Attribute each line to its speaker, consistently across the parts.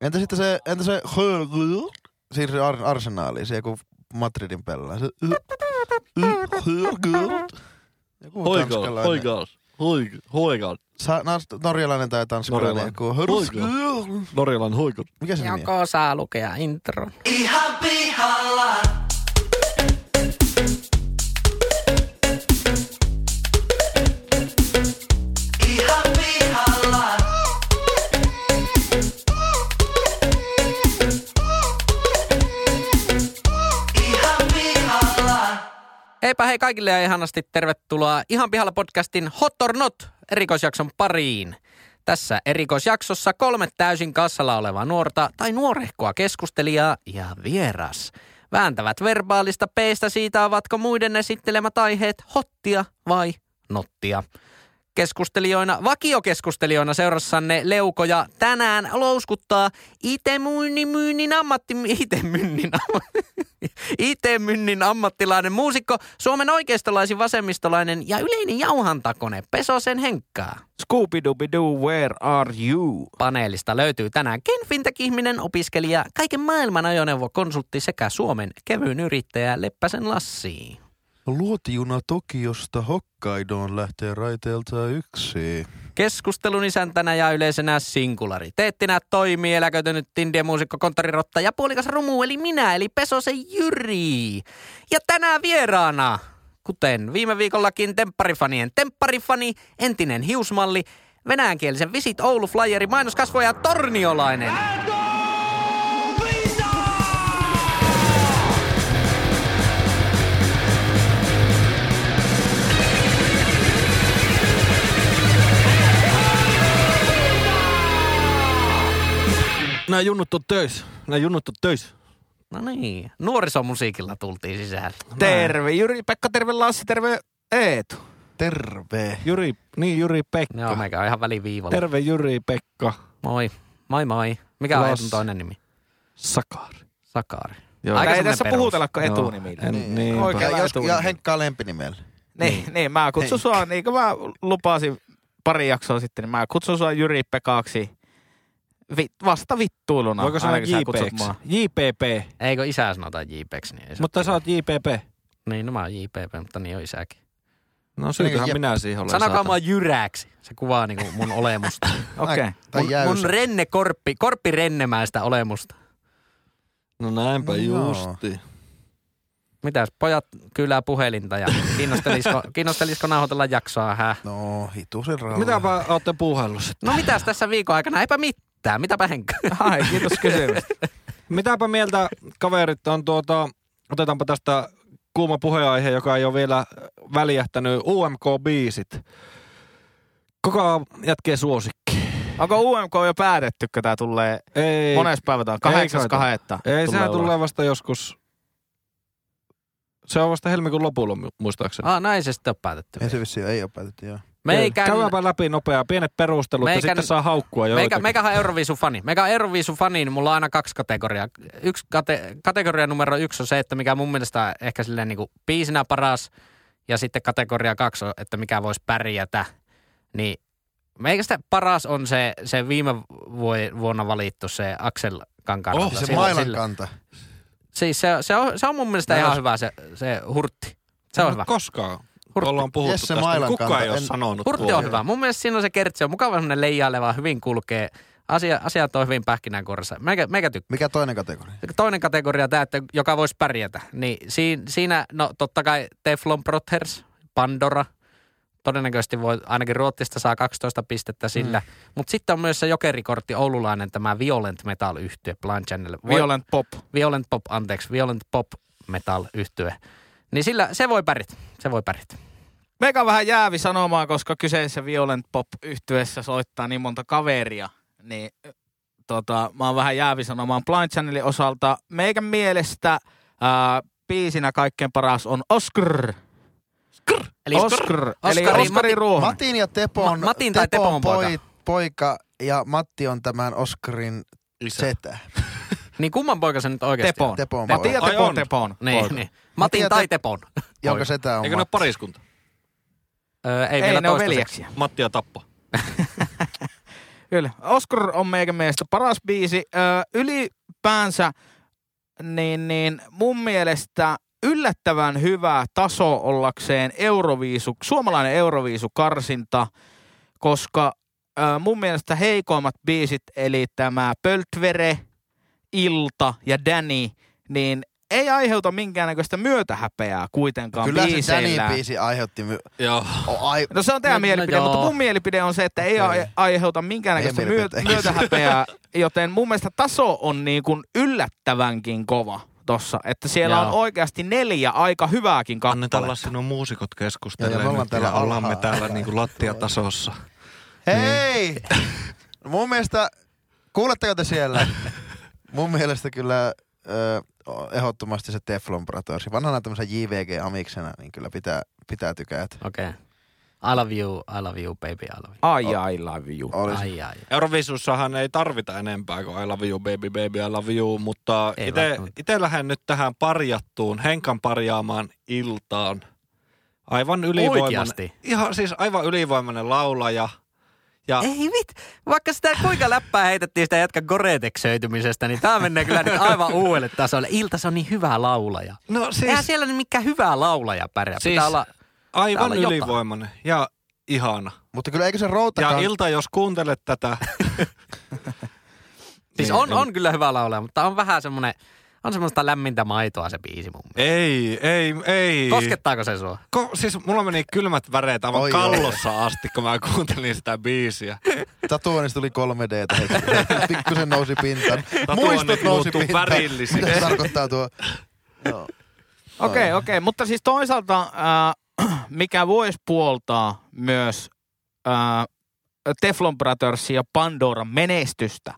Speaker 1: Entä sitten se, entä se siirtyi Ar- Arsenaaliin, se joku Madridin pelaa. Se, joku
Speaker 2: Hoigaus,
Speaker 1: tanskalainen.
Speaker 2: hoigaus, hoig- hoigaus.
Speaker 1: Sa- nas- norjalainen tai tanskalainen.
Speaker 2: Norjalainen.
Speaker 1: Joku.
Speaker 2: Norjalan hoigaus.
Speaker 1: Mikä se nimi on?
Speaker 3: Joko saa lukea intron? Heipä hei kaikille ja ihanasti tervetuloa Ihan pihalla podcastin Hot or Not erikoisjakson pariin. Tässä erikoisjaksossa kolme täysin kassalla olevaa nuorta tai nuorehkoa keskustelijaa ja vieras. Vääntävät verbaalista peistä siitä, ovatko muiden esittelemät aiheet hottia vai nottia. Keskustelijoina, vakiokeskustelijoina seurassanne leukoja tänään louskuttaa itemyynnin myynnin ammatti... Itemyynnin ammatti... IT-mynnin ammattilainen muusikko, Suomen oikeistolaisin vasemmistolainen ja yleinen jauhantakone Pesosen Henkkaa.
Speaker 4: Scooby-Dooby-Doo, where are you?
Speaker 3: Paneelista löytyy tänään Ken Fintech-ihminen, opiskelija, kaiken maailman ajoneuvokonsultti sekä Suomen kevyyn yrittäjä Leppäsen Lassi.
Speaker 1: Luotijuna Tokiosta Hokkaidoon lähtee raiteelta yksi.
Speaker 3: Keskustelun isäntänä ja yleisenä singulariteettinä toimii eläköitynyt indie-muusikko, konttorirotta ja puolikas rumu, eli minä, eli Pesosen Jyri. Ja tänään vieraana, kuten viime viikollakin tempparifanien tempparifani, entinen hiusmalli, venäjänkielisen Visit Oulu Flyeri, mainoskasvoja torniolainen.
Speaker 2: Nää junnut on töis. Nää junnut on töis.
Speaker 3: No niin, nuorisomusiikilla tultiin sisälle.
Speaker 4: Terve, Jyri, Pekka, terve, Lassi, terve, Eetu.
Speaker 1: Terve.
Speaker 2: Jyri, niin Jyri Pekka.
Speaker 3: Ne on meikä on ihan väliviivalla.
Speaker 2: Terve Jyri Pekka
Speaker 3: Moi. Moi moi. Mikä on
Speaker 2: Las-
Speaker 3: Etun toinen nimi?
Speaker 2: Sakari.
Speaker 3: Sakaari.
Speaker 2: Joo.
Speaker 3: Aika
Speaker 4: Ei
Speaker 3: semmonen
Speaker 4: tässä
Speaker 3: perus.
Speaker 4: puhutella, kun
Speaker 2: Joo.
Speaker 4: etunimillä.
Speaker 2: En-
Speaker 1: Niin.
Speaker 2: niinpä.
Speaker 1: Ja,
Speaker 4: Oikealla
Speaker 1: jos, ja
Speaker 4: etunimellä.
Speaker 1: Henkka lempinimellä.
Speaker 4: Niin, niin, mä kutsun
Speaker 1: Hei.
Speaker 4: sua, niin kuin mä lupasin pari jaksoa sitten, niin mä kutsun sua Jyri Pekaaksi vi, vasta vittuiluna.
Speaker 2: Voiko sanoa
Speaker 4: aina, kun sä kutsut
Speaker 2: JPX?
Speaker 4: mua.
Speaker 2: JPP.
Speaker 3: Eikö isä sanota JPEX? Niin ei se
Speaker 2: Mutta
Speaker 3: ole
Speaker 2: sä oot JPP.
Speaker 3: kiva. Niin, no mä oon JPP, mutta niin on isäkin.
Speaker 2: No syytähän
Speaker 1: Niin,
Speaker 2: minä siihen olen.
Speaker 3: Sanokaa
Speaker 2: saatana.
Speaker 3: mua jyräksi. Se kuvaa niinku mun olemusta.
Speaker 4: Okei. Okay.
Speaker 1: Tai
Speaker 3: mun,
Speaker 1: jäys.
Speaker 3: mun renne korppi, korppi rennemäistä olemusta.
Speaker 2: No näinpä
Speaker 1: No joo.
Speaker 2: justi.
Speaker 3: Mitäs, pojat kylää puhelinta ja kiinnostelisiko, kiinnostelisiko nauhoitella jaksoa, hä?
Speaker 1: No, hitusen rauha.
Speaker 2: Mitäpä ootte puuhellut sit?
Speaker 3: No mitäs tässä viikon aikana? Eipä mitään. Mitäpä Henkka?
Speaker 4: Ai, kiitos kysymys.
Speaker 2: Mitäpä mieltä kaverit on tuota, otetaanpa tästä kuuma puheenaihe, joka ei ole vielä väljähtänyt, UMK-biisit. Kuka jätkee suosikki?
Speaker 4: Onko UMK jo päätetty, kun tää tulee
Speaker 2: Ei,
Speaker 4: mones päivä, tää on
Speaker 2: Ei
Speaker 4: kahdeksas
Speaker 2: kai
Speaker 4: kahdetta.
Speaker 2: ei sehän
Speaker 4: ulos.
Speaker 2: tulee vasta joskus, se on vasta helmikuun lopulla mu- muistaakseni.
Speaker 3: Ah, näin se sitten on päätetty.
Speaker 1: Ei se vissiin ei ole päätetty, joo.
Speaker 3: Meikän,
Speaker 2: Käydäänpä läpi nopeaa, pienet perustelut ja
Speaker 3: Meikän-
Speaker 2: sitten saa haukkua joitakin.
Speaker 3: Meikä, meikähän on Euroviisu-fani. Meikä on Euroviisu-fani, niin mulla on aina kaksi kategoriaa. Yksi kate, kategoria numero yksi on se, että mikä mun mielestä on ehkä silleen niin kuin biisinä paras. Ja sitten kategoria kaksi on, että mikä voisi pärjätä. Niin meikä sitä paras on se, se viime vuo- vuonna valittu se Axel Kankaan.
Speaker 1: Oh, se mailan kanta.
Speaker 3: Siis se, se, on, se on mun mielestä
Speaker 2: Mä
Speaker 3: ihan
Speaker 2: jos-
Speaker 3: hyvä se, se hurtti. Se on
Speaker 2: En
Speaker 3: hyvä.
Speaker 2: ole Koskaan.
Speaker 3: Hurtti.
Speaker 2: Ollaan puhuttu
Speaker 1: Jesse
Speaker 2: tästä, mutta
Speaker 1: Mailan
Speaker 2: kukaan
Speaker 1: kanta.
Speaker 2: ei ole
Speaker 1: En-
Speaker 2: sanonut.
Speaker 3: Hurtti
Speaker 2: tuota.
Speaker 3: on hyvä. Mun mielestä siinä on se kertsi. On mukava semmoinen leijaileva, hyvin kulkee. Asia, asiat on hyvin pähkinänkuoressa. Meikä, meikä tykkää.
Speaker 1: Mikä toinen kategoria?
Speaker 3: toinen kategoria tämä, että joka voisi pärjätä. Niin siinä, siinä no totta kai Teflon Brothers, Pandora, todennäköisesti voi, ainakin Ruotsista saa 12 pistettä sillä.
Speaker 4: Mm.
Speaker 3: Mutta sitten on myös se jokerikortti oululainen, tämä Violent Metal yhtye, Blind Channel. Voi,
Speaker 4: Violent Pop.
Speaker 3: Violent Pop, anteeksi, Violent Pop Metal yhtye. Niin sillä, se voi pärjätä, se voi pärjätä.
Speaker 4: Meikä on vähän jäävi sanomaan, koska kyseessä Violent Pop yhtyessä soittaa niin monta kaveria, niin ö, tota, mä oon vähän jäävi sanomaan Blind Channelin osalta. Meikän mielestä ää, biisinä kaikkein paras on Oscar.
Speaker 3: Eli
Speaker 4: Oscar. Eli
Speaker 3: Oskari-
Speaker 4: Oskari, Oskari
Speaker 3: Mati-
Speaker 4: Ruohonen.
Speaker 1: Matin ja Tepon,
Speaker 3: Ma- Matin tai Tepon poika.
Speaker 1: poika. ja Matti on tämän Oskarin
Speaker 2: Isä.
Speaker 1: setä.
Speaker 3: niin kumman poika se nyt oikeasti
Speaker 4: Tepon.
Speaker 3: on?
Speaker 1: Tepon
Speaker 4: Matin ja
Speaker 1: poika.
Speaker 2: Ai on.
Speaker 4: Tepon. Tepon.
Speaker 3: Niin,
Speaker 2: Poika.
Speaker 3: niin. Matin
Speaker 1: ja
Speaker 3: tai
Speaker 1: Tep-
Speaker 3: Tepon.
Speaker 1: Jonka setä on
Speaker 2: Eikö ne ole
Speaker 1: Matti.
Speaker 2: pariskunta?
Speaker 3: Öö, ei,
Speaker 4: Ei,
Speaker 3: vielä
Speaker 4: ne on
Speaker 3: toistaiseksi.
Speaker 4: veljeksiä.
Speaker 2: Matti ja Tappo.
Speaker 4: Kyllä. Oscar on meidän mielestä paras biisi. Ö, ylipäänsä niin, niin mun mielestä yllättävän hyvä taso ollakseen Euroviisu, suomalainen Euroviisukarsinta, koska ö, mun mielestä heikoimmat biisit, eli tämä Pöltvere, Ilta ja Danny, niin ei aiheuta minkäännäköistä myötähäpeää kuitenkaan
Speaker 1: Kyllä se
Speaker 4: biiseillään.
Speaker 1: Danny-biisi aiheutti my...
Speaker 2: Joo.
Speaker 1: o, ai...
Speaker 4: No se on teidän
Speaker 3: No, no
Speaker 4: mielipide,
Speaker 3: joo.
Speaker 4: mutta mun mielipide on se, että ei
Speaker 1: Okei.
Speaker 4: ai- aiheuta minkäännäköistä
Speaker 1: Meidän mielipide
Speaker 4: myö-
Speaker 1: ei.
Speaker 4: myötähäpeää, joten mun mielestä taso on niin kuin yllättävänkin kova tossa. Että siellä
Speaker 3: Joo.
Speaker 4: on oikeasti neljä aika hyvääkin kappaletta.
Speaker 2: sinun muusikot
Speaker 1: Joo,
Speaker 2: keskustelemaan.
Speaker 1: ja me ollaan täällä alhaalla.
Speaker 2: niinku lattiatasossa.
Speaker 3: Niin.
Speaker 1: Hei! Mun mielestä, kuuletteko te siellä? Mun mielestä kyllä ö, ehdottomasti se Teflon Brothers. Vanhana tämmöisen JVG-amiksena, niin kyllä pitää, pitää tykätä.
Speaker 3: Okei. Okay. I love you, I love you, baby, I love
Speaker 4: Ai, I love you.
Speaker 1: Olisi.
Speaker 3: you. Ai, ai.
Speaker 2: Eurovisussahan ei tarvita enempää kuin I love you, baby, baby, I love you, mutta
Speaker 3: Ei
Speaker 2: ite,
Speaker 3: välttämättä.
Speaker 2: ite lähden nyt tähän parjattuun, Henkan parjaamaan iltaan. Aivan ylivoimainen.
Speaker 3: Oikeasti?
Speaker 2: Ihan siis aivan ylivoimainen laulaja. Ja
Speaker 3: Ei mit, vaikka sitä kuinka läppää heitettiin sitä jätkä goreteksöitymisestä, niin tää menee kyllä nyt aivan uudelle tasolle. Ilta se on niin hyvä laulaja.
Speaker 2: no
Speaker 3: Siis, Eihän
Speaker 2: siis
Speaker 3: siellä nyt mikään hyvä laulaja pärjää. Siis,
Speaker 2: Siis-
Speaker 3: Pitää olla,
Speaker 2: aivan
Speaker 3: täällä jotain.
Speaker 2: ylivoimainen ja ihana.
Speaker 1: Mutta kyllä eikö se
Speaker 2: Ja
Speaker 1: routakaan...
Speaker 2: Ilta, jos kuuntelet tätä,
Speaker 3: siis
Speaker 2: Niin,
Speaker 3: on, on kyllä hyvä laulaja, mutta on vähän semmonen, on semmoista lämmintä maitoa se biisi mun mielestä.
Speaker 2: ei, ei, ei.
Speaker 3: Koskettaako se sua?
Speaker 2: Ko, siis mulla meni kylmät väreet aivan
Speaker 1: Oi,
Speaker 2: Oi kallossa asti, kun mä kuuntelin sitä biisiä.
Speaker 1: Tatuoinnista tuli 3D heti. Pikkusen nousi pintaan.
Speaker 2: Tatuoinnit
Speaker 1: Muistot nousi
Speaker 2: muuttuu
Speaker 1: pintaan.
Speaker 2: värillisiksi.
Speaker 1: Mitä se tarkoittaa tuo? Joo.
Speaker 4: Okei, okay, okei. Okay. Mutta siis toisaalta, äh, mikä voisi puoltaa myös äh, Teflon Brothersin ja Pandoran menestystä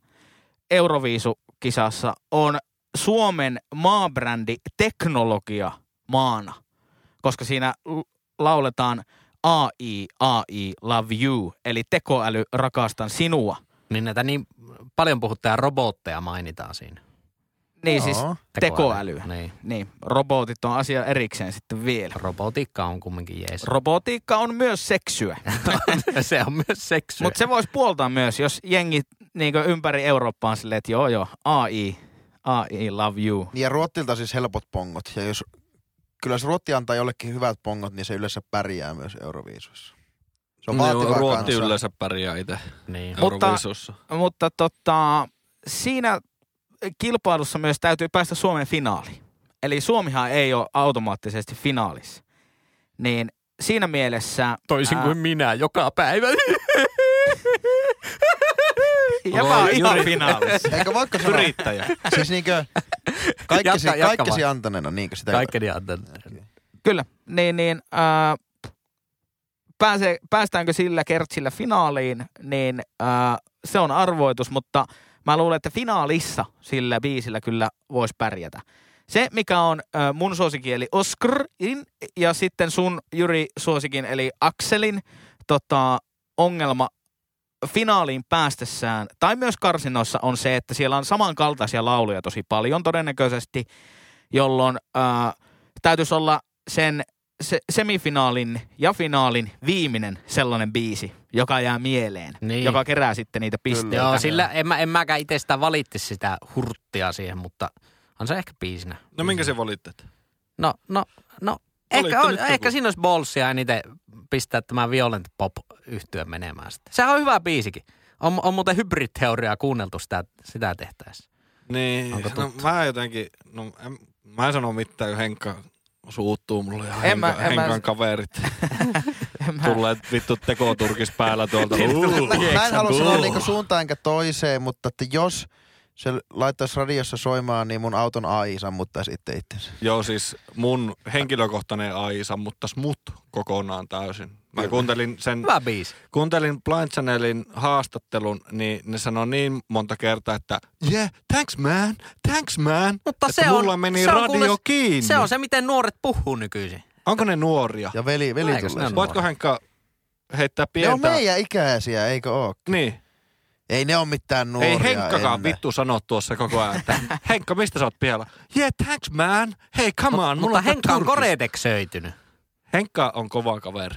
Speaker 4: Euroviisukisassa on Suomen maabrändi teknologia maana. Koska siinä l- lauletaan AI, AI, love you, eli tekoäly, rakastan sinua.
Speaker 3: Niin näitä niin paljon puhuttaa robotteja mainitaan siinä.
Speaker 4: Niin siis
Speaker 1: Joo.
Speaker 4: tekoäly.
Speaker 3: Niin.
Speaker 4: Niin, robotit on asia erikseen sitten vielä.
Speaker 3: Robotiikka on kumminkin jees.
Speaker 4: Robotiikka on myös seksyä.
Speaker 3: se on myös seksuaali.
Speaker 4: Mutta se voisi puoltaa myös, jos jengi niinku ympäri Eurooppaa on silleen, että joo joo, AI, AI love you.
Speaker 1: Niin ja Ruottilta siis helpot pongot. Ja jos, kyllä jos Ruotti antaa jollekin hyvät pongot, niin se yleensä pärjää myös Euroviisuissa. Se
Speaker 3: No
Speaker 1: on vaativa
Speaker 2: Ruotti
Speaker 1: kansa.
Speaker 2: yleensä pärjää itse
Speaker 3: Niin.
Speaker 4: Mutta-
Speaker 2: Euroviisussa.
Speaker 4: Mutta tota, siinä kilpailussa myös täytyy päästä Suomen finaaliin. Eli Suomihan ei ole automaattisesti finaalissa. Niin siinä mielessä...
Speaker 3: Toisin kuin minä joka päivä.
Speaker 4: Ja mä oon
Speaker 2: Oi,
Speaker 4: ihan
Speaker 2: Juri.
Speaker 4: finaalissa.
Speaker 1: Eikö vaikka sanoa?
Speaker 2: Yrittäjä.
Speaker 1: Siis niinkö, kaikkesi,
Speaker 3: Jatka- jatka
Speaker 1: kaikkesi antaneena, niinkö sitä?
Speaker 3: Kaikkeni antan.
Speaker 4: Kyllä, niin, niin äh, pääse, päästäänkö sillä kertsillä finaaliin, niin äh, se on arvoitus, mutta mä luulen, että finaalissa sillä biisillä kyllä voisi pärjätä. Se, mikä on äh, mun suosikin, eli Oskarin, ja sitten sun Jyri suosikin, eli Akselin tota, ongelma finaaliin päästessään, tai myös karsinnoissa on se, että siellä on samankaltaisia lauluja tosi paljon todennäköisesti, jolloin äh, täytyisi olla sen se, semifinaalin ja finaalin viimeinen sellainen biisi, joka jää mieleen,
Speaker 3: Niin.
Speaker 4: niin. joka kerää sitten niitä pisteitä.
Speaker 3: Joo, sillä en, mä, en mäkään itse sitä valitti sitä hurttia siihen, mutta on se ehkä biisinä.
Speaker 2: No minkä se valittet?
Speaker 3: No, no, no.
Speaker 2: Valitti
Speaker 3: Ehkä, on,
Speaker 2: nyt
Speaker 3: ehkä
Speaker 2: joku.
Speaker 3: siinä olisi bolssia eniten pistää tämä Violent Pop yhtyön menemään sitten. Sehän on hyvä biisikin. On, on muuten hybridteoriaa kuunneltu sitä, sitä tehtäessä.
Speaker 2: Niin,
Speaker 3: Onko
Speaker 2: no
Speaker 3: tuttu?
Speaker 2: mä jotenkin, no en, mä en sano mitään, kun Henkka suuttuu mulle ja
Speaker 4: En
Speaker 2: Henka,
Speaker 4: mä- en mä-
Speaker 2: Henkan kaverit
Speaker 4: En mä-
Speaker 2: tulee vittu tekoturkis päällä tuolta.
Speaker 1: Mä, mä en halua sanoa
Speaker 2: Uu.
Speaker 1: niinku suuntaan enkä toiseen, mutta että jos se laittaisi radiossa soimaan, niin mun auton AI sammuttaisi itse itsensä.
Speaker 2: Joo, siis mun henkilökohtainen AI sammuttas mut kokonaan täysin. Mä kuuntelin sen
Speaker 3: Hyvä biisi.
Speaker 2: kuuntelin Blind Channelin haastattelun, niin ne sanoi niin monta kertaa, että yeah, thanks man, thanks man.
Speaker 3: Mutta
Speaker 2: että
Speaker 3: se on,
Speaker 2: mulla meni
Speaker 3: se on
Speaker 2: radio
Speaker 3: kuules-
Speaker 2: kiinni.
Speaker 3: Se on se, miten nuoret puhuu nykyisin.
Speaker 2: Onko ne nuoria?
Speaker 1: Ja veli, veli
Speaker 3: Eikös
Speaker 1: tulee.
Speaker 3: ne
Speaker 1: sinne.
Speaker 3: ole?
Speaker 2: Voitko Henkka heittää
Speaker 1: Ne on
Speaker 2: pientä?
Speaker 1: meidän ikäisiä, eikö oo?
Speaker 2: Niin.
Speaker 1: Ei ne on mitään nuoria
Speaker 2: Ei Henkkakaan
Speaker 1: ennen.
Speaker 2: vittu sano tuossa koko ajan, että Henkka, mistä sä oot vielä? Yeah, thanks man. Hei, come on.
Speaker 3: Mutta
Speaker 2: mulla on tää
Speaker 3: Henkka on
Speaker 2: turkis.
Speaker 3: koreteksöitynyt.
Speaker 2: Henkka on kova kaveri.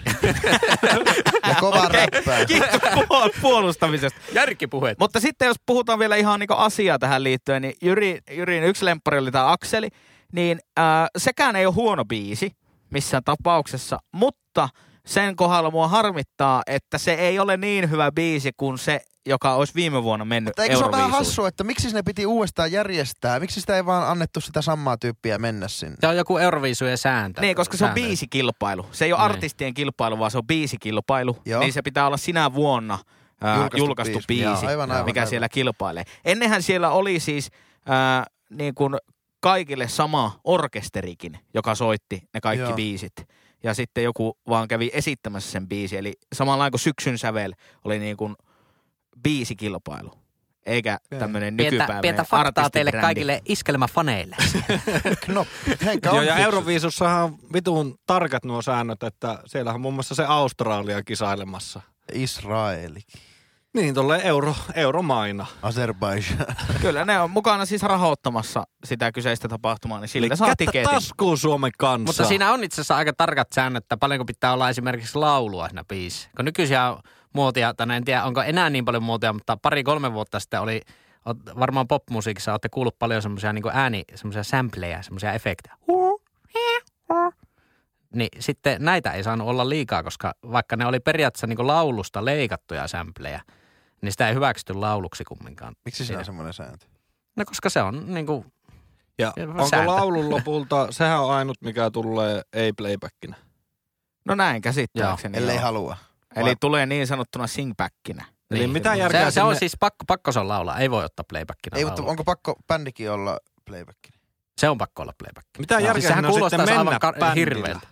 Speaker 1: Ja kova okay. räppää.
Speaker 4: Kiitos puol- puolustamisesta.
Speaker 3: Järkipuheet.
Speaker 4: Mutta sitten jos puhutaan vielä ihan niinku asiaa tähän liittyen, niin Jyri, Jyrin yksi lemppari oli tämä Akseli, niin äh, sekään ei ole huono biisi missään tapauksessa, mutta sen kohdalla mua harmittaa, että se ei ole niin hyvä biisi kuin se, joka olisi viime vuonna mennyt
Speaker 1: Mutta eikö se ole vähän
Speaker 4: Euroviisuun.
Speaker 1: hassua, että miksi ne piti uudestaan järjestää? Miksi sitä ei vaan annettu sitä samaa tyyppiä mennä sinne?
Speaker 3: Se on joku Euroviisujen sääntö.
Speaker 4: Niin, koska se on
Speaker 3: sääntö.
Speaker 4: biisikilpailu. Se ei ole
Speaker 3: Niin.
Speaker 4: artistien kilpailu, vaan se on biisikilpailu.
Speaker 1: Joo.
Speaker 4: Niin se pitää olla sinä vuonna ää,
Speaker 1: Julkaistu
Speaker 4: julkaistu, julkaistu
Speaker 1: biisi.
Speaker 4: biisi,
Speaker 1: Joo, aivan, aivan,
Speaker 4: mikä
Speaker 1: aivan.
Speaker 4: siellä kilpailee. Ennenhän siellä oli siis ää, niin kuin kaikille sama orkesterikin, joka soitti ne kaikki
Speaker 1: Joo.
Speaker 4: Joo. biisit. Ja sitten joku vaan kävi esittämässä sen biisi. Eli samalla kuin syksyn sävel oli niin kuin biisikilpailu. Eikä
Speaker 1: Joo.
Speaker 4: tämmöinen
Speaker 3: Pientä,
Speaker 4: nykypäivän
Speaker 3: pientä faktaa teille kaikille iskelmäfaneille.
Speaker 1: No, Henkka
Speaker 2: Joo,
Speaker 1: on
Speaker 2: ja
Speaker 1: fiksu.
Speaker 2: Euroviisussahan on vitun tarkat nuo säännöt, että siellähän on muun muassa se Australia kisailemassa.
Speaker 1: Israeli,
Speaker 2: Niin, tolleen euro, euromaina.
Speaker 1: Azerbaijan.
Speaker 4: Kyllä, ne on mukana siis rahoittamassa sitä kyseistä tapahtumaa, niin sillä
Speaker 2: Eli
Speaker 4: saa
Speaker 2: kättä
Speaker 4: tiketin.
Speaker 2: taskuun Suomen kanssa.
Speaker 3: Mutta siinä on itse asiassa aika tarkat säännöt, että paljonko pitää olla esimerkiksi laulua siinä biisissä. Kun nykyisiä on muotia, tai no en tiedä onko enää niin paljon muotia, mutta pari-kolme vuotta sitten oli, oot- varmaan popmusiikissa olette kuullut paljon semmoisia niin ääni, semmoisia sampleja, semmoisia efektejä. Niin sitten näitä ei saanut olla liikaa, koska vaikka ne oli periaatteessa niin laulusta leikattuja sämplejä, niin sitä ei hyväksytty lauluksi kumminkaan.
Speaker 1: Miksi siinä
Speaker 3: Siinä.
Speaker 1: on semmoinen sääntö?
Speaker 3: No koska se on niin kuin,
Speaker 2: Ja onko
Speaker 3: Sääntö.
Speaker 2: laulun lopulta, sehän on ainut, mikä tulee ei playbackinä.
Speaker 4: No näin käsittääkseni.
Speaker 1: Ellei
Speaker 4: joo.
Speaker 1: halua.
Speaker 4: Eli tulee niin sanottuna singbackinä.
Speaker 2: Eli
Speaker 3: Niin.
Speaker 2: mitä
Speaker 3: se,
Speaker 2: järkeä
Speaker 3: se on
Speaker 2: sinne-
Speaker 3: siis pakko, pakko se on laulaa, ei voi ottaa playbackina
Speaker 1: Ei, mutta
Speaker 3: laulua.
Speaker 1: onko pakko bändikin olla playback?
Speaker 3: Se on pakko olla playback.
Speaker 2: Mitä
Speaker 3: Joo.
Speaker 2: järkeä
Speaker 3: Siis sehän
Speaker 2: siinä on sitten
Speaker 3: kuulostaa
Speaker 2: mennä
Speaker 3: aivan ka-
Speaker 2: bändillä?
Speaker 3: hirveältä.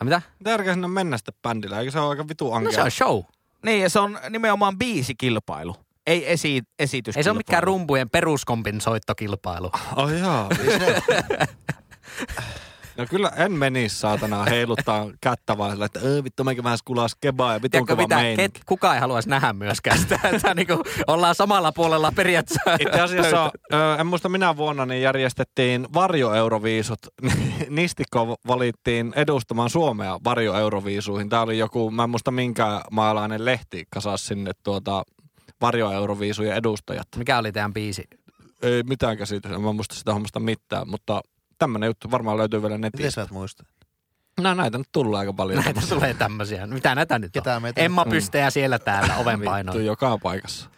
Speaker 3: Ai mitä?
Speaker 2: Mitä järkeä sinne mennä sitten bändillä? Eikö se ole aika vitu
Speaker 3: No
Speaker 2: ankea?
Speaker 3: se on show.
Speaker 4: Niin, ja se on nimenomaan biisikilpailu, ei esi- esityskilpailu.
Speaker 3: Ei se ole mikään rumpujen peruskompin soittokilpailu.
Speaker 2: Oh, jaa. no kyllä en menisi saatana heiluttaa kättä vaan sillä, että "Ö, vittu meikä vähän skulas kebaa ja vitun
Speaker 3: Tiedätkö
Speaker 2: kova
Speaker 3: mitä?
Speaker 2: meininki.
Speaker 3: Ket, kuka ei haluaisi nähdä myöskään sitä, että niinku ollaan samalla puolella periaatteessa.
Speaker 2: Itse asiassa, ö, en muista minä vuonna, niin järjestettiin varjoeuroviisut. Nistikko valittiin edustamaan Suomea varjoeuroviisuihin. Tämä oli joku, mä en muista minkä maalainen lehti kasasi sinne tuota varjoeuroviisujen edustajat.
Speaker 3: Mikä oli teidän biisi?
Speaker 2: Ei mitään käsitystä, mä en muista sitä hommasta mitään, mutta tämmöinen juttu varmaan löytyy vielä
Speaker 1: Miten
Speaker 2: netistä.
Speaker 1: sä et muista?
Speaker 2: No näitä nyt tulee aika paljon.
Speaker 3: Näitä tulee tämmöisiä. Mitä näitä nyt on?
Speaker 1: Ketä meitä
Speaker 3: Emma Pystejä siellä täällä oven
Speaker 2: Mm. Vittu
Speaker 3: painoin.
Speaker 2: joka paikassa.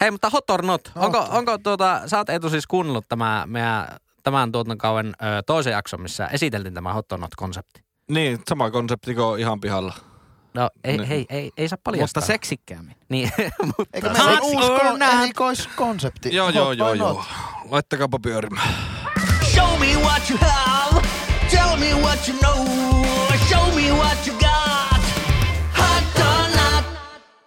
Speaker 3: Hei, mutta hot or not. Onko, onko tuota, sä oot Eetu siis kuunnellut tämä meidän, tämän tuotantokauden ö, toisen jakson, missä esiteltiin tämä hot or not-konsepti?
Speaker 2: Niin, sama konsepti kuin ihan pihalla.
Speaker 3: No ei,
Speaker 2: Niin.
Speaker 3: hei, ei, ei saa
Speaker 4: Mutta
Speaker 3: paljastaa.
Speaker 4: seksikkäämmin.
Speaker 3: Niin, mutta
Speaker 1: Eikö meillä ole
Speaker 4: Hot
Speaker 1: uusi
Speaker 4: or
Speaker 1: kon-
Speaker 4: not?
Speaker 1: erikoiskonsepti?
Speaker 2: Joo, joo,
Speaker 1: Hot
Speaker 2: joo,
Speaker 1: or not?
Speaker 2: joo. Laittakaapa pyörimään.
Speaker 5: Show me what you have. Tell me what you know. Show me what you got. Hot or not.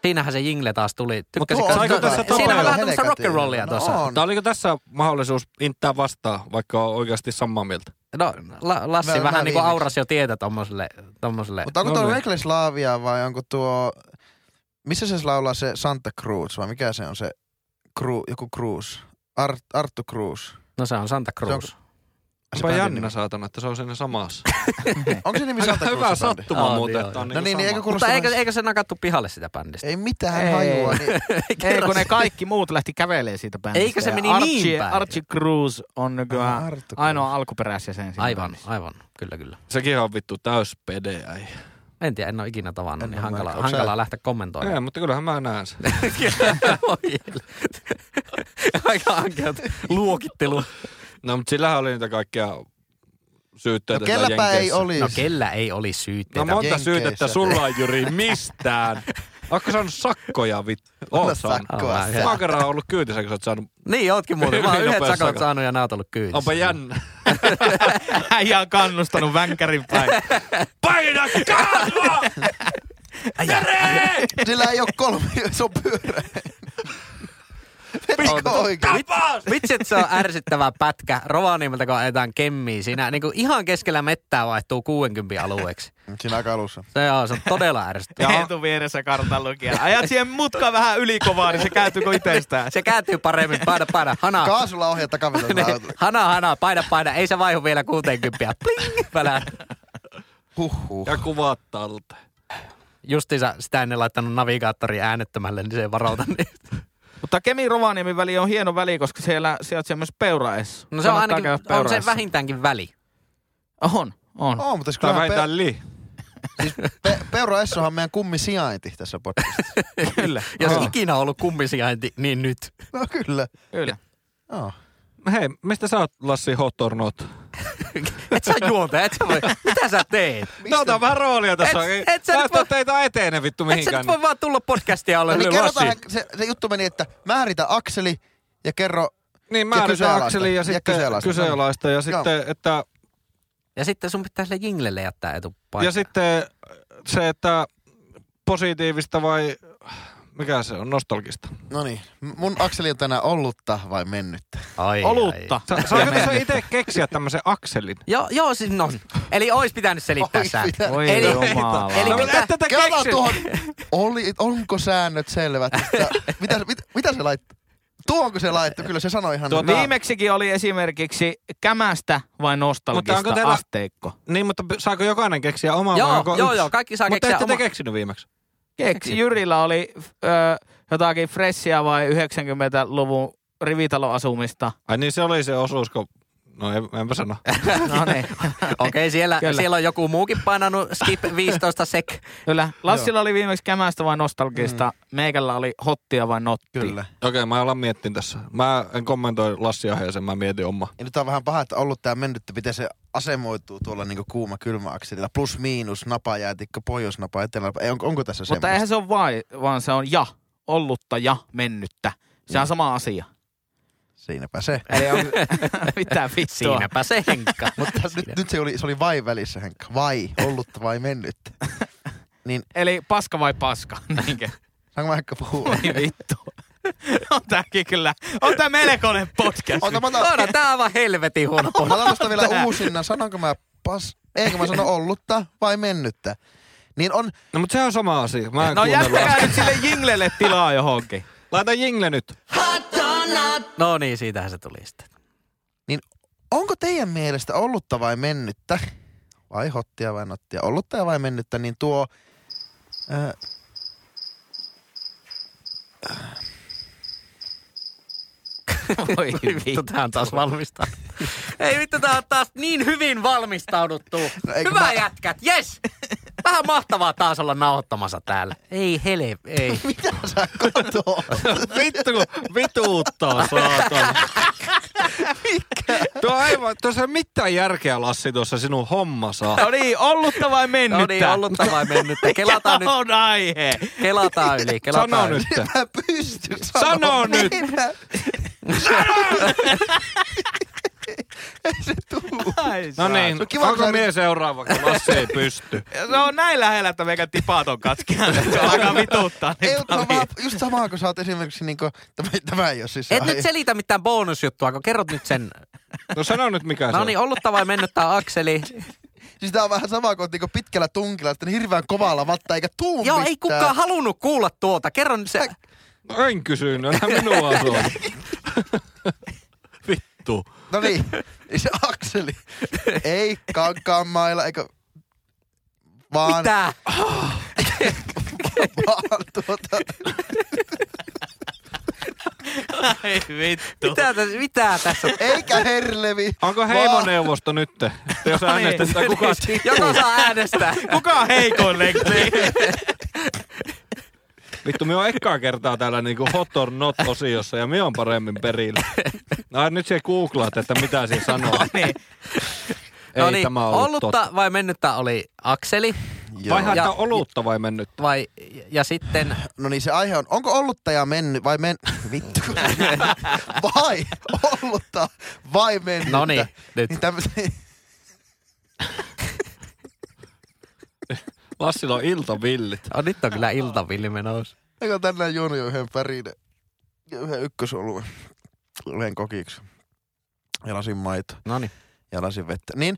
Speaker 3: siinähän se jingle taas tuli.
Speaker 2: Mutta
Speaker 3: Tykkäsitkö?
Speaker 2: saiko
Speaker 3: No,
Speaker 2: tässä
Speaker 3: Siinä
Speaker 2: tapella?
Speaker 3: on vähän tämmöistä
Speaker 1: Helkatin.
Speaker 3: rock'n'rollia
Speaker 1: No
Speaker 3: tuossa.
Speaker 1: on.
Speaker 2: Mutta oliko tässä mahdollisuus inttää vastaan, vaikka on oikeasti samaa mieltä?
Speaker 3: No, la, Lassi
Speaker 1: Mä- mä
Speaker 3: vähän niin kuin
Speaker 1: viimeksi.
Speaker 3: auras jo tietä tommoselle. tommoselle.
Speaker 1: Mutta onko
Speaker 2: No
Speaker 1: tuo
Speaker 2: niin.
Speaker 1: Reckless Lavia vai onko tuo... Missä se laulaa se Santa Cruz vai mikä se on se Cru, joku Cruz? Art, Arttu Cruz.
Speaker 3: No se on Santa Cruz.
Speaker 1: Se
Speaker 2: Onpa
Speaker 1: bändin
Speaker 2: jännä
Speaker 1: nimi.
Speaker 2: saatana, että se on siinä samassa.
Speaker 1: Onko se nimi
Speaker 2: Aika
Speaker 1: Santa Cruz?
Speaker 2: hyvä
Speaker 1: se bändi?
Speaker 2: sattuma
Speaker 3: Aa,
Speaker 2: muuten,
Speaker 3: joo,
Speaker 2: että on niinku
Speaker 1: No niin, niin
Speaker 2: sama.
Speaker 1: eikö kuulosta...
Speaker 3: Mutta eikö,
Speaker 1: vähän-
Speaker 3: eikö se nakattu pihalle sitä bändistä?
Speaker 1: Ei mitään
Speaker 4: Ei.
Speaker 1: hajua. Niin,
Speaker 4: Ei, kun
Speaker 3: kerro
Speaker 4: ne
Speaker 3: sitä.
Speaker 4: kaikki muut lähti kävelee siitä bändistä.
Speaker 3: Eikö se
Speaker 4: Ja
Speaker 3: meni niin
Speaker 4: Archie,
Speaker 3: päin?
Speaker 4: Archie Cruz on nykyään
Speaker 1: Aha, Arttu Cruz.
Speaker 4: ainoa alkuperäisjäsen siinä
Speaker 3: Aivan,
Speaker 4: bändissä.
Speaker 3: aivan. Kyllä, kyllä.
Speaker 2: Sekin on vittu täys pedeäi.
Speaker 3: En tiedä, en ole ikinä tavannut,
Speaker 1: En
Speaker 3: niin
Speaker 1: ole
Speaker 3: hankala,
Speaker 1: mäkään. Onks sä-
Speaker 3: hankalaa lähteä kommentoimaan.
Speaker 2: Ei, mutta kyllähän mä näen sen.
Speaker 3: Aika ankeat luokittelu.
Speaker 1: Siis.
Speaker 2: No, mutta sillähän oli niitä kaikkia
Speaker 1: no
Speaker 2: syytteitä.
Speaker 1: kelläpä
Speaker 2: täällä
Speaker 1: ei
Speaker 2: Jenkeissä.
Speaker 1: olisi.
Speaker 3: No kellä ei oli syytteitä?
Speaker 2: No monta
Speaker 1: Jenkeissä.
Speaker 2: syytettä sulla on, Jyri, mistään. Ootko saanut sakkoja, vittu? Oot saanut.
Speaker 1: sakkoa.
Speaker 3: Aivan,
Speaker 2: Mä oon kerran ollut kyytissä, kun sä oot saanut.
Speaker 3: Niin, ootkin muuten. Mä oon
Speaker 2: Hyvin
Speaker 3: yhdet
Speaker 2: nopeasti
Speaker 3: sakot
Speaker 2: aika.
Speaker 3: saanut ja naat ollut kyydissä.
Speaker 2: Onpa jännä.
Speaker 4: Äijä on kannustanut vänkärin päin.
Speaker 2: Paina kalva!
Speaker 1: Sillä ei ole kolme, se on pyörä. Vetikö oikein?
Speaker 2: Tapas!
Speaker 3: Vitsi, että se on ärsyttävä pätkä. Rovaniemeltä, kun ajetaan kemmiä siinä. Niin kuin ihan keskellä mettää vaihtuu 60 alueeksi.
Speaker 1: Siinä aika alussa.
Speaker 3: Se on, se on todella ärsyttävää.
Speaker 4: Eetu vieressä kartan lukija. Ajat siihen mutkaan vähän ylikovaa, niin se kääntyy kuin itsestään.
Speaker 3: Se kääntyy paremmin. Paina, paina. Hana.
Speaker 1: Kaasulla ohjaa takavirta.
Speaker 3: Niin. Hana, hana. Paina, paina. Ei se vaihu vielä 60. Pling. Pälä.
Speaker 1: Huhhuh.
Speaker 2: ja kuvat talteen.
Speaker 3: Justiinsa sitä ennen laittanut navigaattori äänettömälle, niin se ei varauta niitä.
Speaker 4: Mutta Kemi-Rovaniemen väli on hieno väli, koska siellä sijaitsee myös Peuraessa.
Speaker 3: No se on ainakin, on se
Speaker 4: Peuraessa.
Speaker 3: vähintäänkin väli.
Speaker 4: On, on.
Speaker 1: Oo, mutta siis
Speaker 2: Tai
Speaker 1: kyllä pe-
Speaker 2: vähintään li.
Speaker 1: pe- Peura Essohan on meidän kummi sijainti tässä podcastissa.
Speaker 4: Kyllä.
Speaker 3: Jos
Speaker 4: Joo.
Speaker 3: ikinä on ollut kummisijainti, niin nyt.
Speaker 1: No kyllä.
Speaker 4: Kyllä.
Speaker 1: Joo.
Speaker 2: Hei, mistä sä oot Lassi Hotornot?
Speaker 3: Et sä juonta, et sä voi. Mitä sä teet?
Speaker 2: No otan vähän roolia tässä.
Speaker 3: Et-
Speaker 2: Et,
Speaker 3: et sä nyt
Speaker 2: et
Speaker 3: voi-
Speaker 2: teitä etene vittu
Speaker 3: Et sä
Speaker 2: mihinkään.
Speaker 3: nyt voi vaan tulla podcastia
Speaker 1: No
Speaker 3: olemaan.
Speaker 1: niin
Speaker 2: Lassi.
Speaker 1: kerrotaan, se, se juttu meni, että määritä Akseli ja kerro,
Speaker 2: Niin määritään
Speaker 1: kyseenalaista.
Speaker 2: Akseli ja
Speaker 1: Ja
Speaker 2: sitten
Speaker 1: kyseenalaista.
Speaker 2: kyseenalaista. Ja sitten, että,
Speaker 3: Ja sitten sun pitää sille jinglelle jättää etupaikka.
Speaker 2: ja sitten se, että positiivista vai mikä se on, nostalgista.
Speaker 1: no niin, mun Akseli on tänään ollutta vai mennyttä.
Speaker 3: Ai,
Speaker 4: Olutta.
Speaker 3: Ah.
Speaker 2: Sä, saanko sä itse keksiä tämmöisen Akselin?
Speaker 3: Joo, joo, siis no. Eli ois pitänyt selittää
Speaker 1: Ois
Speaker 3: säännöt.
Speaker 1: pitänyt.
Speaker 4: Voi
Speaker 3: Eli-
Speaker 4: jumala.
Speaker 3: eli
Speaker 2: No,
Speaker 3: mitä-
Speaker 2: mutta et tätä
Speaker 1: Kerrotaan
Speaker 2: keksi.
Speaker 1: tuohon, oli, onko säännöt selvät? Että, mitä, mit, mitä se laittoi? Tuonko se laittoi? Kyllä se sanoi ihan...
Speaker 2: Tuota-
Speaker 4: Viimeksikin oli esimerkiksi kämästä vai nostalgista
Speaker 2: Mutta onko teillä-
Speaker 4: asteikko.
Speaker 2: Niin, mutta p- saako jokainen keksiä oman vai
Speaker 3: Joo,
Speaker 2: onko
Speaker 3: joo,
Speaker 2: yksi?
Speaker 3: joo, kaikki saa
Speaker 2: Mutta
Speaker 3: keksiä
Speaker 2: ette te
Speaker 3: oma-
Speaker 2: keksinyt viimeksi.
Speaker 4: Keksi. Jyrillä oli ö, jotakin fressiä vai 90-luvun rivitaloasumista.
Speaker 2: Ai niin, se oli se osuus, kun... No en, enpä sano.
Speaker 4: No niin,
Speaker 3: Okei, siellä,
Speaker 4: Kyllä.
Speaker 3: siellä on joku muukin painanut skip 15 sek.
Speaker 4: kyllä. Lassilla oli viimeksi kämästä vai nostalgista.
Speaker 3: Mm.
Speaker 4: Meikällä oli hottia vai nottia.
Speaker 1: Kyllä.
Speaker 2: Okei, mä alan miettiä tässä. Mä en kommentoi Lassia heisen, mä mietin oma.
Speaker 1: Ja nyt on vähän paha, että ollut tää mennyt, että miten se asemoituu tuolla niinku kuuma kylmä akselilla. Plus miinus, napajäätikkö, pohjoisnapa, etelänapa. Ei, onko, onko tässä
Speaker 4: Mutta
Speaker 1: semmoista?
Speaker 4: eihän se ole vai, vaan se on ja, ollutta ja mennyttä. Se on sama asia.
Speaker 1: Siinäpä se.
Speaker 4: Eli on, mitä vittua.
Speaker 3: Siinäpä se Henkka.
Speaker 1: Mutta nyt, nyt se, oli, se oli vai välissä, Henkka. Vai, ollutta vai mennyt.
Speaker 4: Eli paska vai paska? Niinkö?
Speaker 1: Saanko mä Henkka puhua?
Speaker 4: Ei vittu. On tääkin kyllä. On tää melkoinen podcast. No
Speaker 1: Ota, mä otan,
Speaker 3: Tuoda, tää on aivan helvetin huono
Speaker 1: mä
Speaker 3: pohja.
Speaker 1: otan musta vielä
Speaker 4: Tää.
Speaker 1: uusinnan. Sanonko mä pas... Eikö mä sano ollutta vai mennyttä? Niin on...
Speaker 2: No mutta se on sama asia. Mä en
Speaker 4: No
Speaker 2: kuunnellut
Speaker 4: jättäkää
Speaker 2: äsken.
Speaker 4: nyt sille jinglelle tilaa johonkin.
Speaker 2: Laita jingle nyt.
Speaker 3: No niin, siitähän se tuli sitten.
Speaker 1: Niin onko teidän mielestä ollutta vai mennyttä? Vai hottia vai nottia? Ollutta vai mennyttä? Niin tuo... Äh,
Speaker 4: Voi
Speaker 3: Vittu, tää on taas valmista. Ei vittu, tää on taas niin hyvin valmistauduttu.
Speaker 1: No, eikö
Speaker 3: Hyvä
Speaker 1: mä-
Speaker 3: jätkät, jes! Vähän mahtavaa taas olla nauhoittamassa täällä. Ei hele, ei.
Speaker 1: mitä sä kotoo?
Speaker 2: Vittu, kun vituuttaa saatana. Mikä? Tuo aivan, tuossa ei mitään järkeä Lassi tuossa sinun hommassa.
Speaker 4: No niin, ollutta vai mennyttä?
Speaker 3: No niin, ollutta vai mennyttä. Kelataan nyt,
Speaker 4: Mikä on aihe?
Speaker 3: kelataan yli, kelataan
Speaker 2: Sano
Speaker 3: yli.
Speaker 2: No nyt.
Speaker 1: Mä pystyn
Speaker 2: Sano
Speaker 1: sanomaan.
Speaker 2: nyt!
Speaker 1: Minä-
Speaker 4: Ai
Speaker 2: No
Speaker 4: saa.
Speaker 2: niin,
Speaker 1: on kiva,
Speaker 2: onko
Speaker 1: kun sä-
Speaker 2: mie seuraava, kun Lassi ei pysty?
Speaker 4: Se on näin lähellä, että meikä tipat on katkealla. Se alkaa vituttaa. niin
Speaker 1: Ei, mutta on
Speaker 4: paljon.
Speaker 1: vähän just samaa, kun sä oot esimerkiksi niinku... Tämä, tämä ei oo siis...
Speaker 3: Et
Speaker 1: aihe.
Speaker 3: nyt selitä mitään bonusjuttua, kun kerrot nyt sen.
Speaker 2: No sano nyt mikä se
Speaker 3: No
Speaker 2: on.
Speaker 3: niin, ollutta vai mennyttä Akseli.
Speaker 1: Siis tää on vähän sama kuin niinku pitkällä tunkilla, että hirveän kovalla vatta eikä tuu
Speaker 3: Joo, ei
Speaker 1: mitään.
Speaker 3: kukaan halunnut kuulla tuota. Kerro nyt se.
Speaker 2: No en kysynyt, enää minua sua. Vittu.
Speaker 1: No niin, niin se akseli. Ei kankaan mailla, eikä vaan,
Speaker 3: Mitä?
Speaker 1: vaan tuota,
Speaker 4: Ai vittu.
Speaker 3: Mitä tässä, mitä tässä?
Speaker 1: eikä herlevi.
Speaker 2: Onko
Speaker 1: vaan-
Speaker 2: heimoneuvosto nyt? Että Jos äänestetään kuka
Speaker 3: Joka saa äänestää.
Speaker 4: Kuka on heikoin lenkki?
Speaker 2: Vittu, me on ekkaa kertaa täällä niinku hot or not osiossa ja me on paremmin perillä. No nyt se googlaat, että mitä se sanoo.
Speaker 4: niin.
Speaker 2: Ei
Speaker 3: No niin,
Speaker 2: tämä ollut
Speaker 3: ollutta
Speaker 2: totta.
Speaker 3: vai mennyttä oli Akseli.
Speaker 2: Vai
Speaker 1: Joo.
Speaker 3: Ja-
Speaker 2: haittaa olutta vai mennyt?
Speaker 3: Vai, ja sitten,
Speaker 1: No niin, se aihe on, onko ollutta ja mennyt vai men... Vittu. vai ollutta vai mennyt.
Speaker 3: no niin, nyt.
Speaker 1: Niin tämmöset,
Speaker 2: Lassilla on iltavillit.
Speaker 3: Oh, nyt on kyllä iltavilli menossa.
Speaker 1: eikö tänään juonut jo yhden pärinen ja yhden ykkösoluen. Yhden kokiksi. Ja lasin maito
Speaker 3: No niin.
Speaker 1: ja lasin vettä. Niin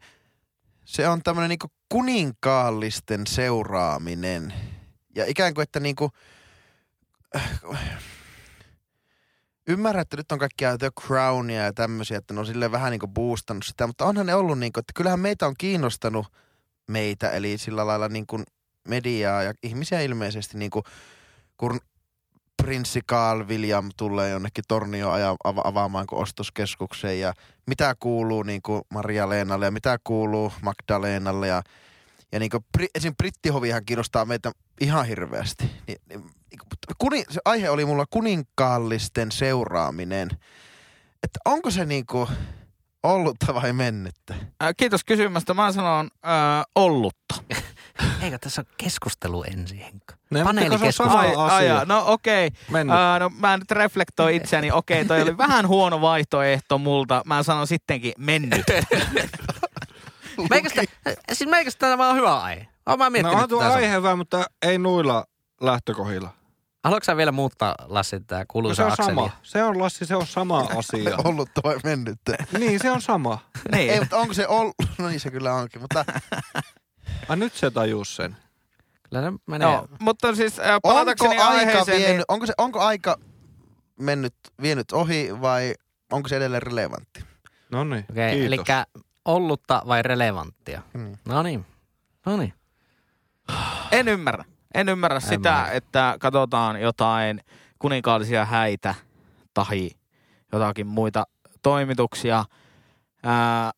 Speaker 1: se on tämmönen niinku kuninkaallisten seuraaminen. Ja ikään kuin, että niinku... äh, Ymmärrän, että nyt on kaikkia The Crownia ja tämmöisiä, että ne on silleen vähän niinku boostannut sitä, mutta onhan ne ollut niinku, että kyllähän meitä on kiinnostanut meitä, eli sillä lailla niin kuin mediaa ja ihmisiä ilmeisesti, niin kuin, kun prinssi Carl William tulee jonnekin tornioon aja, ava, avaamaan kuin ostoskeskukseen ja mitä kuuluu niin kuin Maria Leenalle ja mitä kuuluu Magdalenalle ja, ja niin kuin, esim. brittihovihan kiinnostaa meitä ihan hirveästi. Ni, ni, niinku, kuni, se aihe oli mulla kuninkaallisten seuraaminen. Että onko se niin kuin ollutta vai mennyttä?
Speaker 4: Ää, Äh, Kiitos kysymästä. Mä sanon äh, ää, ollutta.
Speaker 3: Eikö tässä ole keskustelu ensin, Henkka?
Speaker 2: No,
Speaker 3: Paneelikeskustelu.
Speaker 2: mutta kun se on sama asia.
Speaker 4: jaa, no okei.
Speaker 2: Mennään.
Speaker 4: Ää, no mä nyt reflektoin itseäni. Okei, toi oli vähän huono vaihtoehto multa. Mä sanon sittenkin mennyt.
Speaker 3: Meikästä, siis meikästä tämä on hyvä aihe. Olen mä
Speaker 2: No
Speaker 3: miettinyt
Speaker 2: on tuo
Speaker 3: tätä.
Speaker 2: aihe hyvä, mutta ei nuilla lähtökohdilla.
Speaker 3: Haluatko sä vielä muuttaa, Lassi, tämä
Speaker 2: No
Speaker 3: kuuluisa
Speaker 2: se on
Speaker 3: akselia?
Speaker 2: sama. Se on Lassi, se on sama asia.
Speaker 1: Ollutta vai mennyttä?
Speaker 2: niin, se on sama.
Speaker 1: Ei,
Speaker 4: niin.
Speaker 1: mutta onko se ollut? No niin se kyllä onkin, mutta
Speaker 2: Ai nyt se tajus sen.
Speaker 3: Kyllä se menee.
Speaker 4: No, mutta siis ää,
Speaker 1: onko
Speaker 4: palatakseni
Speaker 1: aika,
Speaker 4: aiheeseen,
Speaker 1: vienyt,
Speaker 4: niin
Speaker 1: onko, se, onko aika mennyt, vienyt ohi vai onko se edelleen relevantti?
Speaker 2: No niin,
Speaker 3: Okei, okay, eli
Speaker 2: kiitos.
Speaker 3: ollutta vai relevanttia?
Speaker 1: Mm.
Speaker 3: No niin. No niin.
Speaker 4: en ymmärrä. En ymmärrä en sitä,
Speaker 3: mä.
Speaker 4: että katsotaan jotain kuninkaallisia häitä tai jotakin muita toimituksia. Ää,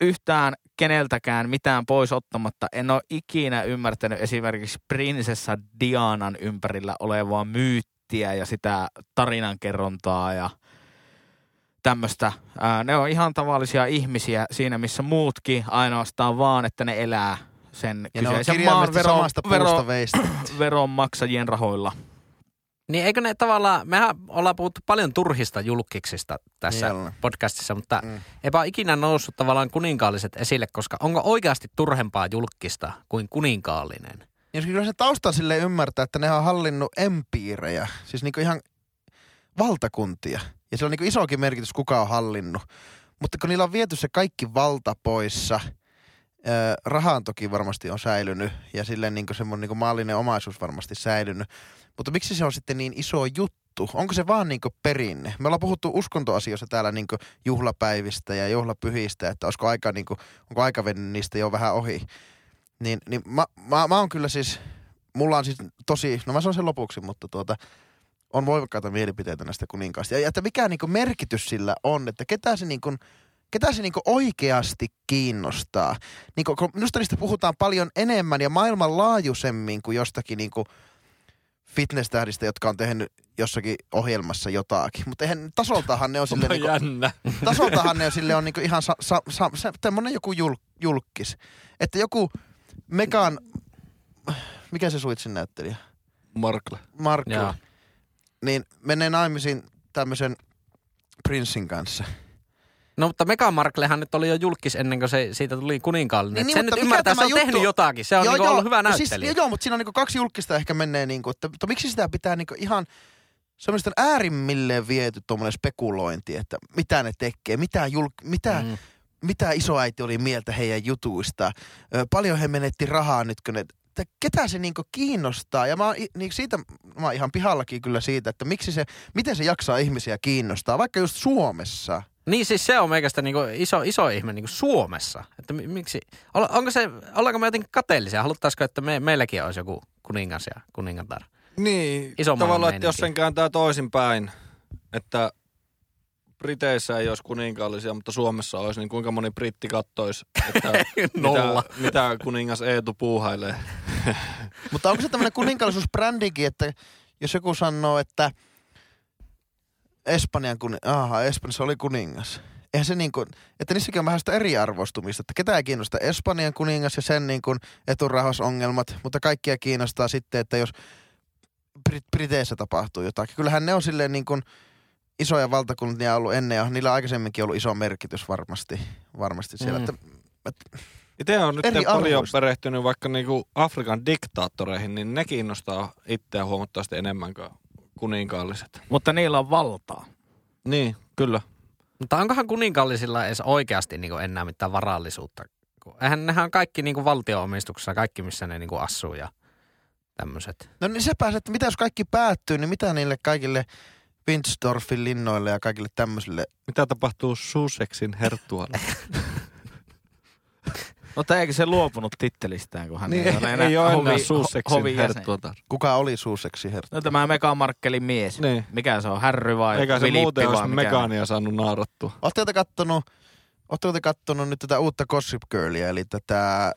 Speaker 4: yhtään keneltäkään mitään pois ottamatta. En ole ikinä ymmärtänyt esimerkiksi prinsessa Dianan ympärillä olevaa myyttiä ja sitä tarinankerrontaa ja tämmöistä. Ää, Ne on ihan tavallisia ihmisiä siinä, missä muutkin, ainoastaan vaan, että ne elää sen
Speaker 1: Ja ne on
Speaker 4: kyseisen maan
Speaker 1: kirjaimellisesti
Speaker 4: vero,
Speaker 1: samasta puusta
Speaker 4: vero,
Speaker 1: veistä.
Speaker 4: veronmaksajien rahoilla.
Speaker 3: Niin eikö ne tavallaan, mehän ollaan puhuttu paljon turhista julkiksista tässä
Speaker 1: Niin ollaan.
Speaker 3: podcastissa, mutta
Speaker 1: Mm.
Speaker 3: eipä ole ikinä noussut tavallaan kuninkaalliset esille, koska onko oikeasti turhempaa julkista kuin kuninkaallinen?
Speaker 1: Niin kyllä se taustan sille ymmärtää, että ne on hallinnut empiirejä, siis niinku ihan valtakuntia. Ja sillä on niinku isokin merkitys, kuka on hallinnut. Mutta kun niillä on viety se kaikki valta poissa, öö, rahaan toki varmasti on säilynyt ja sille niinku semmoinen niinku maallinen omaisuus varmasti säilynyt. Mutta miksi se on sitten niin iso juttu? Onko se vaan niinku perinne? Me ollaan puhuttu uskontoasioista täällä niinku juhlapäivistä ja juhlapyhistä, että olisiko aika niinku, onko aika vennyt niistä jo vähän ohi. Niin, niin mä, mä, mä oon kyllä siis, mulla on siis tosi, no mä sanon sen lopuksi, mutta tuota, on voimakkaita mielipiteitä näistä kuninkaista. Ja, ja että mikä niinku merkitys sillä on, että ketä se niinku, ketä se niinku oikeasti kiinnostaa. Niinku, kun minusta niistä puhutaan paljon enemmän ja maailmanlaajuisemmin kuin jostakin niinku fitness-tähdistä, jotka on tehnyt jossakin ohjelmassa jotakin. Mutta eihän tasoltahan ne on silleen... niinku,
Speaker 2: jännä.
Speaker 1: tasoltahan ne on sille on niinku ihan sa, sa, sa, sa, tämmönen joku jul, julkis. Että joku Mekan, mikä se suitsin näyttelijä?
Speaker 2: Markle.
Speaker 1: Markku.
Speaker 3: Joo.
Speaker 1: Niin menee naimisiin tämmöisen prinssin kanssa.
Speaker 3: No mutta Mega Marklehan nyt oli jo julkis ennen kuin se, siitä tuli kuninkaallinen.
Speaker 1: Niin,
Speaker 3: Niin,
Speaker 1: niin, mutta
Speaker 3: se nyt
Speaker 1: mikä
Speaker 3: ymmärtää, se
Speaker 1: tämä
Speaker 3: on
Speaker 1: juttu-
Speaker 3: tehnyt jotakin. Se on joo, ollut hyvä
Speaker 1: No
Speaker 3: näyttelijä.
Speaker 1: Siis, joo, mutta siinä on niinku kaksi julkista ehkä menee, niinku, että, mutta miksi sitä pitää, niinku ihan se on mielestäni äärimmilleen viety tuommoinen spekulointi, että mitä ne tekee, mitä, julk, mitä,
Speaker 3: Mm.
Speaker 1: mitä isoäiti oli mieltä heidän jutuista, ö, paljon he menetti rahaa nyt, kun ne, että ketä se niinku kiinnostaa. Ja mä oon, i- niin siitä, mä oon ihan pihallakin kyllä siitä, että miksi se, miten se jaksaa ihmisiä kiinnostaa, vaikka just Suomessa.
Speaker 3: Niin siis se on meikästä niinku iso, iso ihme niinku Suomessa. Että mi- miksi, olla- onko se, ollaanko me jotenkin kateellisia? Haluttaisiko, että me, meilläkin olisi joku kuningas ja kuningatar?
Speaker 2: Niin,
Speaker 3: Iso maan
Speaker 2: tavallaan, että jos
Speaker 3: meininki.
Speaker 2: sen kääntää toisinpäin, että Briteissä ei olisi kuninkaallisia, mutta Suomessa olisi, niin kuinka moni britti kattoisi, että
Speaker 3: Nolla.
Speaker 2: mitä, mitä kuningas Eetu puuhailee.
Speaker 1: Mutta onko se tämmöinen kuninkaallisuusbrändikin, että jos joku sanoo, että Espanjan kuningas, aha, Espanjassa oli kuningas. Eihän se niin kuin, että niissäkin on vähän sitä eriarvostumista, että ketään kiinnostaa Espanjan kuningas ja sen niin kuin eturahasongelmat, mutta kaikkia kiinnostaa sitten, että jos Brit- Briteissä tapahtuu jotakin. Kyllähän ne on silleen niin kuin isoja valtakuntia ollut ennen ja niillä on aikaisemminkin ollut iso merkitys varmasti, varmasti siellä.
Speaker 3: Mm.
Speaker 1: Mm. Että
Speaker 2: Itse on nyt
Speaker 1: Eri
Speaker 2: paljon
Speaker 1: arvoista.
Speaker 2: perehtynyt vaikka niinku Afrikan diktaattoreihin, niin ne kiinnostaa itseä huomattavasti enemmän kuin kuninkaalliset.
Speaker 4: Mutta niillä on valtaa.
Speaker 2: Niin, kyllä.
Speaker 3: Mutta onkohan kuninkaallisilla edes oikeasti niinku enää mitään varallisuutta? Kun Eihän nehän on kaikki niinku valtio-omistuksessa, kaikki missä ne niinku asuu ja tämmöiset.
Speaker 1: No niin sepä se, että mitä jos kaikki päättyy, niin mitä niille kaikille Winsdorfin linnoille ja kaikille tämmöisille?
Speaker 2: Mitä tapahtuu Suseksin herttualle?
Speaker 4: Mutta eikö se luopunut tittelistään, kun hän
Speaker 2: Niin,
Speaker 4: ei ole enää,
Speaker 2: ei ole enää
Speaker 4: hovi, ho-
Speaker 2: suusseksin
Speaker 4: hovi
Speaker 2: herttua taas.
Speaker 1: Kuka oli suuseksi herttu?
Speaker 4: No tämä Megamarkkelin mies.
Speaker 2: Niin.
Speaker 4: Mikä se on, Härry vai
Speaker 2: Eikä se
Speaker 4: Filippi
Speaker 2: muuten
Speaker 4: vai
Speaker 2: olisi
Speaker 4: mikä?
Speaker 2: mekaania saanut naurattua.
Speaker 1: Oletteko te kattonut, ootteko te kattonut nyt tätä uutta Gossip Girlia, eli tätä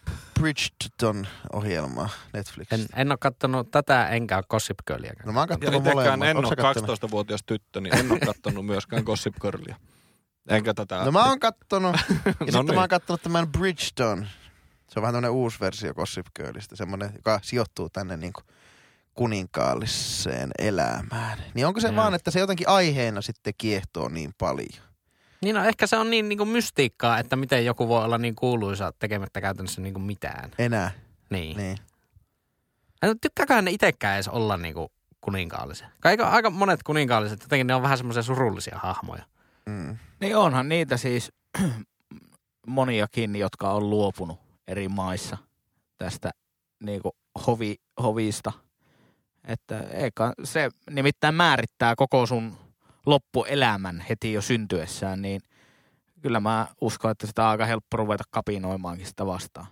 Speaker 1: Bridgerton-ohjelmaa
Speaker 3: En,
Speaker 1: Netflixistä?
Speaker 3: en ole kattonut tätä, enkä ole Gossip Girliäkään.
Speaker 1: No mä oon
Speaker 2: Ja
Speaker 1: kattonut
Speaker 2: itsekään
Speaker 1: molemmat.
Speaker 2: en
Speaker 1: Ootko
Speaker 2: ole
Speaker 1: sä kattonut?
Speaker 2: 12-vuotias tyttö, niin en ole kattonut myöskään Gossip Girlia. Enkä tätä.
Speaker 1: No mä oon kattonut. Ja
Speaker 2: No
Speaker 1: sitten
Speaker 2: niin.
Speaker 1: mä oon kattonut tämän Bridgeton. Se on vähän tämmönen uusi versio Gossip Girlista. Semmonen, joka sijoittuu tänne niin kuin kuninkaalliseen elämään. Niin onko se
Speaker 3: Mm.
Speaker 4: Joo.
Speaker 1: vaan, että se jotenkin aiheena sitten kiehtoo niin paljon?
Speaker 3: Niin no, ehkä se on niin, niin kuin mystiikkaa, että miten joku voi olla niin kuuluisa tekemättä käytännössä niin kuin mitään.
Speaker 1: Enää.
Speaker 3: Niin. niin.
Speaker 1: Niin.
Speaker 3: no Tykkääköhän ne itsekään edes olla niin kuin kuninkaallisia? Kai eikö aika monet kuninkaalliset, jotenkin ne on vähän semmoisia surullisia hahmoja.
Speaker 1: Mm.
Speaker 4: Niin onhan niitä siis moniakin, jotka on luopunut eri maissa tästä niinku hovi, hovista. Että eikä, se nimittäin määrittää koko sun loppuelämän heti jo syntyessään, niin kyllä mä uskon, että sitä on aika helppo ruveta kapinoimaankin sitä vastaan.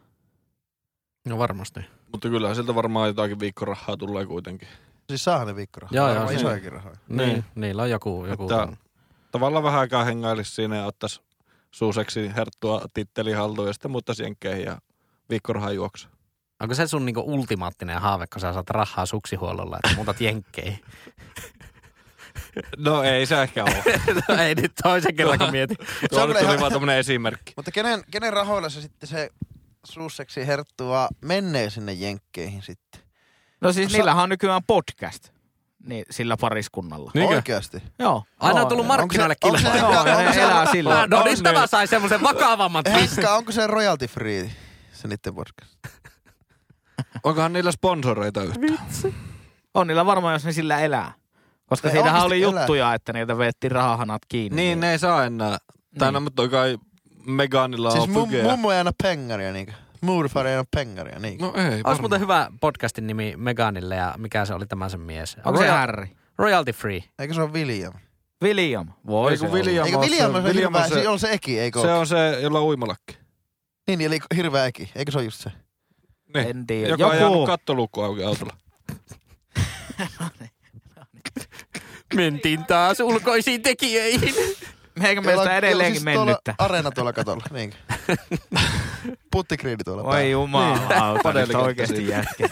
Speaker 3: No varmasti.
Speaker 2: Mutta kyllä siltä varmaan jotakin viikkorahaa tulee kuitenkin.
Speaker 1: Siis saahan ne viikkorahaa.
Speaker 3: Joo,
Speaker 1: Joo,
Speaker 3: joo,
Speaker 1: joo.
Speaker 3: niin.
Speaker 1: Isojakin rahoja.
Speaker 3: Niin. niin.
Speaker 2: Niin.
Speaker 3: Niillä on joku, joku
Speaker 2: Että-
Speaker 3: ton-
Speaker 2: Tavallaan vähän aikaa hengailisi siinä ja ottaisi suuseksi herttua titteli haltuun ja sitten muuttaisi jenkkeihin ja viikkorahaa juoksu.
Speaker 3: Onko se sun niinku ultimaattinen haave, kun sä saat rahaa suksihuollolla, että muutat jenkkeihin?
Speaker 2: No ei se ehkä ole.
Speaker 3: no, ei nyt toisen kerran, kun mietin.
Speaker 2: Tuo
Speaker 1: kyllä
Speaker 2: nyt tuli
Speaker 1: ihan-
Speaker 2: vaan tämmönen esimerkki.
Speaker 1: Mutta kenen, kenen rahoilla se sitten se suusseksi herttua menee sinne jenkkeihin sitten?
Speaker 4: No siis
Speaker 1: Sa-
Speaker 4: niillähän on nykyään podcast, niin sillä pariskunnalla.
Speaker 2: Niinkö?
Speaker 1: Oikeasti.
Speaker 4: Joo.
Speaker 3: Aina on
Speaker 4: Joo,
Speaker 3: tullut
Speaker 4: joo.
Speaker 3: markkinoille
Speaker 1: Onko se-
Speaker 3: kilpailu.
Speaker 4: Joo, ja
Speaker 1: Onko
Speaker 4: ne
Speaker 1: se-
Speaker 4: elää sillä.
Speaker 3: No,
Speaker 2: On
Speaker 3: nyt tämä
Speaker 2: nyt.
Speaker 3: sai semmoisen vakavamman twist.
Speaker 1: Heska, onko se royalty free? Se niiden podcast.
Speaker 2: Onkohan niillä sponsoreita yhtään?
Speaker 4: On niillä varmaan, jos ne sillä elää. Koska
Speaker 1: Ne
Speaker 4: siitähän
Speaker 1: oikeasti
Speaker 4: oli
Speaker 1: elää.
Speaker 4: juttuja, että niiltä veettiin rahahanat kiinni.
Speaker 2: Niin, ne ei saa enää. Tai no, mutta kai Meganilla
Speaker 1: Niin. Siis
Speaker 2: on
Speaker 1: mum,
Speaker 2: fygeä.
Speaker 1: mummo ei anna pengaria niinkö? Muurifari ei anna pengaria niinkö?
Speaker 2: No ei
Speaker 3: Olisi
Speaker 2: varmaan.
Speaker 3: muuten hyvä podcastin nimi Meganille ja mikä se oli tämä sen mies?
Speaker 4: Onko se
Speaker 3: Royal-
Speaker 4: Harry?
Speaker 3: Royalty Free.
Speaker 1: Eikö se ole William?
Speaker 4: William. Voi
Speaker 2: Ei,
Speaker 4: se
Speaker 2: kun
Speaker 4: William.
Speaker 2: William
Speaker 1: Eikö
Speaker 2: on
Speaker 1: William on se,
Speaker 2: William
Speaker 1: hirveä, se, se, on se eki, eikö?
Speaker 2: se on se, jolla on uimalakki.
Speaker 1: Niin, eli hirveä eki. Eikö se ole just se?
Speaker 2: Niin.
Speaker 4: En tiedä.
Speaker 2: Joka on
Speaker 4: Joku.
Speaker 2: ajanut kattolukku auki autolla.
Speaker 3: Mentiin taas ulkoisiin tekijöihin.
Speaker 4: Meikä
Speaker 1: Jolla-
Speaker 4: meistä
Speaker 1: jolla
Speaker 4: edelleenkin siis
Speaker 1: tuolla
Speaker 4: mennyttä.
Speaker 1: Areena tuolla katolla, niinkö? Puttikriidi tuolla
Speaker 4: Oi
Speaker 1: päällä.
Speaker 4: jumalauta, nyt
Speaker 2: Paneelikenttä
Speaker 4: oikeasti
Speaker 2: siinä.
Speaker 4: jätkä.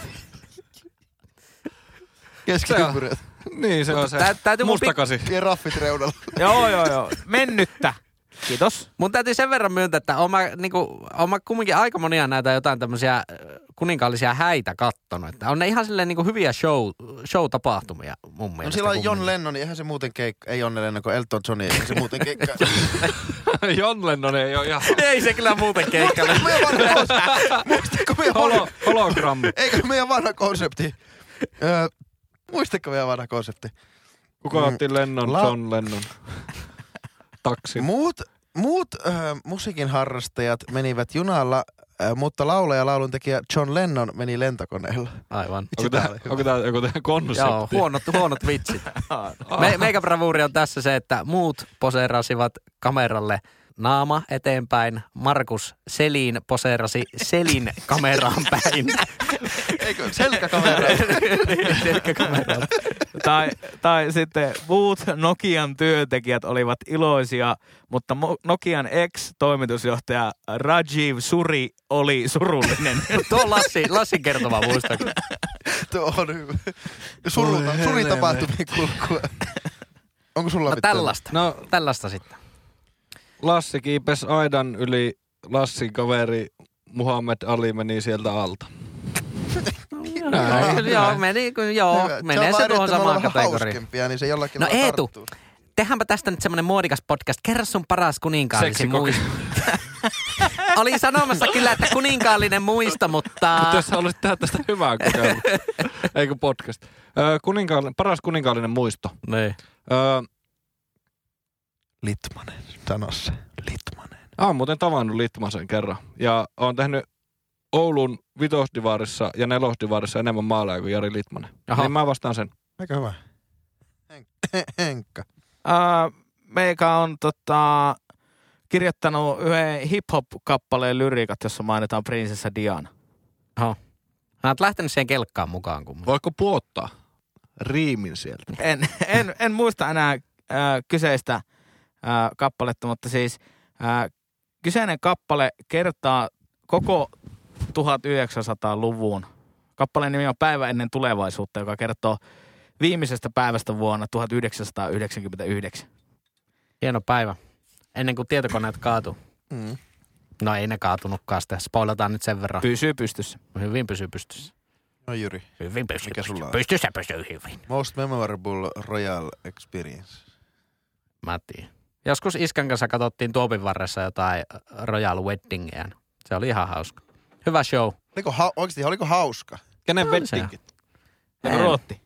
Speaker 1: Keskiympyrät.
Speaker 2: Niin, se on se.
Speaker 3: Tä- täytyy mun pik-
Speaker 2: Mustakasi.
Speaker 1: Ja raffit reunalla.
Speaker 4: joo, joo, joo. Mennyttä. Kiitos.
Speaker 3: Mun täytyy sen verran myöntää, että oon mä, niinku, oon mä kumminkin aika monia näitä jotain tämmöisiä äh, kuninkaallisia häitä kattonut. Että on ne ihan silleen niinku hyviä show, show-tapahtumia mun mielestä.
Speaker 1: No sillä on John
Speaker 3: kumminkin.
Speaker 1: Lennon, niin eihän se muuten keikka. Ei John Lennon, kun Elton John, eihän se muuten keikka.
Speaker 2: John Lennon ei ole ihan.
Speaker 3: Ei se kyllä muuten keikkaile.
Speaker 1: Muistatko meidän vanha, muistatko meidän vanha,
Speaker 2: Holo, hologrammi.
Speaker 1: eikö meidän vanha konsepti? Öö, muistatko meidän vanha konsepti?
Speaker 2: Kuka otti Lennon?
Speaker 1: La-
Speaker 2: John Lennon. Taksi.
Speaker 1: Muut, muut äh, musiikin harrastajat menivät junalla, äh, mutta laulaja ja lauluntekijä John Lennon meni lentokoneella.
Speaker 3: Aivan.
Speaker 2: Onko tää, onko tää joku tää konsepti?
Speaker 3: Joo, huonot, huonot vitsit. Me, meikä bravuuri on tässä se, että muut poseerasivat kameralle naama eteenpäin. Markus Selin poseerasi Selin kameraan päin.
Speaker 1: Eikö selkäkamera?
Speaker 3: Selkäkameraan.
Speaker 4: tai, tai sitten muut Nokian työntekijät olivat iloisia, mutta Mo- Nokian ex-toimitusjohtaja Rajiv Suri oli surullinen.
Speaker 3: Tuo on Lassi, Lassi kertova muistaakseni.
Speaker 1: Tuo on hyvä. Suruta, suritapahtumien kulkua. Onko sulla
Speaker 3: No
Speaker 1: mitään?
Speaker 3: tällaista.
Speaker 2: No,
Speaker 3: Tällaista sitten.
Speaker 2: Lassi kiipes aidan yli. Lassin kaveri Muhammed Ali meni sieltä alta.
Speaker 3: Joo, joo, meni, kun- joo,
Speaker 1: Hyvä.
Speaker 3: No, menee
Speaker 1: vaan
Speaker 3: se
Speaker 1: eri, että
Speaker 3: tuohon
Speaker 1: me
Speaker 3: samaan
Speaker 1: ollaan vähän
Speaker 3: kategoriin.
Speaker 1: hauskempia, niin se jollakin
Speaker 3: No
Speaker 1: lailla
Speaker 3: Eetu.
Speaker 1: tarttuu.
Speaker 3: Tehdäänpä tästä nyt semmonen muodikas podcast. Kerro sun paras kuninkaallisin
Speaker 2: Seksikokemus.
Speaker 3: muisto. Olin sanomassa kyllä, että kuninkaallinen muisto, mutta...
Speaker 2: Mutta jos haluaisit tehdä tästä hyvää kokeilua, eikö podcast. Öö, kuninkaallinen, paras kuninkaallinen muisto.
Speaker 3: Niin.
Speaker 2: Öö,
Speaker 1: Litmanen, sano se. Litmanen.
Speaker 2: Mä oon muuten tavannut Litmasen kerran. Ja oon tehnyt Oulun vitosdivarissa ja nelosdivarissa enemmän maaleja kuin Jari Litmanen.
Speaker 3: Aha.
Speaker 2: Aha. Niin mä vastaan sen.
Speaker 1: Aika hyvä. Henk- Henkka.
Speaker 4: Ää, meikä on tota, kirjoittanut yhden hip-hop-kappaleen lyriikat, jossa mainitaan prinsessa Diana.
Speaker 3: Mä oot lähtenyt siihen kelkkaan mukaan. Kun...
Speaker 2: Voiko puottaa riimin sieltä?
Speaker 4: En, en, en muista enää äh, kyseistä äh, kappaletta, mutta siis äh, kyseinen kappale kertaa koko 1900-luvun. Kappaleen nimi on Päivä ennen tulevaisuutta, joka kertoo viimeisestä päivästä vuonna 1999.
Speaker 3: Hieno päivä. Ennen kuin tietokoneet kaatu.
Speaker 1: Mm.
Speaker 3: No ei ne kaatunutkaan sitä. Spoilataan nyt sen verran.
Speaker 4: Pysyy pystyssä.
Speaker 3: Hyvin pysyy pystyssä.
Speaker 1: No Jyri,
Speaker 3: Hyvin pysyy
Speaker 1: Mikä sulla on?
Speaker 3: Pystyssä pysyy hyvin.
Speaker 1: most memorable royal experience.
Speaker 3: Mä tiedän. Joskus iskän kanssa katsottiin Tuopin varressa jotain Royal Weddingia. Se oli ihan hauska. Hyvä show.
Speaker 1: Oliko ha- oikeasti, oliko hauska?
Speaker 2: Kenen
Speaker 3: On se.
Speaker 2: vettinki?
Speaker 3: En.
Speaker 4: Ruotti.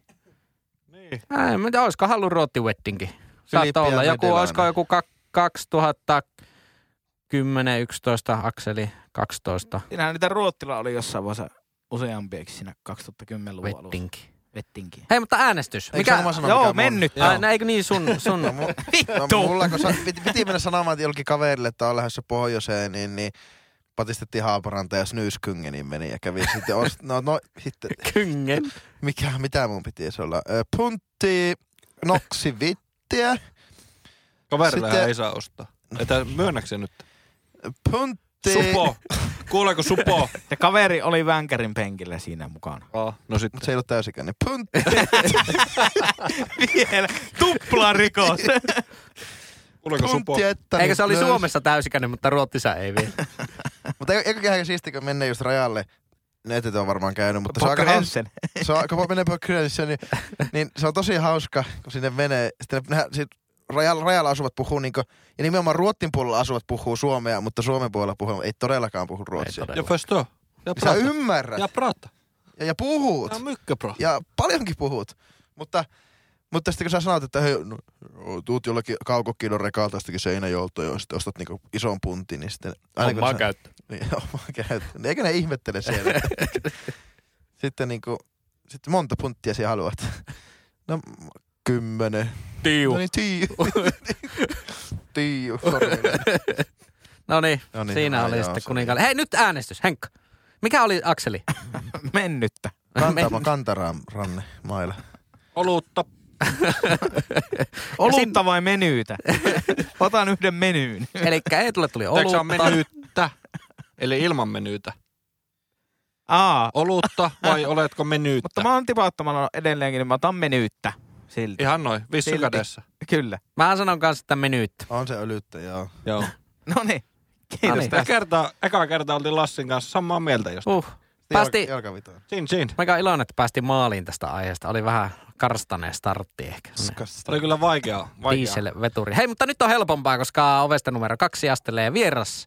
Speaker 3: Ei, mutta olisiko halunnut Ruotti Weddingi? Saattaa
Speaker 1: Filippi ja
Speaker 3: olla. Joku,
Speaker 1: Vetilainen.
Speaker 3: olisiko joku ka- 2010, 11, akseli 12
Speaker 4: Siinähän niitä Ruottilla oli jossain vaiheessa useampiakin siinä 2010-luvun alussa.
Speaker 3: Weddingi.
Speaker 4: Vettinkin.
Speaker 3: Hei, mutta äänestys.
Speaker 1: Eikö
Speaker 3: Mikä?
Speaker 1: sama sana,
Speaker 4: Joo,
Speaker 1: mikä on
Speaker 4: mennyt.
Speaker 1: mun-
Speaker 3: Ai, no, eikö niin sun, sun
Speaker 1: No, mu- no, mulla, kun sa- piti, piti mennä sanomaan että jollekin kaverille, että on lähdössä pohjoiseen, niin, niin patistettiin Haaparanta ja Snyyskyngenin meni ja kävi sitten, on, no, no sitten,
Speaker 3: kyngen?
Speaker 1: mikä, mitä mun piti se olla? Ö, Puntti, noksi vittiä,
Speaker 2: Kaverille
Speaker 1: Sitten-
Speaker 2: ei saa ostaa. Että myönnäksä nyt?
Speaker 1: puntti,
Speaker 2: Supo. Kuuleeko supo?
Speaker 4: Ja kaveri oli vänkärin penkillä siinä mukana.
Speaker 1: Oh.
Speaker 2: Aa, no sitten.
Speaker 1: mutta se ei ollut täysikäinen, puntti,
Speaker 4: Vielä tuplarikos.
Speaker 2: Kuuleeko supo?
Speaker 1: puntti, että
Speaker 3: Eikö se
Speaker 1: nyt
Speaker 3: oli
Speaker 1: löysi.
Speaker 3: Suomessa täysikäinen, mutta Ruotsissa ei vielä.
Speaker 1: Mutta eikö eiköhän aika siistiä, kun mennään just rajalle, ne et ole varmaan käynyt, mutta se on aika hauska.
Speaker 4: Pokrensen.
Speaker 1: se on, kun mä menen Pökkyrellissä, niin, niin se on tosi hauska, kun sinne menee. Sitten ne, sit rajalla, rajalla asuvat puhuu, niin kuin, ja nimenomaan Ruotsin puolella asuvat puhuu suomea, mutta Suomen puolella puhuu, ei todellakaan puhu ruotsia.
Speaker 2: Ja förstå. Ja
Speaker 1: Sä
Speaker 2: prata.
Speaker 1: ymmärrät ja,
Speaker 2: Ja prata.
Speaker 1: ja, ja puhut
Speaker 2: Ja mycket bra.
Speaker 1: ja paljonkin puhut. Mutta, mutta sitten kun sä sanot, että hei, no, tuut jollakin kaukokilon rekalta jostakin Seinäjoelta, ja sitten ostat niinku ison puntin, niin sitten... kun sä-
Speaker 3: käyttö.
Speaker 1: Niin, omaa käyttöön. Niin Eikö ne ihmettele siellä? sitten niinku, sitten monta punttia siellä haluat. No, m- kymmenen.
Speaker 3: Tiu.
Speaker 1: No niin, tiu. tiu, sorry.
Speaker 3: No niin,
Speaker 1: No niin,
Speaker 3: siinä
Speaker 1: no,
Speaker 3: oli
Speaker 1: joo,
Speaker 3: sitten
Speaker 1: se
Speaker 3: kuninkaalle. Hei, nyt äänestys, Henkka. Mikä oli Akseli?
Speaker 4: Mennyttä.
Speaker 1: Kantama, kantaranne mailla.
Speaker 2: Olutta.
Speaker 4: Olutta vai menyytä? Otan yhden menyyn.
Speaker 3: Eli Eetulle tuli
Speaker 2: Eikö se
Speaker 3: olutta.
Speaker 2: on menyyttä? Eli ilman menyytä.
Speaker 4: Aa,
Speaker 2: Olutta vai oletko menyyttä?
Speaker 4: mutta mä oon tipauttamalla edelleenkin, niin mä otan menyyttä. Silti.
Speaker 2: Ihan noin, vissu
Speaker 4: Silti.
Speaker 2: kädessä.
Speaker 4: Kyllä.
Speaker 3: Mä sanon kanssa, että menyyt.
Speaker 1: On se ölyttä, joo.
Speaker 2: Joo.
Speaker 4: No niin.
Speaker 3: No
Speaker 4: Kiitos
Speaker 3: niin.
Speaker 2: Ja
Speaker 4: tästä.
Speaker 2: kertaa, eka kerta oltiin Lassin kanssa samaa mieltä just.
Speaker 3: Uh, päästi,
Speaker 1: Jalkavitoon.
Speaker 2: Siin, siin.
Speaker 3: mikä on iloinen, että päästiin maaliin tästä aiheesta. Oli vähän karstaneen startti ehkä.
Speaker 2: Oli kyllä vaikeaa. vaikeaa.
Speaker 3: Diesel veturi. Hei, mutta nyt on helpompaa, koska ovesta numero kaksi astelee vieras.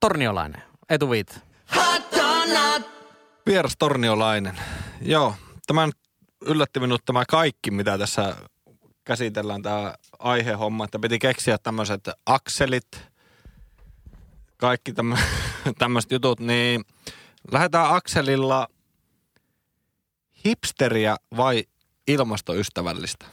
Speaker 3: Torniolainen, etuviit.
Speaker 2: Vieras Torniolainen. Joo, tämän yllätti minut tämä kaikki, mitä tässä käsitellään tämä aihehomma, että piti keksiä tämmöiset akselit, kaikki tämmö- tämmöiset jutut, niin lähdetään akselilla hipsteriä vai ilmastoystävällistä?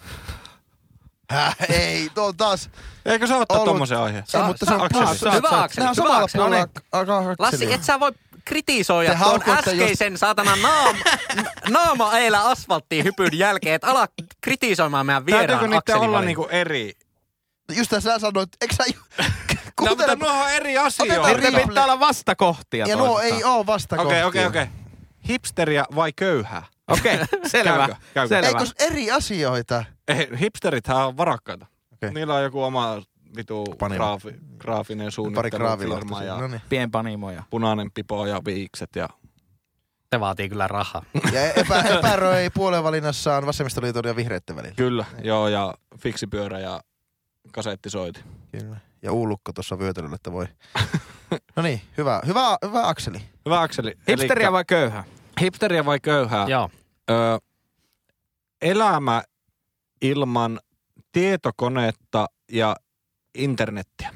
Speaker 1: Häh, ei, tuo on taas.
Speaker 2: Eikö sä ottaa
Speaker 1: Ollut-
Speaker 2: tommosen aiheen?
Speaker 1: Ei, mutta se on
Speaker 2: Akseli.
Speaker 1: taas.
Speaker 2: Sä-
Speaker 3: Hyvä
Speaker 1: sä-
Speaker 3: Akseli,
Speaker 1: Nää on
Speaker 3: hyvä
Speaker 1: samalla
Speaker 3: Akseli.
Speaker 1: puolella ak- ak-
Speaker 3: Lassi,
Speaker 1: akselia.
Speaker 3: et sä voi kritisoida
Speaker 1: Te
Speaker 3: tuon
Speaker 1: haukutte just-
Speaker 3: äskeisen saatana naama, naama eilä asfalttiin hypyn jälkeen, että ala kritisoimaan meidän vieraan
Speaker 2: Täytyykö niitä olla
Speaker 3: akselivalintaa.
Speaker 2: niinku eri?
Speaker 1: Just sä sanoit, eikö sä...
Speaker 2: No, mutta
Speaker 1: Kuuntele,
Speaker 2: nuo on eri asioita.
Speaker 1: Otetaan
Speaker 2: Okei,
Speaker 4: Niitä
Speaker 1: Riiple.
Speaker 4: pitää olla vastakohtia
Speaker 1: ja nuo
Speaker 4: toisistaan.
Speaker 1: ei oo vastakohtia.
Speaker 2: okei, okei. Hipsteriä vai köyhää?
Speaker 4: Okei, selvä.
Speaker 2: Käykö? Käykö?
Speaker 1: Ei,
Speaker 4: Selvä.
Speaker 1: kun eri asioita.
Speaker 2: Ei, hipsterithän on varakkaita.
Speaker 1: Okei.
Speaker 2: Niillä on joku oma vitu
Speaker 1: Panimo.
Speaker 2: graafi, graafinen
Speaker 1: Pari
Speaker 2: suunnittelufirma
Speaker 1: graavilohta.
Speaker 2: ja
Speaker 1: No niin.
Speaker 4: Pienpanimoja.
Speaker 2: punainen pipo ja viikset. Ja...
Speaker 3: Se vaatii kyllä rahaa.
Speaker 1: Ja epä, epäröi puolenvalinnassaan vasemmistoliiton ja vihreitten välillä.
Speaker 2: Kyllä, joo, ja fiksipyörä ja kasettisoiti.
Speaker 1: Kyllä. Ja uulukko tuossa vyötelyllä, että voi. No niin, hyvä, hyvä, hyvä Akseli.
Speaker 2: Hyvä Akseli.
Speaker 4: Hipsteriä vai köyhä?
Speaker 2: hipsteriä vai köyhää?
Speaker 3: Joo.
Speaker 2: Ö, elämä ilman tietokonetta ja internettiä.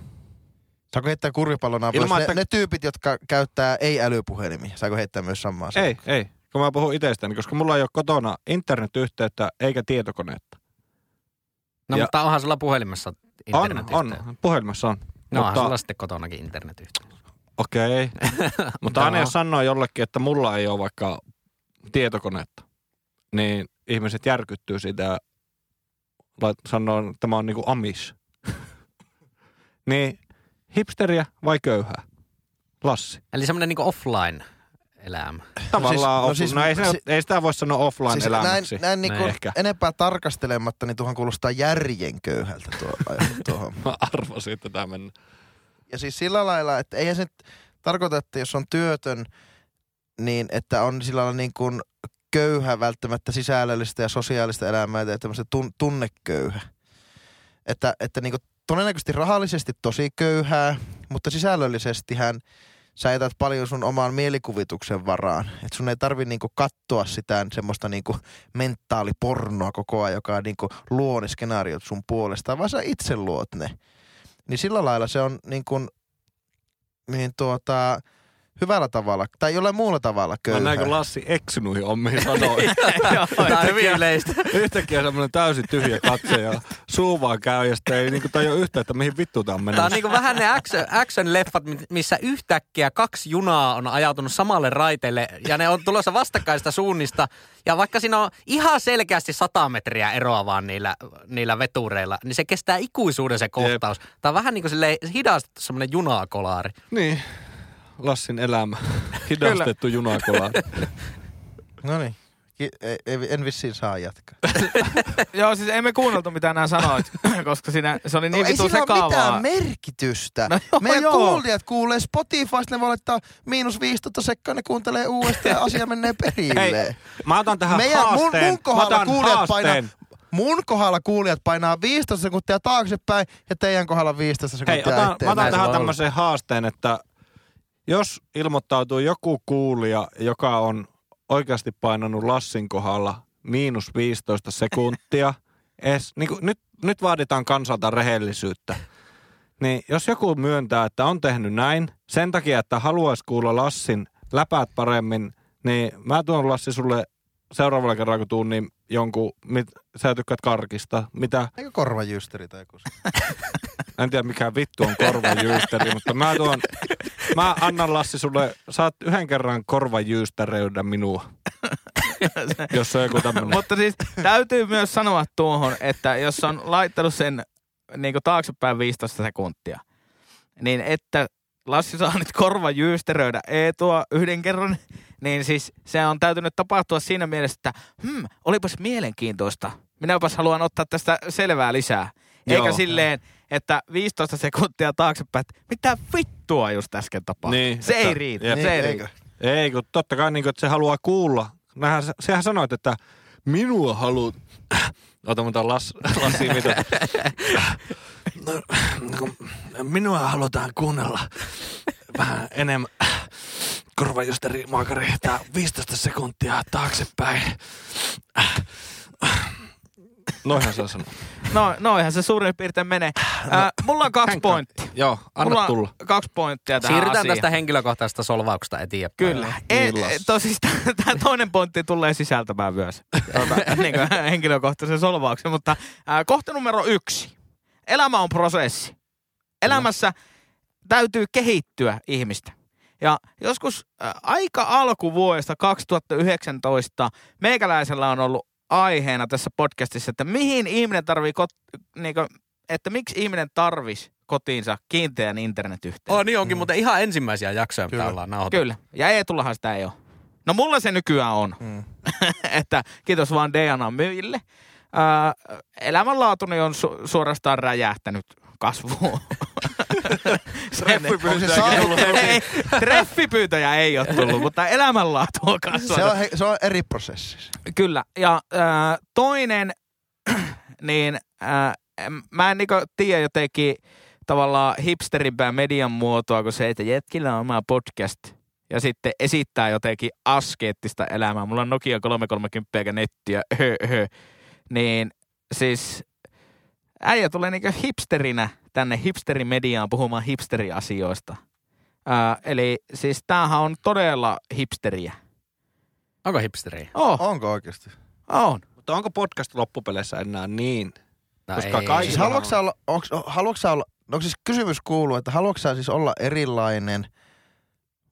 Speaker 1: Saako heittää kurvipallona pois
Speaker 2: Ilman,
Speaker 1: ne,
Speaker 2: että-
Speaker 1: ne, tyypit, jotka käyttää ei-älypuhelimia? Saako heittää myös samaa asiaa?
Speaker 2: Ei, ei. Kun mä puhun itsestäni, niin koska mulla ei ole kotona internetyhteyttä eikä tietokonetta.
Speaker 3: No
Speaker 2: Ja-
Speaker 3: mutta onhan sulla puhelimessa
Speaker 2: On,
Speaker 3: internet
Speaker 2: on. Puhelimessa on.
Speaker 3: No
Speaker 2: Mutta-
Speaker 3: Mutta... sulla sitten kotonakin internetyhteys.
Speaker 2: Okei. Mutta aina jos sanoo jollekin, että mulla ei ole vaikka tietokonetta, niin ihmiset järkyttyy siitä ja lait- sanoo, että tämä on niinku amis. niin hipsteriä vai köyhää? Lassi.
Speaker 3: Eli semmoinen niinku offline-elämä.
Speaker 2: Tavallaan
Speaker 1: no
Speaker 2: no siis,
Speaker 1: siis-
Speaker 2: no, ei,
Speaker 1: si-
Speaker 2: se, ei sitä voi sanoa offline siis
Speaker 1: näin,
Speaker 2: elämäksi.
Speaker 1: näin niinku
Speaker 2: ehkä.
Speaker 1: enempää tarkastelematta, niin tuohan kuulostaa järjen köyhältä tuo, ajatus tuohon.
Speaker 2: Mä arvasin, että tämä mennä.
Speaker 1: Ja siis sillä lailla, että eihän se nyt tarkoita, että jos on työtön, niin että on sillä lailla niin kuin köyhä välttämättä sisällöllistä ja sosiaalista elämää ja tämmöistä tun, tunneköyhä. Että, että niin kuin todennäköisesti rahallisesti tosi köyhää, mutta sisällöllisestihän sä jätät paljon sun omaan mielikuvituksen varaan. Et sun ei tarvi niinku katsoa sitä semmoista niinku mentaalipornoa koko ajan, joka niinku luo ne skenaariot sun puolesta, vaan sä itse luot ne niin sillä lailla se on niin kuin, niin tuota, hyvällä tavalla tai jollain muulla tavalla
Speaker 2: Mä
Speaker 1: köyhä.
Speaker 2: näin, kun Lassi eksy noihin ommiin sanoihin.
Speaker 3: Tämä on hyvin yleistä.
Speaker 1: Niin.
Speaker 2: Yhtäkkiä semmoinen täysin tyhjä katse ja suu vaan käy ja sitten ei niinku tajua yhtään, että mihin vittu tää on
Speaker 3: Tämä on
Speaker 2: mennyt.
Speaker 3: niinku vähän ne action- action-leffat, mi- missä yhtäkkiä kaksi junaa on ajautunut samalle raiteelle ja ne on tulossa vastakkaista suunnista. Ja vaikka siinä on ihan selkeästi 100 metriä eroa vaan niillä, niillä vetureilla, niin se kestää ikuisuuden se kohtaus. Tämä on vähän niin kuin hidastettu semmoinen junakolaari.
Speaker 2: Niin, Lassin elämä. Hidastettu junakola.
Speaker 1: No niin. Ki- ei- ei- En vissiin saa jatkaa.
Speaker 2: Niin,
Speaker 4: Joo, siis ei me kuunneltu mitä nämä sanoit, koska siinä, se oli niin
Speaker 1: No, ei
Speaker 4: vitu
Speaker 1: sillä ole mitään
Speaker 4: sekavaa.
Speaker 1: merkitystä.
Speaker 4: No joo,
Speaker 1: Meidän
Speaker 4: joo.
Speaker 1: kuulijat kuulee Spotifysta, ne voi laittaa miinus 15 sekkaa, ne kuuntelee uudestaan ja asia menee perille.
Speaker 2: Mä otan tähän
Speaker 1: Meidän, mun,
Speaker 2: haasteen.
Speaker 1: mun, kohdalla kuulijat painaa,
Speaker 2: haasteen.
Speaker 1: mun kohdalla kuulijat painaa 15 sekuntia taaksepäin ja teidän kohdalla 15
Speaker 2: Hei,
Speaker 1: sekuntia
Speaker 2: otan, mä otan
Speaker 1: eteenpäin.
Speaker 2: tähän
Speaker 3: olla.
Speaker 2: tämmöisen haasteen, että jos ilmoittautuu joku kuulija, joka on oikeasti painanut Lassin kohdalla miinus 15 sekuntia, edes, niin kuin, nyt, nyt vaaditaan kansalta rehellisyyttä. Niin jos joku myöntää, että on tehnyt näin, sen takia, että haluaisi kuulla Lassin läpäät paremmin, niin mä tuon Lassi sulle seuraavalla kerralla, kun tuun, niin jonkun, mit, sä tykkäät karkista, mitä
Speaker 1: Eikö korvajysteri tai joku?
Speaker 2: en tiedä mikä vittu on korvajyysteri, mutta mä tuon, mä annan Lassi sulle, saat yhden kerran korvajyystereyden minua, jos se on joku tämmönen.
Speaker 4: Mutta siis täytyy myös sanoa tuohon, että jos on laittanut sen niin kuin taaksepäin 15 sekuntia, niin että Lassi saa nyt korva jyysteröidä Eetua yhden kerran, niin siis se on täytynyt tapahtua siinä mielessä, että hmm, olipas mielenkiintoista. Minäpäs haluan ottaa tästä selvää lisää. Eikä
Speaker 2: Joo.
Speaker 4: silleen, että 15 sekuntia taaksepäin, että mitä vittua just äsken tapahtui.
Speaker 2: Niin,
Speaker 4: se
Speaker 2: että-
Speaker 4: ei riitä.
Speaker 2: jep.
Speaker 4: se ei
Speaker 1: Niin,
Speaker 4: riitä.
Speaker 1: eikö?
Speaker 2: Ei, kun totta kai niin kuin, että se haluaa kuulla. Nähän, sehän sanoit, että minua haluat... Ota mutta las, lasi mitä. minua halutaan kuunnella vähän enemmän. Korvajusteri Maakari, tää 15 sekuntia taaksepäin. Noihan se sanoo.
Speaker 4: No, noihän se suurin piirtein menee.
Speaker 2: No,
Speaker 4: Äh, mulla on kaksi pointtia.
Speaker 2: Joo, anna
Speaker 4: Mulla
Speaker 2: Mulla...
Speaker 4: on
Speaker 2: tulla.
Speaker 4: kaksi pointtia tähän
Speaker 3: Siirrytään
Speaker 4: asiaan.
Speaker 3: tästä henkilökohtaisesta solvauksesta eteenpäin.
Speaker 4: Kyllä.
Speaker 2: Niin,
Speaker 4: E, e,
Speaker 2: Lassi.
Speaker 4: tosis, tämä toinen pointti tulee sisältämään myös tuota, niin kuin henkilökohtaisen solvauksen, mutta ää, kohta numero yksi. Elämä on prosessi. Elämässä täytyy kehittyä ihmistä. Ja joskus ää, aika alkuvuodesta 2019 meikäläisellä on ollut aiheena tässä podcastissa, että mihin ihminen tarvii, kot- niin kuin, että miksi ihminen tarvisi kotiinsa kiinteän internetyhteyden.
Speaker 3: Oh, niin onkin muuten ihan ensimmäisiä jaksoja, mitä ollaan nauhoitettu.
Speaker 4: Kyllä. Ja Eetullahan sitä ei ole. No mulla se nykyään on.
Speaker 1: Mm.
Speaker 4: että kiitos vaan DNA myyjille. Ää, elämänlaatuni on su- suorastaan räjähtänyt kasvuun.
Speaker 1: Onko se saavuttanut-
Speaker 4: Ei, Treffipyytöjä ei ole tullut, mutta elämänlaatu on
Speaker 1: Se
Speaker 4: kasvanut.
Speaker 1: on, he- se on eri prosessissa.
Speaker 4: Kyllä. Ja ää, toinen, niin ää, em- mä en niinku tiedä jotenkin tavallaan hipsterimpää median muotoa kuin se, että jätkillä on oma podcast ja sitten esittää jotenkin askeettista elämää. Mulla on Nokia 330 eikä nettiä, hö, hö. Niin siis äijä tulee niinku hipsterinä tänne hipsterimediaan puhumaan hipsteriasioista. Ää, eli siis tämähän on todella hipsteriä.
Speaker 3: Onko hipsteri?
Speaker 4: Oh,
Speaker 1: Onko oikeasti?
Speaker 4: on.
Speaker 2: Mutta onko podcast loppupeleissä enää niin?
Speaker 3: No
Speaker 2: Koska
Speaker 3: ei.
Speaker 2: kaikki-
Speaker 1: Siis haluatko sä olla, onks, haluatko sä olla No siis kysymys kuuluu, että haluatko sä siis olla erilainen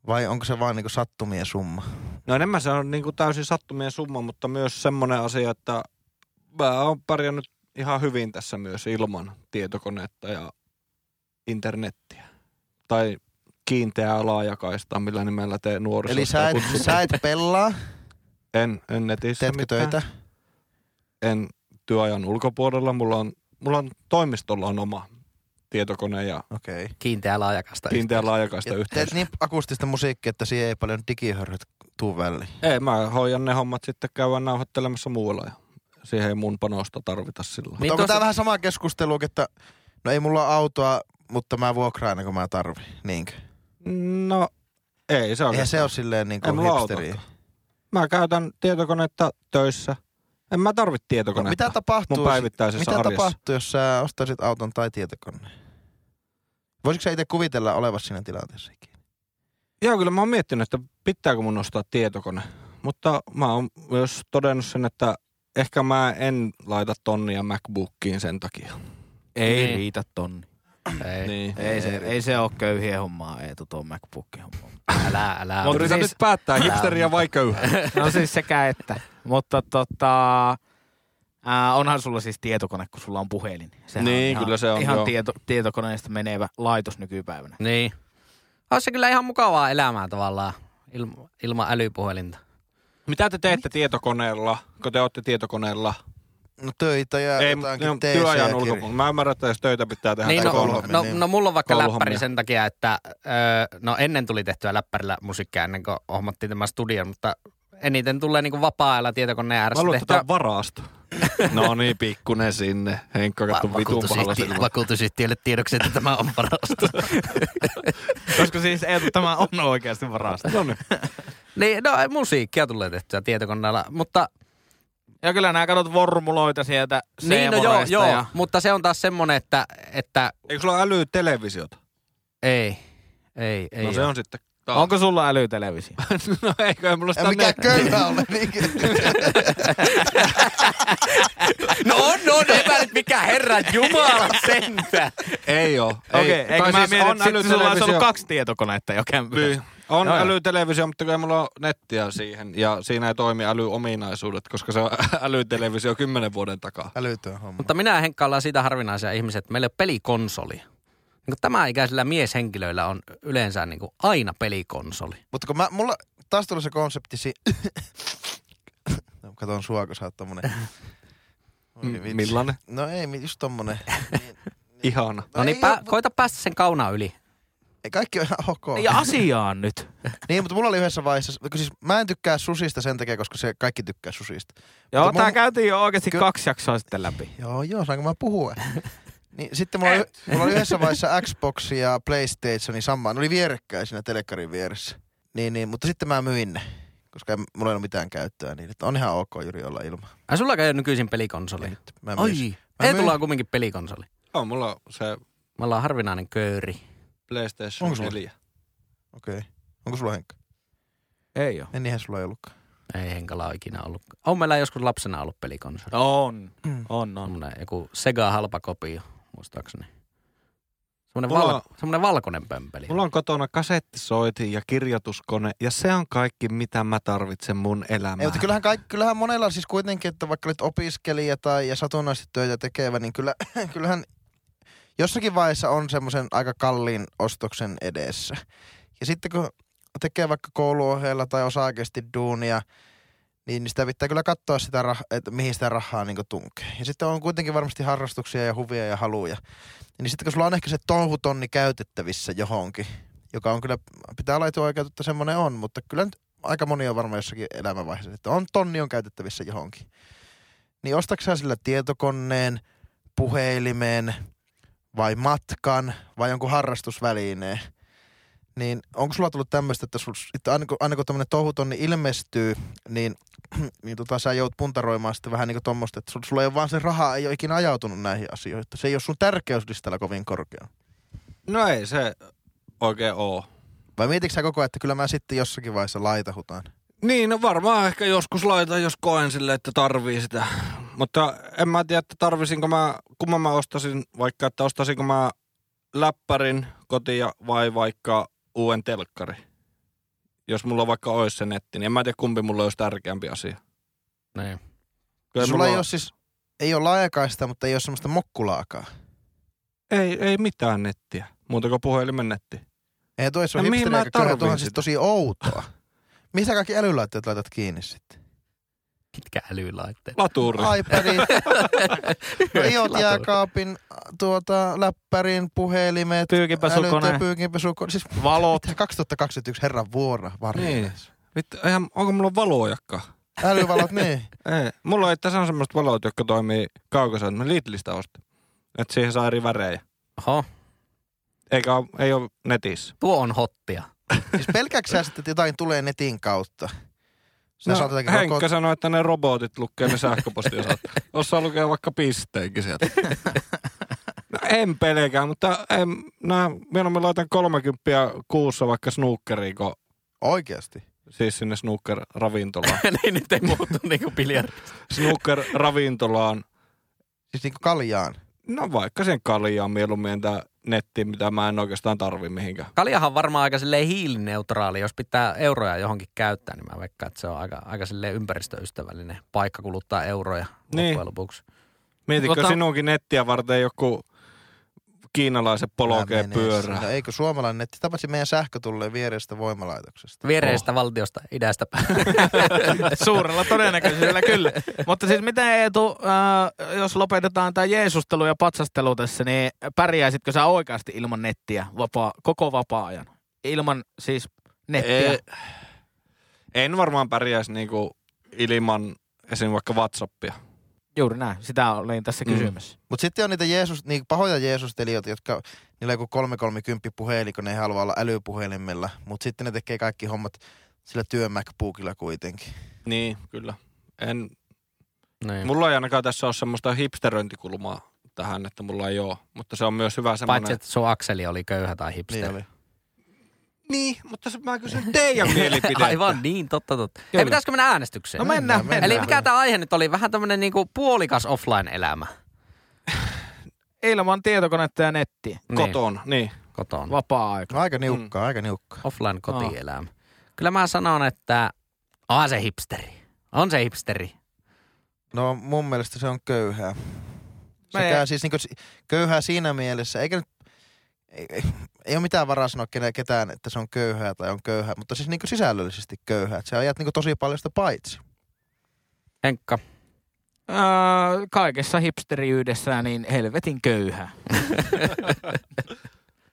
Speaker 1: vai onko se vaan niinku sattumien summa?
Speaker 2: No enemmän se on niin kuin täysin sattumien summa, mutta myös semmoinen asia, että mä oon pärjännyt ihan hyvin tässä myös ilman tietokonetta ja internettiä. Tai kiinteää laajakaistaa, millä nimellä te nuoriso
Speaker 1: Eli sä et, sä et pelaa,
Speaker 2: En, en netissä
Speaker 1: teetkö
Speaker 2: mitään.
Speaker 1: töitä?
Speaker 2: En työajan ulkopuolella. Mulla on, mulla on toimistolla on oma tietokone ja
Speaker 1: Okei.
Speaker 3: Kiinteä laajakasta.
Speaker 2: kiinteä laajakaista
Speaker 1: Ja
Speaker 2: yhteys.
Speaker 1: Teet niin akustista musiikkia, että siihen ei paljon digihörryt tuu väliin.
Speaker 2: Ei, mä hoidan ne hommat sitten käydään nauhoittelemassa muualla ja siihen ei mun panosta tarvita silloin.
Speaker 1: Niin
Speaker 3: Niin
Speaker 1: onko
Speaker 3: tossa-
Speaker 1: tää vähän samaa keskustelua, että no ei mulla ole autoa, mutta mä vuokraan aina kun mä tarvin, niinkö?
Speaker 2: No, ei se
Speaker 1: Eihän
Speaker 2: on.
Speaker 1: se ole silleen niin
Speaker 2: Ei
Speaker 1: kuin
Speaker 2: mulla
Speaker 1: hipsteriä.
Speaker 2: Mä käytän tietokonetta töissä. En mä tarvitse
Speaker 1: No,
Speaker 2: tietokonetta
Speaker 1: mitä tapahtuu,
Speaker 2: mun päivittäisessä
Speaker 1: mitä
Speaker 2: arjessa.
Speaker 1: tapahtuu, jos sä ostaisit auton tai tietokoneen? Voisitko sä itse kuvitella olevasi siinä tilanteessa ikinä?
Speaker 2: Joo, kyllä mä oon miettinyt, että pitääkö mun ostaa tietokone. Mutta mä oon myös todennut sen, että ehkä mä en laita tonnia MacBookiin sen takia.
Speaker 4: Ei
Speaker 3: Niin.
Speaker 4: riitä tonni.
Speaker 3: Ei.
Speaker 2: Niin.
Speaker 4: Ei se, ei se ole köyhien hommaa, Eetu, tuo MacBookin homma.
Speaker 3: Älä, älä.
Speaker 2: Mä yritän
Speaker 4: siis-
Speaker 2: nyt päättää, hipsteriä vai köyhä.
Speaker 4: No siis sekä että. Mutta tota, ää, onhan sulla siis tietokone, kun sulla on puhelin. on
Speaker 2: Niin,
Speaker 4: ihan,
Speaker 2: kyllä se on,
Speaker 4: Ihan
Speaker 2: joo.
Speaker 4: tieto, tietokoneesta menevä laitos nykypäivänä.
Speaker 3: Niin. On se kyllä ihan mukavaa elämää tavallaan ilma, ilman älypuhelinta.
Speaker 2: Mitä te teette tietokoneella, kun te olette tietokoneella?
Speaker 1: No töitä ja
Speaker 2: ei,
Speaker 1: jotaankin
Speaker 2: ne on
Speaker 1: teesiä
Speaker 2: työajan
Speaker 1: ja kirjoja.
Speaker 2: ulkopuolella. Mä ymmärrän, että jos töitä pitää tehdä
Speaker 3: Niin,
Speaker 2: tai
Speaker 3: no,
Speaker 1: kouluhommia,
Speaker 2: kouluhommia.
Speaker 3: no,
Speaker 1: niin.
Speaker 3: no, mulla on vaikka
Speaker 2: Kouluhommia.
Speaker 3: läppäri sen takia, että öö, no ennen tuli tehtyä läppärillä musiikkia ennen kuin hommattiin tämä studio, mutta eniten tulee niin vapaa-ajalla tietokoneen
Speaker 2: Mä
Speaker 3: ääressä
Speaker 2: luulen, että tää
Speaker 3: tehtyä
Speaker 2: on varasto. no niin, pikkunen sinne. Henkka katso vitun pahalla
Speaker 3: vakuutusyhtiö,
Speaker 2: silmällä.
Speaker 3: vakuutusyhtiölle tiedoksi, että tämä on varastus.
Speaker 4: Koska siis Eetu, tämä on oikeasti varasta.
Speaker 2: No niin.
Speaker 3: niin, no musiikkia tulee tehtyä tietokoneella, mutta
Speaker 4: Ja kyllä nämä katsot vormuloita sieltä
Speaker 3: niin, no joo,
Speaker 4: Seemoresta
Speaker 3: joo,
Speaker 4: ja...
Speaker 3: mutta se on taas semmoinen, että, että
Speaker 2: Eikö sulla äly televisiota?
Speaker 3: ei, ei, ei.
Speaker 2: no se
Speaker 3: ole.
Speaker 2: on sitten.
Speaker 4: Onko sulla älytelevisio?
Speaker 2: no eikö, ei mulla sitä
Speaker 1: Ja mikä
Speaker 2: nettiä.
Speaker 1: köyhä niin- ole, niinkö?
Speaker 3: No on, no on, epä nyt mikä herra Jumala sentään.
Speaker 2: Ei oo.
Speaker 4: Okei,
Speaker 2: Tai
Speaker 4: eikö mä
Speaker 2: siis
Speaker 4: mietin,
Speaker 2: on
Speaker 4: että sitten sulla olisi ollut
Speaker 2: älytelevisio.
Speaker 4: kaksi tietokonetta jo kämpillä.
Speaker 2: Niin. On
Speaker 4: Joo, joo.
Speaker 2: älytelevisio, mutta kyllä mulla on nettiä siihen. Ja siinä ei toimi älyominaisuudet, koska se on älytelevisio kymmenen vuoden takaa.
Speaker 1: Älytön homma.
Speaker 3: Mutta minä ja Henkka ollaan siitä harvinaisia ihmisiä, että meillä ei ole pelikonsoli. Niin kuin tämän ikäisillä mieshenkilöillä on yleensä niin kuin aina pelikonsoli.
Speaker 1: Mutta kun mä, mulla taas tuli se konsepti si... Katon sua, kun sä oot tommonen... Oi vitsi.
Speaker 2: Millainen?
Speaker 1: No ei, mi- just tommonen.
Speaker 2: Ihana.
Speaker 3: No, niin,
Speaker 1: ei
Speaker 3: pä-
Speaker 1: oo-
Speaker 3: koita päästä sen kaunaa yli.
Speaker 1: Ei, kaikki on ihan
Speaker 2: Niin.
Speaker 1: ok.
Speaker 4: Ja asiaan nyt.
Speaker 1: Niin, mutta mulla oli yhdessä vaiheessa, kun siis mä en tykkää susista sen takia, koska se kaikki tykkää susista.
Speaker 4: Joo,
Speaker 1: Mutta
Speaker 4: tää
Speaker 1: mun-
Speaker 4: käytiin jo oikeasti
Speaker 1: Ky-
Speaker 4: kaksi jaksoa sitten läpi.
Speaker 1: Joo, joo, saanko mä puhua? niin, sitten mulla oli, mulla oli yhdessä vaiheessa Xbox ja PlayStation samaan, ne oli vierekkäisinä telekkarin vieressä. Niin, niin, mutta sitten mä myin ne, koska en, mulla ei ole mitään käyttöä niin, että on ihan ok Jyri olla ilman.
Speaker 3: Ai sulla ei ole nykyisin pelikonsoli.
Speaker 1: Mä myin sen.
Speaker 3: Ai,
Speaker 1: Mä
Speaker 3: ei
Speaker 1: myin-
Speaker 3: tulla kumminkin pelikonsoli.
Speaker 2: On mulla se
Speaker 3: Me ollaan harvinainen köyri.
Speaker 2: PlayStation
Speaker 1: Onko sulla?
Speaker 2: 4.
Speaker 1: Okei. Okay. Onko sulla Henkka?
Speaker 4: Ei oo.
Speaker 1: En niinhän sulla ei ollutkaan.
Speaker 3: Ei Henkalla ole ikinä ollut. On meillä joskus lapsena ollut pelikonsoli.
Speaker 4: On, on, on.
Speaker 3: Semmoinen joku Sega halpa kopio, muistaakseni. Semmoinen,
Speaker 2: Mulla-
Speaker 3: val- semmoinen valkoinen pömpeli.
Speaker 2: Mulla on kotona kasettisoitin ja kirjoituskone, ja se on kaikki, mitä mä tarvitsen mun elämään.
Speaker 1: Ei, mutta kyllähän, kaikki, kyllähän monella siis kuitenkin, että vaikka olet opiskelija tai ja satunnaisesti töitä tekevä, niin kyllä, kyllähän jossakin vaiheessa on semmoisen aika kalliin ostoksen edessä. Ja sitten kun tekee vaikka kouluohjeella tai osa-aikaisesti duunia, niin sitä pitää kyllä katsoa sitä, rah- että mihin sitä rahaa niin tunkee. Ja sitten on kuitenkin varmasti harrastuksia ja huvia ja haluja. Niin sitten kun sulla on ehkä se touhutonni käytettävissä johonkin, joka on kyllä, pitää olla etuoikeutta, että semmoinen on, mutta kyllä nyt aika moni on varmaan jossakin elämänvaiheessa, että on tonni on käytettävissä johonkin. Niin ostatko sillä tietokoneen, puhelimeen vai matkan vai jonkun harrastusvälineen? Niin onko sulla tullut tämmöistä, että, sul, että aina kun, aina kun tämmöinen touhutonni ilmestyy, niin, niin tota, sä joudut puntaroimaan sitten vähän niin kuin tommoista, että sul, sulla ei ole vaan se raha, ei ole ikinä ajautunut näihin asioihin. että Se ei ole sun tärkeyslistalla kovin korkea.
Speaker 2: No ei se oikein oo.
Speaker 1: Vai mietitkö sä koko ajan, että kyllä mä sitten jossakin vaiheessa laitahutaan?
Speaker 2: Niin, no varmaan ehkä joskus laitan, jos koen sille, että tarvii sitä. Mutta en mä tiedä, että tarvisinko mä, kumman mä ostasin, vaikka että ostaisinko mä läppärin kotia vai vaikka uuden telkkari? Jos mulla vaikka olisi se netti, niin en mä tiedä kumpi mulla olisi tärkeämpi asia.
Speaker 3: Niin.
Speaker 2: Kyllä
Speaker 1: Sulla ei
Speaker 2: mulla-
Speaker 1: ole siis, ei ole laajakaista, mutta ei ole semmoista mokkulaakaan.
Speaker 2: ei, ei mitään nettiä, muuta kuin puhelimen netti.
Speaker 1: Ei toi se on
Speaker 2: No mihin mä
Speaker 1: hipsteriä, kyllä tuohon
Speaker 2: tarviin
Speaker 1: siis
Speaker 2: sitä?
Speaker 1: tosi outoa. Missä kaikki älylaitteet laitat kiinni sitten?
Speaker 3: Mitkä älylaitteet?
Speaker 2: Laturi.
Speaker 1: iPadin, iot
Speaker 3: Laturi.
Speaker 1: jääkaapin, tuota, läppärin, puhelimet,
Speaker 4: Pyykinpesukone.
Speaker 1: älytö- pyykinpesukone. Siis
Speaker 4: Valot.
Speaker 1: 2021 herran vuora varmaan.
Speaker 2: Niin. Vittu, eihän, onko mulla valojakaan?
Speaker 1: Älyvalot, niin.
Speaker 2: Ei. Mulla ei tässä on semmoiset valot, jotka toimii kaukaiselta. Mä Lidlistä ostin. Että siihen saa eri värejä.
Speaker 3: Oho,
Speaker 2: Eikä oo- ei ole netissä.
Speaker 3: tuo on hottia.
Speaker 1: Siis pelkääksä sitten, että jotain tulee netin kautta?
Speaker 2: No,
Speaker 1: Sä saat jotakin
Speaker 2: Henkka
Speaker 1: rokot-
Speaker 2: sanoi, että ne robotit lukee ne sähköpostiosat. Osaa lukea vaikka pisteenkin sieltä. No, en pelkää, mutta en, nää, mieluummin laitan 30 kuussa vaikka snookeriin, kun
Speaker 1: Oikeasti.
Speaker 2: siis sinne snooker-ravintolaan.
Speaker 3: niin nyt ei puhuttu niinku biljardi.
Speaker 2: snooker-ravintolaan.
Speaker 1: Siis niinku kaljaan.
Speaker 2: No vaikka sen kaljaan mieluummin entä netti, mitä mä en oikeastaan tarvi mihinkään.
Speaker 3: Kaljahan on varmaan aika silleen hiilineutraali. Jos pitää euroja johonkin käyttää, niin mä veikkaan, että se on aika, aika silleen ympäristöystävällinen paikka kuluttaa euroja
Speaker 2: Niin.
Speaker 3: loppujen lopuksi.
Speaker 2: Mietitkö
Speaker 4: Tota-
Speaker 2: sinunkin nettiä varten joku kiinalaiset polokee
Speaker 1: Nämä menee
Speaker 2: pyörää?
Speaker 1: sinne. No, Eikö suomalainen netti? Tapasi meidän sähkö tulee vierestä voimalaitoksesta.
Speaker 3: Viereistä valtiosta, idästä päin.
Speaker 4: Suurella todennäköisyydellä kyllä. Mutta siis miten Eetu, äh, jos lopetetaan tämä Jeesustelu ja patsastelu tässä, niin pärjäisitkö sä oikeasti ilman nettiä vapaa, koko vapaa-ajan? Ilman siis nettiä?
Speaker 2: Ei- En varmaan pärjäisi niinku ilman esim. vaikka Whatsappia.
Speaker 4: Juuri näin, sitä olin tässä
Speaker 2: Mm.
Speaker 4: kysymys.
Speaker 1: Mutta sitten on niitä Jeesus, niin pahoja jeesustelijoita, jotka niillä on joku 330 puhelin, kun ne ei halua olla älypuhelimella. Mutta sitten ne tekee kaikki hommat sillä työ MacBookilla kuitenkin.
Speaker 2: Niin, kyllä. En,
Speaker 3: niin.
Speaker 2: mulla ei ainakaan tässä ole semmoista hipsteröintikulmaa tähän, että mulla ei ole. Mutta se on myös hyvä
Speaker 3: Paitsi,
Speaker 2: semmoinen...
Speaker 3: että sun akseli oli köyhä tai hipster.
Speaker 1: Niin oli.
Speaker 2: Niin, mutta se, mä kysyn teidän mielipidettä.
Speaker 3: Aivan niin, totta, totta. Hei,
Speaker 4: Kyllä.
Speaker 3: pitäisikö mennä äänestykseen?
Speaker 4: No mennään, mennään.
Speaker 3: Eli mikä tämä aihe nyt oli? Vähän tämmöinen niinku puolikas offline-elämä.
Speaker 4: Ilman tietokonetta ja nettiä.
Speaker 2: Koton, niin.
Speaker 3: Niin, kotona.
Speaker 4: Vapaa-aika.
Speaker 1: No, aika niukkaa, mm. aika niukkaa.
Speaker 3: Offline-kotielämä. Kyllä mä sanon, että on se hipsteri. On se hipsteri.
Speaker 1: No mun mielestä se on köyhää.
Speaker 4: Mä en-
Speaker 1: Sekä siis niinku si- köyhää siinä mielessä, eikä nyt, ei, ei, ei ole mitään varaa sanoa kene- ketään, että se on köyhää tai on köyhää, mutta siis niinku sisällöllisesti köyhää. Että sä ajat niinku tosi paljon sitä paitsi.
Speaker 3: Henkka.
Speaker 4: Öö, kaikessa hipsteriydessä niin helvetin köyhä.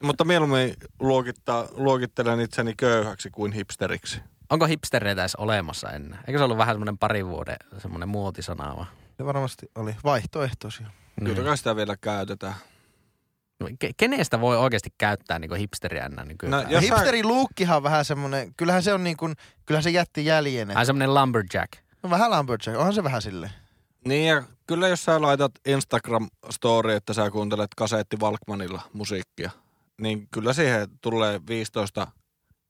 Speaker 2: Mutta mieluummin luokittaa, luokittelen itseni köyhäksi kuin hipsteriksi.
Speaker 3: Onko hipstereitä edes olemassa ennen? Eikö se ollut vähän semmoinen parin vuoden semmoinen muotisana vaan?
Speaker 1: Se varmasti oli vaihtoehtoisia.
Speaker 2: Kyllä kai sitä vielä käytetään.
Speaker 3: No, Ke- Kenestä voi oikeasti käyttää niin hipsteriä enää nykyään?
Speaker 2: No,
Speaker 1: Ja
Speaker 2: Jos sä-
Speaker 1: hipsteri luukkihan on vähän semmonen, kyllähän se on niin kuin, kyllähän se jätti jäljen.
Speaker 3: Ai semmoinen lumberjack.
Speaker 1: No vähän lumberjack, onhan se vähän sille.
Speaker 2: Niin ja kyllä jos sä laitat Instagram-story, että sä kuuntelet kasetti Valkmanilla musiikkia, niin kyllä siihen tulee 15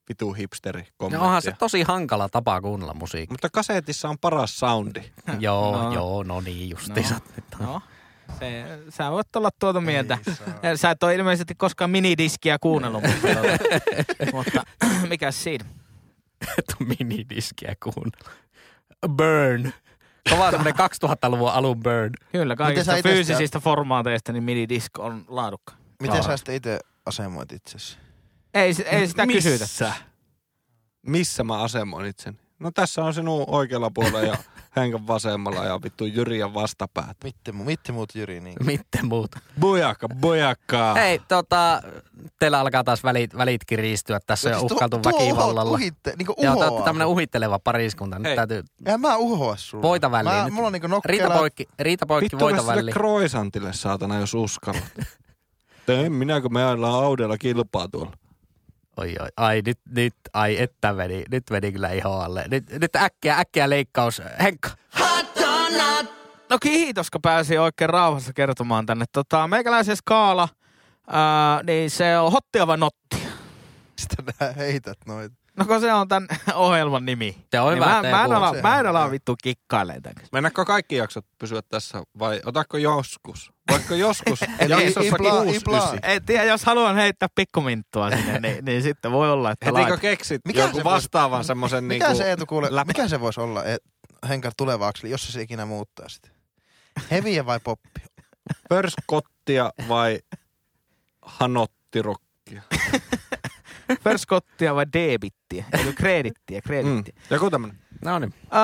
Speaker 2: vitu hipsteri
Speaker 3: No
Speaker 2: kommenttia.
Speaker 3: onhan se tosi hankala tapa kuunnella musiikkia.
Speaker 2: Mutta kasetissa on paras soundi.
Speaker 3: joo,
Speaker 4: No.
Speaker 3: joo, no niin justiinsa. No.
Speaker 4: No, se, sä voit olla tuota mieltä.
Speaker 1: Ei saa.
Speaker 4: Ja Sä et ole ilmeisesti koskaan minidiskiä kuunnellut, mutta, tuota, mutta mikä siinä?
Speaker 3: Minidiskiä kuunnella. Burn. Kova semmoinen 2000-luvun alun burn.
Speaker 4: Kyllä,
Speaker 1: Miten
Speaker 4: kaikista
Speaker 1: sä itse
Speaker 4: fyysisistä formaateista niin minidisk on laadukka.
Speaker 1: Miten sä sitten itse asemoit itsesi?
Speaker 4: Ei, s- ei sitä
Speaker 2: Missä?
Speaker 4: kysytä.
Speaker 2: Missä mä asemoin itseni? No tässä on sinun oikealla puolella ja Henkan vasemmalla ja vittu Jyriän vastapäät.
Speaker 1: Mitte, mu- mitte muut Jyri niin.
Speaker 3: Mitten muuta.
Speaker 2: Bojakka, bojakka.
Speaker 3: Hei, tota, teillä alkaa taas välit, välit kiristyä. Tässä on
Speaker 1: Siis
Speaker 3: jo uhkailtu väkivallalla.
Speaker 1: Uhitte, niin kuin
Speaker 3: Joo, te olette
Speaker 1: uhoaa.
Speaker 3: tämmönen uhitteleva pariskunta. Nyt
Speaker 2: Hei.
Speaker 3: täytyy
Speaker 1: Eihän mä uhoa sulla.
Speaker 3: voita väliin.
Speaker 1: Mä,
Speaker 3: Nyt
Speaker 1: mulla on niinku
Speaker 3: Riita
Speaker 1: nokkela.
Speaker 3: poikki, riita poikki
Speaker 2: Vittu mä
Speaker 3: voita
Speaker 2: sille
Speaker 3: väliin.
Speaker 2: croissantille saatana, jos uskallat. Tein minä, kun me ajellaan Audella kilpaa tuolla.
Speaker 3: Oi, oi, ai nyt, nyt, ai että vedi, nyt vedi kyllä iho alle. Nyt, nyt äkkiä, äkkiä leikkaus. Henkka,
Speaker 4: No kiitos, kun pääsi oikein rauhassa kertomaan tänne. Tota, meikäläisen skaala, ää, niin se on hottia vai nottia?
Speaker 1: Sitten nää heität noita.
Speaker 4: No kun se on tämän ohjelman nimi.
Speaker 3: Se on
Speaker 4: niin
Speaker 3: hyvä,
Speaker 4: mä,
Speaker 3: Teemu.
Speaker 4: mä, en ala,
Speaker 1: Se on
Speaker 4: mä en
Speaker 1: hyvä.
Speaker 4: ala vittu kikkailemaan tämän.
Speaker 2: Mennäänkö kaikki jaksot pysyä tässä vai otatko joskus Vaikka joskus,
Speaker 1: Eli
Speaker 2: jaksossakin
Speaker 1: Ibla-
Speaker 2: uusi
Speaker 1: Ibla-
Speaker 2: ysi.
Speaker 4: En tiedä, jos haluan heittää pikkuminttua sinne, niin, niin sitten voi olla, että
Speaker 2: Hetikö
Speaker 4: laitan.
Speaker 2: keksit
Speaker 1: Mikä
Speaker 2: Mikä
Speaker 1: se
Speaker 2: joku
Speaker 1: voisi-
Speaker 2: vastaavan semmoisen
Speaker 1: Mikä
Speaker 2: niinku...
Speaker 1: se Eetu kuule,
Speaker 2: läpä-
Speaker 1: mikä se voisi olla e- Henkar tulevaksi, jos se, se ikinä muuttaa sitä? Heviä vai poppi?
Speaker 2: Pörskottia vai hanottirokkia?
Speaker 4: Pörskottia vai debittiä? Eli kredittiä,
Speaker 2: Mm.
Speaker 4: kredittiä.
Speaker 2: Joku tämmönen.
Speaker 3: No niin.
Speaker 4: Mm.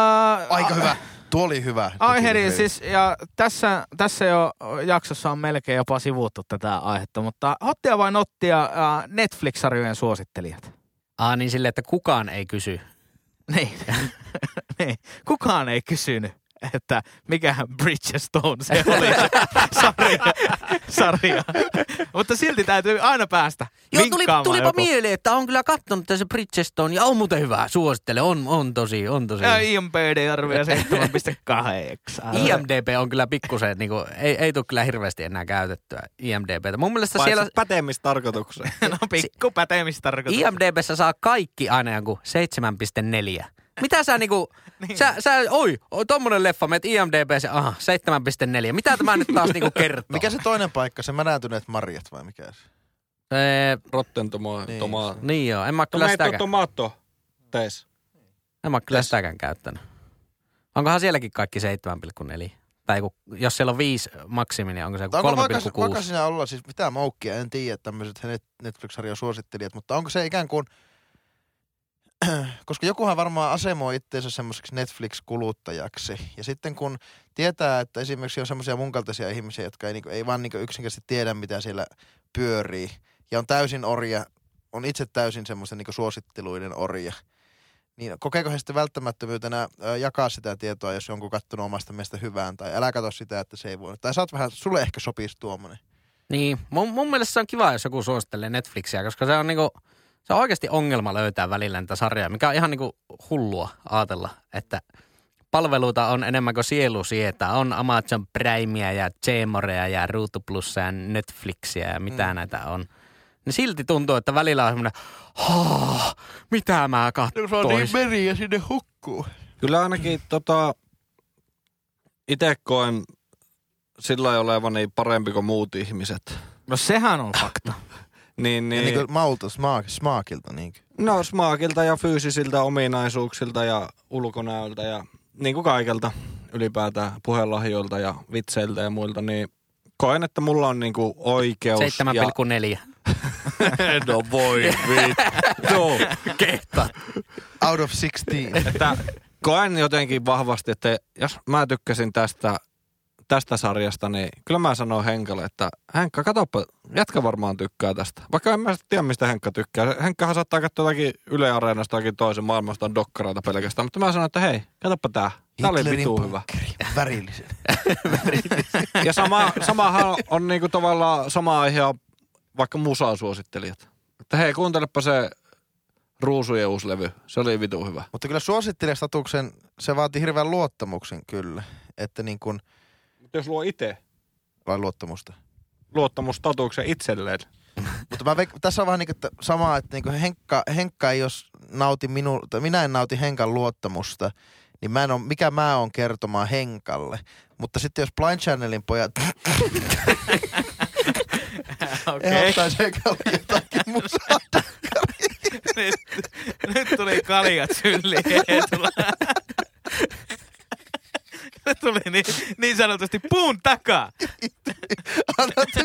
Speaker 4: Uh,
Speaker 1: Aika hyvä. Tuo oli hyvä.
Speaker 4: Aiheeri siis, ja tässä, tässä jo jaksossa on melkein jopa sivuttu tätä aihetta, mutta hottia vai nottia äh, Netflix-sarjojen suosittelijat?
Speaker 3: Aa, niin sille, että kukaan ei kysy.
Speaker 4: Niin. niin. Kukaan ei kysynyt, että mikä Bridgestone se oli se sarja. sarja. mutta silti täytyy aina päästä
Speaker 3: Joo, tuli,
Speaker 4: vinkkaamaan
Speaker 3: tulipa
Speaker 4: joku.
Speaker 3: mieleen, että on kyllä kattonut tässä Bridgestone ja on muuten hyvä. Suosittele, on, on tosi, on tosi.
Speaker 4: Ja IMPD-arvio 7,8.
Speaker 3: IMDB on kyllä pikkusen, niin kuin, ei, ei tule kyllä hirveästi enää käytettyä IMDBtä. Mun mielestä
Speaker 2: Paitsi
Speaker 3: siellä
Speaker 2: siellä... päteemistarkoitukseen.
Speaker 4: No pikku päteemistarkoitus.
Speaker 3: IMDBssä saa kaikki aina jonkun 7,4. Mitä sä niinku,
Speaker 1: Niin.
Speaker 3: sä, sä, oi, o, tommonen leffa, meet IMDBssä, aha, 7,4. Mitä tämä nyt taas niinku kertoo?
Speaker 1: Mikä se toinen paikka, se mädäntyneet marjat vai mikä se?
Speaker 3: Ee,
Speaker 2: Rotten tomo,
Speaker 1: Niin,
Speaker 2: toma,
Speaker 3: niin joo, en mä kyllä
Speaker 2: tomato,
Speaker 3: sitäkään,
Speaker 2: tomato, tees.
Speaker 3: en mä kyllä sitäkään käyttänyt. Onkohan sielläkin kaikki 7,4? Tai kun, jos siellä on 5 maksimi, niin onko se joku
Speaker 1: Tai onko vakas,
Speaker 3: 3,6?
Speaker 1: vakas sinä olla, siis mitä moukkia, en tiedä tämmöiset net- Netflix-sarjan suosittelijat, mutta onko se ikään kuin, koska jokuhan varmaan asemoi itseensä semmoiseksi Netflix-kuluttajaksi. Ja sitten kun tietää, että esimerkiksi on semmoisia mun kaltaisia ihmisiä, jotka ei, niinku, ei vaan niinku yksinkertaisesti tiedä, mitä siellä pyörii, ja on täysin orja, on itse täysin semmoisen niinku suositteluiden orja, niin kokeeko he sitten välttämättömyytenä ö, jakaa sitä tietoa, jos jonkun kattonut omasta mielestä hyvään, tai älä katso sitä, että se ei voi. Tai saat vähän, sulle ehkä sopisi tuommoinen.
Speaker 3: Niin, mun, mun mielestä se on kiva, jos joku suosittelee Netflixiä, koska se on niinku, se on oikeasti ongelma löytää välillä niitä sarjoja, mikä on ihan niinku hullua ajatella, että palveluita on enemmän kuin sielu sietää. On Amazon Primea ja Zeemorea ja Ruutu Plussa ja Netflixiä ja mitä
Speaker 1: Mm.
Speaker 3: mm. näitä on. Niin silti tuntuu, että välillä on semmoinen, "Haa, mitä mä katsoin.
Speaker 1: No niin, meri ja sinne hukkuu.
Speaker 2: Kyllä ainakin tota, itse koen sillä lailla olevani parempi kuin muut ihmiset.
Speaker 4: No sehän on fakta.
Speaker 1: Niin.
Speaker 2: Niin, niin,
Speaker 1: Ja niin kuin maulta, smaak, smaakilta niin kuin.
Speaker 2: no smaakilta ja fyysisiltä ominaisuuksilta ja ulkonäöltä ja niin kuin kaikelta ylipäätään puhelahjoilta ja vitseiltä ja muilta, niin koen, että mulla on niin kuin oikeus.
Speaker 3: 7,4.
Speaker 2: Ja... no voi vittu. no.
Speaker 3: Kehtaa.
Speaker 1: Out of 16.
Speaker 2: että koen jotenkin vahvasti, että jos mä tykkäsin tästä, tästä sarjasta, niin kyllä mä sanon Henkalle, että Henkka, katoppa, jätkä varmaan tykkää tästä. Vaikka en mä tiedä, mistä Henkka tykkää. Henkkahan saattaa katsoa jotakin Yle Areenasta jotakin toisen maailmasta dokkaraita pelkästään, mutta mä sanon, että hei, katoppa tää. Tää oli vitu hyvä.
Speaker 1: bunkkeri, Värillisen.
Speaker 2: Ja sama, samahan on niinku tavallaan sama aihe on vaikka musasuosittelijat. Että hei, kuuntelepa se Ruusujen uusi levy. Se oli vitu hyvä.
Speaker 1: Mutta kyllä suosittelijastatuksen, se vaatii hirveän luottamuksen kyllä. Että niin kuin,
Speaker 2: Mutta jos luo itse
Speaker 1: vai luottamusta.
Speaker 2: luottamustatuksen itselleen.
Speaker 1: Mutta mä veik- tässä on vähän niin kuin sama, että niin kuin Henkka, Henkka ei jos nauti minu, tai minä en nauti Henkan luottamusta, niin mä en ole, mikä mä oon kertomaan Henkalle. Mutta sitten jos Blind Channelin pojat okay. ehdottaisi Henkalle jotakin musaa,
Speaker 4: nyt, nyt tuli kaljat sylliin Eetulla. Se tuli niin, niin sanotusti puun takaa.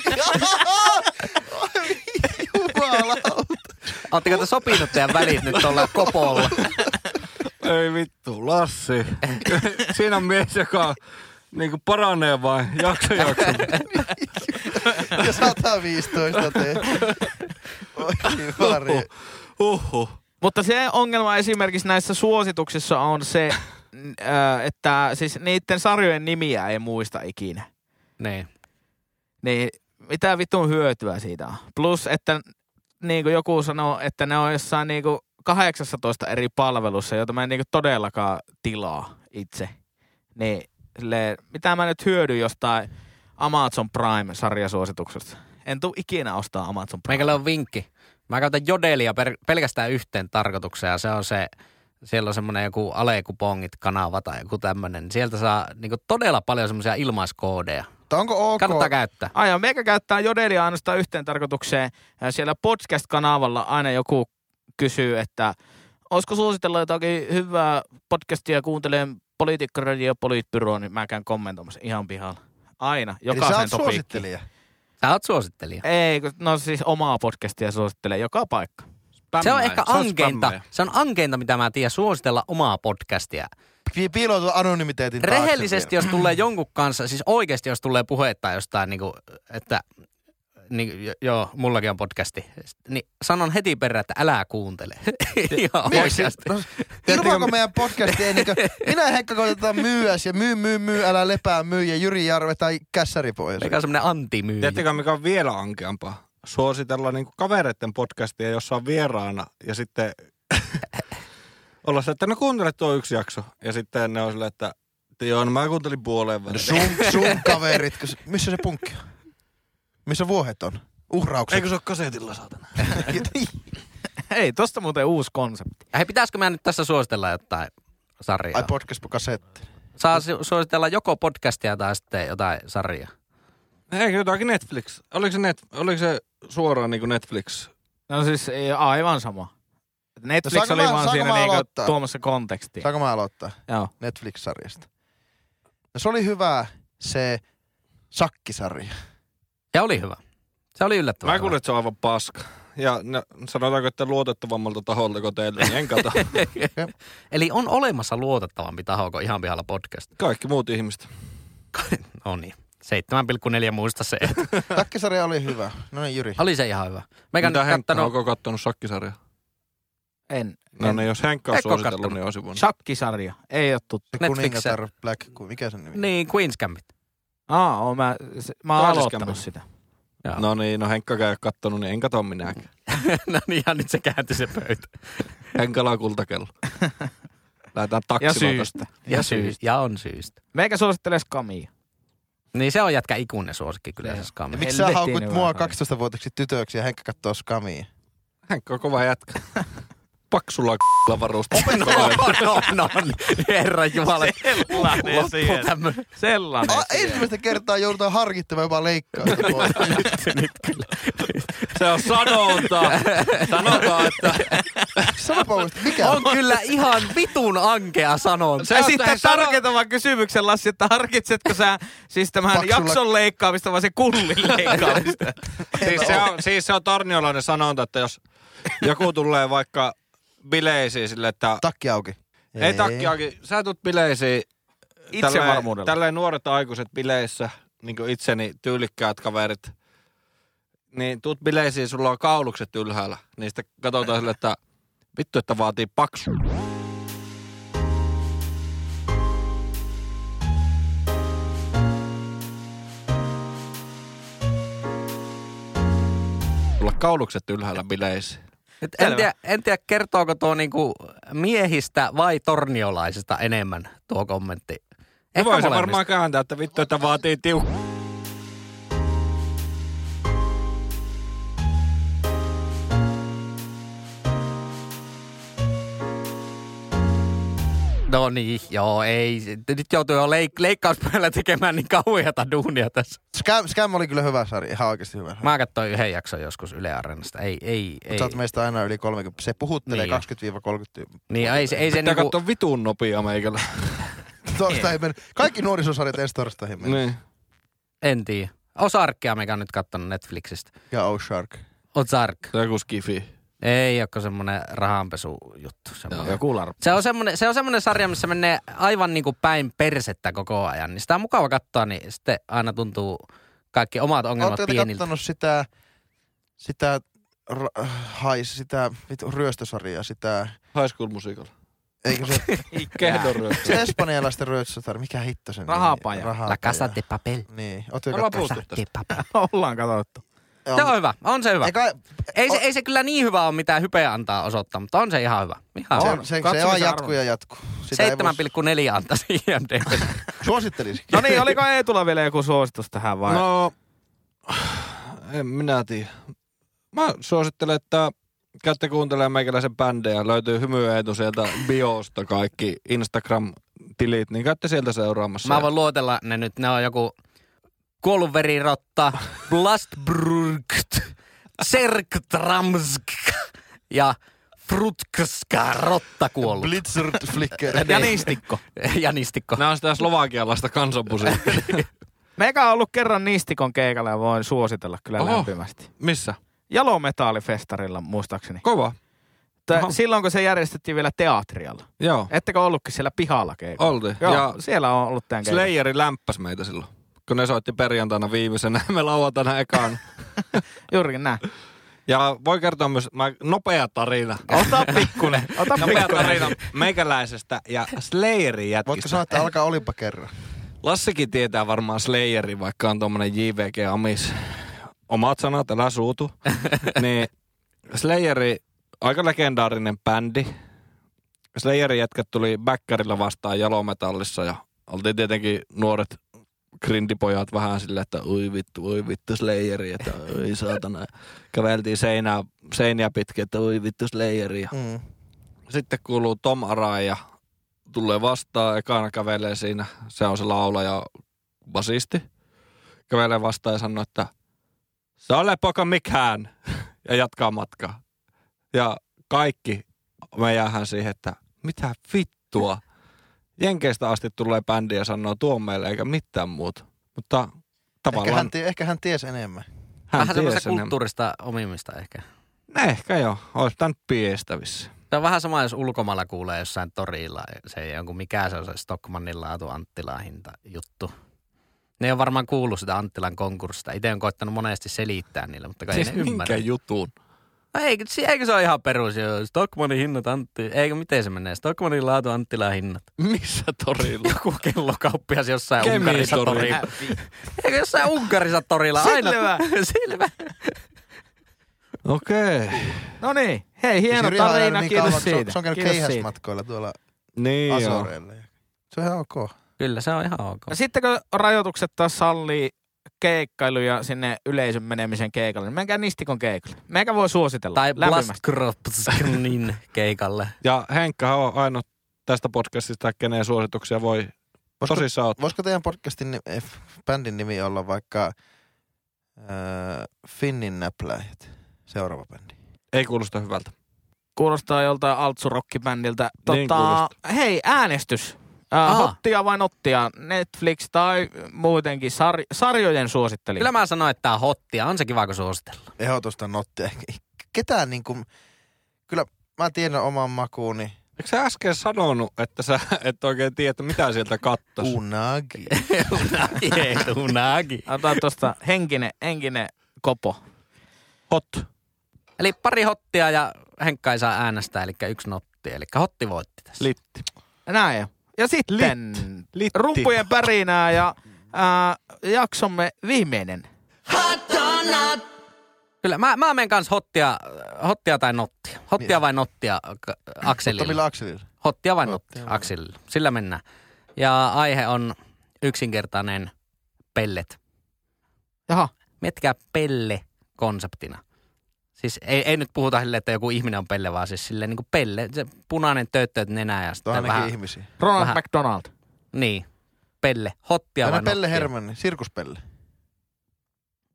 Speaker 1: Jumalauta.
Speaker 3: Ootteko te sopinut teidän välit nyt tuolla kopolla?
Speaker 2: Ei vittu, Lassi. Siinä on mies, joka niinku paranee vain jakso jakson.
Speaker 1: ja 115 teet. Oi, varje.
Speaker 2: Uhu.
Speaker 4: Mutta se ongelma esimerkiksi näissä suosituksissa on se, n- ö, että siis niiden sarjojen nimiä ei muista ikinä.
Speaker 3: niin.
Speaker 4: Niin mitä vitun hyötyä siitä on? Plus, että niin kuin joku sanoo, että ne on jossain niin kuin 18 eri palvelussa, jota mä en niin kuin todellakaan tilaa itse. Niin silleen, mitä mä nyt hyödyn jostain Amazon Prime-sarjasuosituksesta? En tuu ikinä ostaa Amazon Prime.
Speaker 3: Meikällä on vinkki. Mä käytän jodelia per, pelkästään yhteen tarkoitukseen ja se on se, siellä on semmoinen joku alekupongit kanava tai joku tämmöinen. Sieltä saa niinku todella paljon semmoisia ilmaiskoodeja.
Speaker 1: Mutta onko ok?
Speaker 3: Kannattaa käyttää.
Speaker 4: Aina meikä käyttää jodelia ainoastaan yhteen tarkoitukseen. Ja Siellä podcast-kanavalla aina joku kysyy, että olisiko suositella jotakin hyvää podcastia kuuntelemaan politiikka-radio politbyroon, niin mä käyn kommentoimassa ihan pihalla. Aina,
Speaker 1: Eli sä
Speaker 4: jokaisen
Speaker 1: oot
Speaker 4: topiikkiin.
Speaker 1: suosittelija.
Speaker 3: Sä oot suosittelija.
Speaker 4: Ei, kun- no siis omaa podcastia suosittelee joka paikka.
Speaker 3: Se on
Speaker 2: Spämmää.
Speaker 3: ehkä
Speaker 2: Sä oot
Speaker 3: ankeinta.
Speaker 2: spämmää.
Speaker 3: Se on ankeinta, mitä mä tiedän, suositella omaa podcastia.
Speaker 1: Pi- Piiloutua anonymiteetin taakse
Speaker 3: Rehellisesti, jos tulee jonkun kanssa, siis oikeasti, jos tulee puhetta jostain, niin kuin, että niin, jo- joo, mullakin on podcasti, niin sanon heti perään, että älä kuuntele. Ihan
Speaker 1: vielä. Miksi?
Speaker 3: oikeasti.
Speaker 1: No, Ilmaako meidän podcasti ei niinkö, minä ja Henkka koitetaan myyäs ja myy, myy, myy, älä lepää, myy ja Jyri Jarve tai Kässäri pois.
Speaker 3: Mikä on semmoinen antimyyjä.
Speaker 2: Tiedättekö, mikä on vielä ankeampaa? Suositella niinku kavereiden podcastia, jossa on vieraana ja sitten olla se, että no kuuntele tuo yksi jakso. Ja sitten ne on silleen, että että joo, no mä kuuntelin puoleen
Speaker 1: No
Speaker 2: väliin.
Speaker 1: Sun, sun kaverit, kun, se- missä se punkki on? Missä vuohet on? Uhraukset.
Speaker 2: Eikö se ole kasetilla, saatana?
Speaker 4: Ei, tosta muuten uusi konsepti.
Speaker 3: Hei, pitäisikö mä nyt tässä suositella jotain sarjaa?
Speaker 1: Ai podcast kasetti.
Speaker 3: Saa su- suositella joko podcastia tai sitten jotain sarjaa.
Speaker 2: No Eikö jotakin Netflix? Oliko se, net, oliko se suoraan niinku Netflix?
Speaker 4: No siis ei, aivan sama. Netflix
Speaker 1: No Saanko
Speaker 4: oli
Speaker 1: mä-
Speaker 4: vaan
Speaker 1: saanko
Speaker 4: siinä
Speaker 1: mä
Speaker 4: niinku
Speaker 1: aloittaa?
Speaker 4: tuomassa kontekstia.
Speaker 1: Saanko mä aloittaa
Speaker 4: Joo.
Speaker 1: Netflix-sarjasta? No se oli hyvä se sakkisarja.
Speaker 3: Ja oli hyvä. Se oli yllättävän
Speaker 2: Mä kuulin, että se on aivan paska. Ja no, sanotaanko, että luotettavammalta taholta kuin teille, niin en kato.
Speaker 3: hyvä. Eli on olemassa luotettavampi taho kuin ihan pihalla podcast.
Speaker 2: Kaikki muut ihmiset.
Speaker 3: No niin. 7,4 muista se.
Speaker 1: Sakkisarja oli hyvä. No niin Jyri.
Speaker 3: oli se ihan hyvä. Meikä
Speaker 2: Mitä
Speaker 3: nyt
Speaker 2: Henkka,
Speaker 3: kattanut...
Speaker 2: onko kattonut sakkisarjaa?
Speaker 4: En.
Speaker 2: No niin, jos Henkka on
Speaker 3: Eikö ole
Speaker 2: suositellut,
Speaker 3: kattonut?
Speaker 2: niin olisi voinut.
Speaker 4: Shakkisarja. Ei ole tuttu.
Speaker 1: Se
Speaker 3: Netflix-
Speaker 1: kuningatar Black, ku- mikä sen nimi? on?
Speaker 3: Niin, Queen's Gambit.
Speaker 4: Aa, oon mä, se, mä oon
Speaker 2: Kahdessa
Speaker 4: aloittanut
Speaker 2: kämpässä.
Speaker 4: sitä.
Speaker 2: No niin, no Henkka ei ole kattonut, niin en katso minäkään.
Speaker 3: no niin, ja nyt se kääntyi se pöytä.
Speaker 2: Henkalla on kultakello. Lähdetään taksilla
Speaker 4: syy.
Speaker 2: tästä.
Speaker 3: Ja, syystä. ja on syystä.
Speaker 4: Meikä suosittelee skamia.
Speaker 3: Niin se on jätkä ikuinen suosikki kyllä se
Speaker 4: Joo.
Speaker 3: skaami.
Speaker 1: Ja miksi sä
Speaker 4: Helvetin
Speaker 1: haukut
Speaker 4: hyvä
Speaker 1: mua
Speaker 4: sarja.
Speaker 1: 12-vuotiaaksi tytöksi ja Henkka kattoo skamia?
Speaker 2: Henkka on kova jätkä. Paksulla k***lla varustettu.
Speaker 3: No, no, no, niin. herra Jumala.
Speaker 4: Sellainen siihen.
Speaker 3: Loppu tämmöinen.
Speaker 4: Sellainen.
Speaker 1: Ah, ensimmäistä kertaa joudutaan harkittamaan jopa leikkaa.
Speaker 2: Se on sanonta. Sanotaan, että...
Speaker 1: Sanopa muista, mikä
Speaker 3: On kyllä ihan vitun ankea sanonta.
Speaker 4: Se
Speaker 2: on
Speaker 4: sitten
Speaker 2: tähän sano-
Speaker 4: tarkentavan kysymyksen, Lassi, että harkitsetko sä siis tämän
Speaker 1: Paksulla-
Speaker 4: jakson leikkaamista vai se kullin leikkaamista?
Speaker 2: Siis se, on, siis se on tarniolainen sanonta, että jos joku tulee vaikka bileisiin sille, että...
Speaker 1: Takki auki.
Speaker 2: ei takki auki, sä tulet bileisiin
Speaker 4: Itsevarmuudella.
Speaker 2: Tälleen nuoret aikuiset bileissä, niin kuin itseni tyylikkäät kaverit, niin tuut bileisiin, sulla on kaulukset ylhäällä. Niin sitten katsotaan sille, että vittu, että vaatii paksu. Sulla on kaulukset ylhäällä bileisiin.
Speaker 3: Et En tiedä, en tiedä, kertooko tuo niinku miehistä vai torniolaisista enemmän tuo kommentti.
Speaker 2: No
Speaker 3: Ehkä
Speaker 2: voi se
Speaker 3: molemmista.
Speaker 2: varmaan kääntää, että vittu, että vaatii tiukka.
Speaker 3: No niin, joo, ei. se- Nyt joutuu jo leik- leikkauspäällä tekemään niin kauheata duunia tässä.
Speaker 1: Scam, Scam oli kyllä hyvä sarja, ihan oikeasti hyvä. Mä,
Speaker 3: Mä katsoin yhden jakson joskus Yle Areenasta. Ei, ei, ei.
Speaker 1: Sä oot meistä aina yli 30. Se puhuttelee
Speaker 3: Niin.
Speaker 1: niin. 20-30.
Speaker 3: Niin, ei se, ei se
Speaker 2: Pitää
Speaker 3: niinku...
Speaker 2: katsoa vitun nopea meikälä.
Speaker 3: Niin.
Speaker 1: Torstaihin mennyt. Kaikki nuorisosarjat ensi torstaihin mennyt.
Speaker 2: niin.
Speaker 3: En tiedä. Ozarkia mikä on nyt kattonut Netflixistä.
Speaker 1: Ja O'Shark.
Speaker 3: Ozark.
Speaker 2: Se on joku skifi.
Speaker 3: Ei ole semmoinen rahanpesujuttu. Semmoinen.
Speaker 4: Joku larppi.
Speaker 3: Se on, semmoinen, se on semmoinen sarja, missä menee aivan niin kuin päin persettä koko ajan. Niin sitä on mukava katsoa, niin sitten aina tuntuu kaikki omat ongelmat
Speaker 1: Ootteko te
Speaker 3: pieniltä.
Speaker 1: kattonut sitä, sitä, ra- hais, sitä vitu, ryöstösarjaa, sitä,
Speaker 2: High School Musical.
Speaker 1: eikö se,
Speaker 2: Kehdon ryöstö.
Speaker 1: se espanjalaisten ryöstösarja, mikä hitto sen nimi on?
Speaker 4: Rahapaja.
Speaker 1: Rahapaja.
Speaker 3: La Casa de Papel.
Speaker 1: Niin, ootteko
Speaker 2: Ollaan
Speaker 1: kattonut?
Speaker 2: puhuttu
Speaker 3: Casa de
Speaker 2: tästä.
Speaker 3: Papel.
Speaker 4: Ollaan katsottu.
Speaker 3: Se on hyvä, on se hyvä.
Speaker 1: Eikä,
Speaker 3: Ei se,
Speaker 1: o-
Speaker 3: ei se kyllä niin hyvä ole, mitä hypeä antaa osoittaa, mutta on se ihan hyvä. Ihan
Speaker 1: se,
Speaker 3: hyvä.
Speaker 1: on, se, se,
Speaker 4: katsomisen
Speaker 1: vaan
Speaker 4: arvo.
Speaker 1: jatkuu ja jatkuu. Sitä ei voi-
Speaker 3: 7,4 antaa se IMDb.
Speaker 1: Suosittelisin.
Speaker 4: No niin, oliko Eetulla vielä joku suositus tähän vai?
Speaker 2: No, en minä tiedä. Mä suosittelen, että käytte kuuntelemaan meikäläisen bändejä. Löytyy hymyeetu sieltä biosta kaikki Instagram-tilit, niin käytte sieltä seuraamassa.
Speaker 3: Mä voin luotella ne nyt, ne on joku kuollut verirotta, Blastbrgt, Serktramsk ja Frutkska rotta kuollut.
Speaker 1: Blitzert flicker.
Speaker 3: niin.
Speaker 2: Niin.
Speaker 3: Janistikko. Janistikko.
Speaker 2: Nämä on sitä slovakialaista kansanpusia.
Speaker 4: Meikä on ollut kerran Nistikon keikalla ja voin suositella kyllä
Speaker 2: Oho.
Speaker 4: Oho. lämpimästi.
Speaker 2: Missä?
Speaker 4: Jalometallifestarilla muistaakseni.
Speaker 2: Kova.
Speaker 4: Tää-
Speaker 2: Oho.
Speaker 4: Silloin kun se järjestettiin vielä teatrialla.
Speaker 2: Joo.
Speaker 4: Ettekö ollutkin siellä pihalla keikalla?
Speaker 2: Oltiin.
Speaker 1: Oh,
Speaker 4: Joo,
Speaker 2: Ja
Speaker 4: ja siellä on ollut tämän keikan.
Speaker 2: Slayeri lämpäs meitä silloin. Kun ne soitti perjantaina viimeisenä, me lauantaina ekaan.
Speaker 4: Juurikin näin.
Speaker 2: Ja voi kertoa myös mä, nopea tarina.
Speaker 4: Ota pikkunen. Ota
Speaker 2: Nopea
Speaker 4: pikkunen.
Speaker 2: tarina meikäläisestä ja Slayerin
Speaker 1: Voitko
Speaker 2: jätkistä.
Speaker 1: sanoa, että alkaa olipa kerran?
Speaker 2: Lassikin tietää varmaan Slayerin, vaikka on tommonen JVG-amis. Omat sanat, älä suutu. niin Slayeri, aika legendaarinen bändi. Slayerin jätkät tuli Bäkkärillä vastaan Jalometallissa ja oltiin tietenkin nuoret grindipojat vähän silleen, että oi vittu, oi vittu Slayeri, että oi saatana. Käveltiin seinää, seiniä pitkin, että oi vittu Slayeri. Ja
Speaker 1: Mm.
Speaker 2: sitten kuuluu Tom Arai ja tulee vastaan, ekana kävelee siinä, se on se laula ja basisti. Kävelee vastaan ja sanoo, että se ole poika mikään ja jatkaa matkaa. Ja kaikki me jäähän siihen, että mitä vittua. Jenkeistä asti tulee bändi ja sanoo tuo meille eikä mitään muuta. Mutta
Speaker 1: Ehkä hän,
Speaker 2: tavallaan
Speaker 1: tie, ehkä hän tiesi enemmän.
Speaker 2: hän,
Speaker 3: vähän
Speaker 2: hän
Speaker 3: semmoista
Speaker 2: tiesi enemmän.
Speaker 3: kulttuurista omimista ehkä.
Speaker 2: Ne Ehkä joo, olisi tämän piestävissä.
Speaker 3: Se on vähän sama, jos ulkomailla kuulee jossain torilla. Se ei jonkun mikä se on se Stockmannin laatu Anttilan hinta juttu. Ne on varmaan kuullut sitä Anttilan konkurssista. Itse on koittanut monesti selittää niille, mutta kai
Speaker 2: Siis
Speaker 3: ei ne
Speaker 2: minkä
Speaker 3: ymmärrä.
Speaker 2: jutun?
Speaker 3: No eikö, si- eikö se ole ihan perus? joo, Stockmannin hinnat, Antti. Eikö, miten se menee? Stockmannin laatu, Anttilan hinnat.
Speaker 2: Missä torilla?
Speaker 3: Joku kellokauppias jossain
Speaker 2: Kemin
Speaker 3: Unkarissa
Speaker 2: torilla.
Speaker 3: torilla. Eikö jossain Unkarissa torilla? Aina.
Speaker 4: Selvä.
Speaker 3: Selvä.
Speaker 2: Okei.
Speaker 4: No niin, hei hieno
Speaker 1: Siis Jyri on ajanut
Speaker 4: tarina, kiitos
Speaker 1: kauan,
Speaker 4: siitä.
Speaker 1: Se on, se on käynyt
Speaker 4: Kiitos siitä.
Speaker 1: keihäsmatkoilla tuolla
Speaker 2: Niin joo.
Speaker 1: Asoreilla. Se on ihan ok.
Speaker 3: Kyllä, se on ihan ok.
Speaker 4: No sitten kun rajoitukset taas sallii keikkailuja sinne yleisön menemisen keikalle, niin menkää Nistikon keikalle. Meikä voi suositella
Speaker 3: Tai
Speaker 4: lämpimästi.
Speaker 3: Blastgropskrnin keikalle.
Speaker 2: Ja Henkka on ainoa tästä podcastista, kenen suosituksia voi
Speaker 1: Voisiko-
Speaker 2: tosissaan ottaa.
Speaker 1: Voisiko teidän podcastin ni- eh, bändin nimi olla vaikka äh, Finnin näpläjät? Seuraava bändi.
Speaker 2: Ei kuulosta hyvältä.
Speaker 4: Kuulostaa joltain altsurokkibändiltä.
Speaker 2: Niin
Speaker 4: Tota, hei, äänestys. Äh,
Speaker 3: Aha.
Speaker 4: hottia vai nottia? Netflix tai muutenkin sar- sarjojen suositteli.
Speaker 3: Kyllä mä sanoin, että tää on hottia. On se kiva, kun suositella.
Speaker 1: Ehdotusta nottia. Ketään niin kuin, kyllä mä tiedän oman makuuni.
Speaker 2: Eikö sä äsken sanonut, että sä et oikein tiedä, että mitä sieltä kattos?
Speaker 1: Unagi.
Speaker 3: Unagi.
Speaker 4: Otan tuosta henkinen, henkinen kopo.
Speaker 2: Hot.
Speaker 3: Eli pari hottia ja Henkka ei saa äänestää, eli yksi notti. Eli hotti voitti tässä.
Speaker 2: Litti.
Speaker 4: Näin. Ja sitten
Speaker 2: Litti.
Speaker 4: rumpujen pärinää ja ää, jaksomme viimeinen.
Speaker 3: Kyllä, mä, mä menen kanssa hottia, hottia tai nottia. Hottia
Speaker 1: Niin.
Speaker 3: vai nottia k-
Speaker 1: Mutta millä
Speaker 3: Akselilla.
Speaker 1: akselilla?
Speaker 3: Hottia vai
Speaker 1: Hottia
Speaker 3: nottia
Speaker 1: vai-
Speaker 3: Akselilla. Sillä mennään. Ja aihe on yksinkertainen pellet.
Speaker 4: Jaha.
Speaker 3: Miettikää pelle konseptina. Siis ei, ei nyt puhuta silleen, että joku ihminen on pelle, vaan siis silleen niin kuin pelle. Se punainen tööttööt nenää ja
Speaker 1: Tuo on
Speaker 3: sitten
Speaker 1: ainakin
Speaker 3: vähän...
Speaker 1: ihmisiä.
Speaker 4: Ronald
Speaker 3: Vähän.
Speaker 4: McDonald.
Speaker 3: Niin. Pelle. Hottia vai
Speaker 1: Aina Pelle
Speaker 3: nottia?
Speaker 1: Hermanni, sirkuspelle.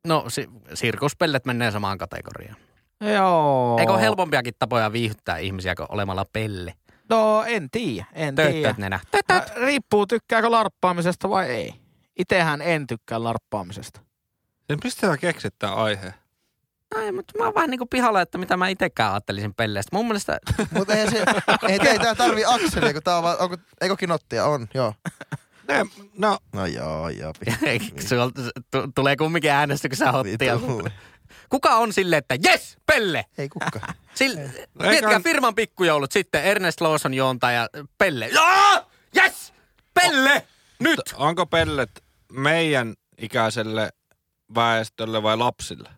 Speaker 3: No, si- sirkuspellet menee samaan kategoriaan.
Speaker 4: Joo.
Speaker 3: Eikö ole helpompiakin tapoja viihdyttää ihmisiä kuin olemalla pelle?
Speaker 4: No en tiedä, en tiedä.
Speaker 1: Niin.
Speaker 3: Tööttööt nenä.
Speaker 4: Ä, Riippuu tykkääkö larppaamisesta vai ei. Itehän en tykkää larppaamisesta.
Speaker 2: Siis mistä sä keksit tää aihe?
Speaker 3: Ai, mutta mä oon vähän niinku pihalla, että mitä mä itekään ajattelisin pelleistä. Mun mielestä,
Speaker 1: Mutta eihän se, ei, ei tää tarvii akselia, kun tää on vaan, onko, eikökin nottia? On, joo.
Speaker 2: Ne, no,
Speaker 1: No joo, joo. Niin, pi-
Speaker 3: Sulta t- tulee kumminkin äänestyksessä
Speaker 1: Niin,
Speaker 3: hottia.
Speaker 1: Vittu.
Speaker 3: Kuka on silleen, että jes, pelle!
Speaker 1: Ei kukka.
Speaker 3: Sil- Miettikää firman pikkujoulut sitten. Ernest Lawson juontaa ja pelle. Jaa! Jes! Pelle!
Speaker 2: nyt! Onko pellet meidän ikäiselle väestölle vai lapsille?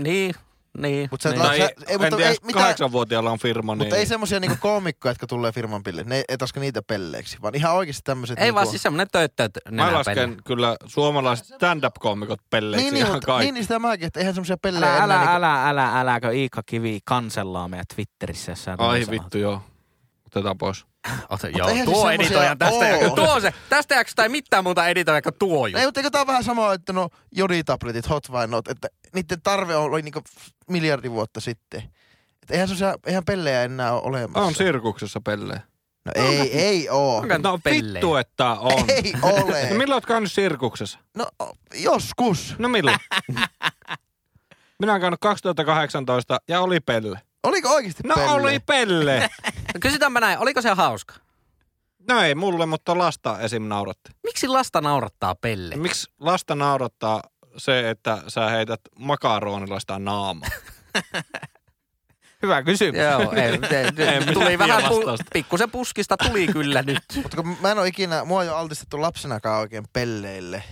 Speaker 3: Niin, niin.
Speaker 1: Mut sä et
Speaker 3: niin.
Speaker 1: la-
Speaker 2: Tai,
Speaker 1: No ei,
Speaker 2: ei,
Speaker 1: mutta
Speaker 2: en tiedä,
Speaker 1: ei
Speaker 2: ei,
Speaker 1: mitään-
Speaker 2: kahdeksanvuotiaalla on firma,
Speaker 1: Mutta
Speaker 2: niin...
Speaker 1: ei semmosia niinku koomikkoja, jotka tulee firman pille. Ne ei taska niitä pelleiksi, vaan ihan oikeesti tämmöiset.
Speaker 3: Ei
Speaker 1: niinku,
Speaker 3: vaan siis semmonen töyttööt
Speaker 2: Mä
Speaker 3: nenäpelle.
Speaker 2: lasken kyllä suomalaiset stand-up-koomikot pelleiksi
Speaker 1: Niin, niin,
Speaker 2: ihan
Speaker 1: mutta,
Speaker 2: kaikki.
Speaker 1: niin, niin sitä mäkin, että eihän semmosia pellejä enää.
Speaker 4: Älä, älä,
Speaker 1: niinku-
Speaker 4: älä,
Speaker 1: niin.
Speaker 4: älä, äläkö Iikka Kivi kansellaa meidän Twitterissä. Jos sä
Speaker 2: Ai
Speaker 4: näin sanot.
Speaker 2: vittu, joo. Otetaan pois.
Speaker 3: Ota,
Speaker 1: Mutta
Speaker 3: joo,
Speaker 1: eihän
Speaker 3: tuo
Speaker 1: siis semmosia
Speaker 3: editoijan tästä
Speaker 1: oo.
Speaker 3: jakso. Tuo se. Tästä jakso tai mitään muuta editoja kuin tuo just.
Speaker 1: Ei, mutta eikö tää vähän sama, että no joditabletit, hot vai not, että niiden tarve oli niinku miljardi vuotta sitten. Et eihän, semmosia, eihän pellejä enää ole olemassa.
Speaker 2: On sirkuksessa pelleen.
Speaker 1: No ei, ei oo.
Speaker 3: Onko
Speaker 2: No
Speaker 3: pelleen?
Speaker 2: vittu, että on.
Speaker 1: Ei ole.
Speaker 2: No milloin oot käynyt sirkuksessa?
Speaker 1: No o- joskus.
Speaker 2: No milloin? Minä oon käynyt 2018 ja oli pelle.
Speaker 1: Oliko oikeesti
Speaker 2: No
Speaker 1: pelle?
Speaker 2: oli pelle.
Speaker 3: Kysytäänpä näin, oliko se hauska?
Speaker 2: No ei mulle, mutta lasta esim. nauratti.
Speaker 3: Miksi lasta naurattaa pelle?
Speaker 2: Miksi lasta naurattaa se, että sä heität makaronilla sitä naamaa?
Speaker 4: Hyvä kysymys.
Speaker 3: Joo, ei, te,
Speaker 2: En minä
Speaker 3: tuli
Speaker 2: tiedä
Speaker 3: vähän pu,
Speaker 2: vastausta.
Speaker 3: pikkusen puskista tuli kyllä nyt.
Speaker 1: Mutta kun mä en oo ikinä, mua ei oo altistettu lapsenakaan oikein pelleille.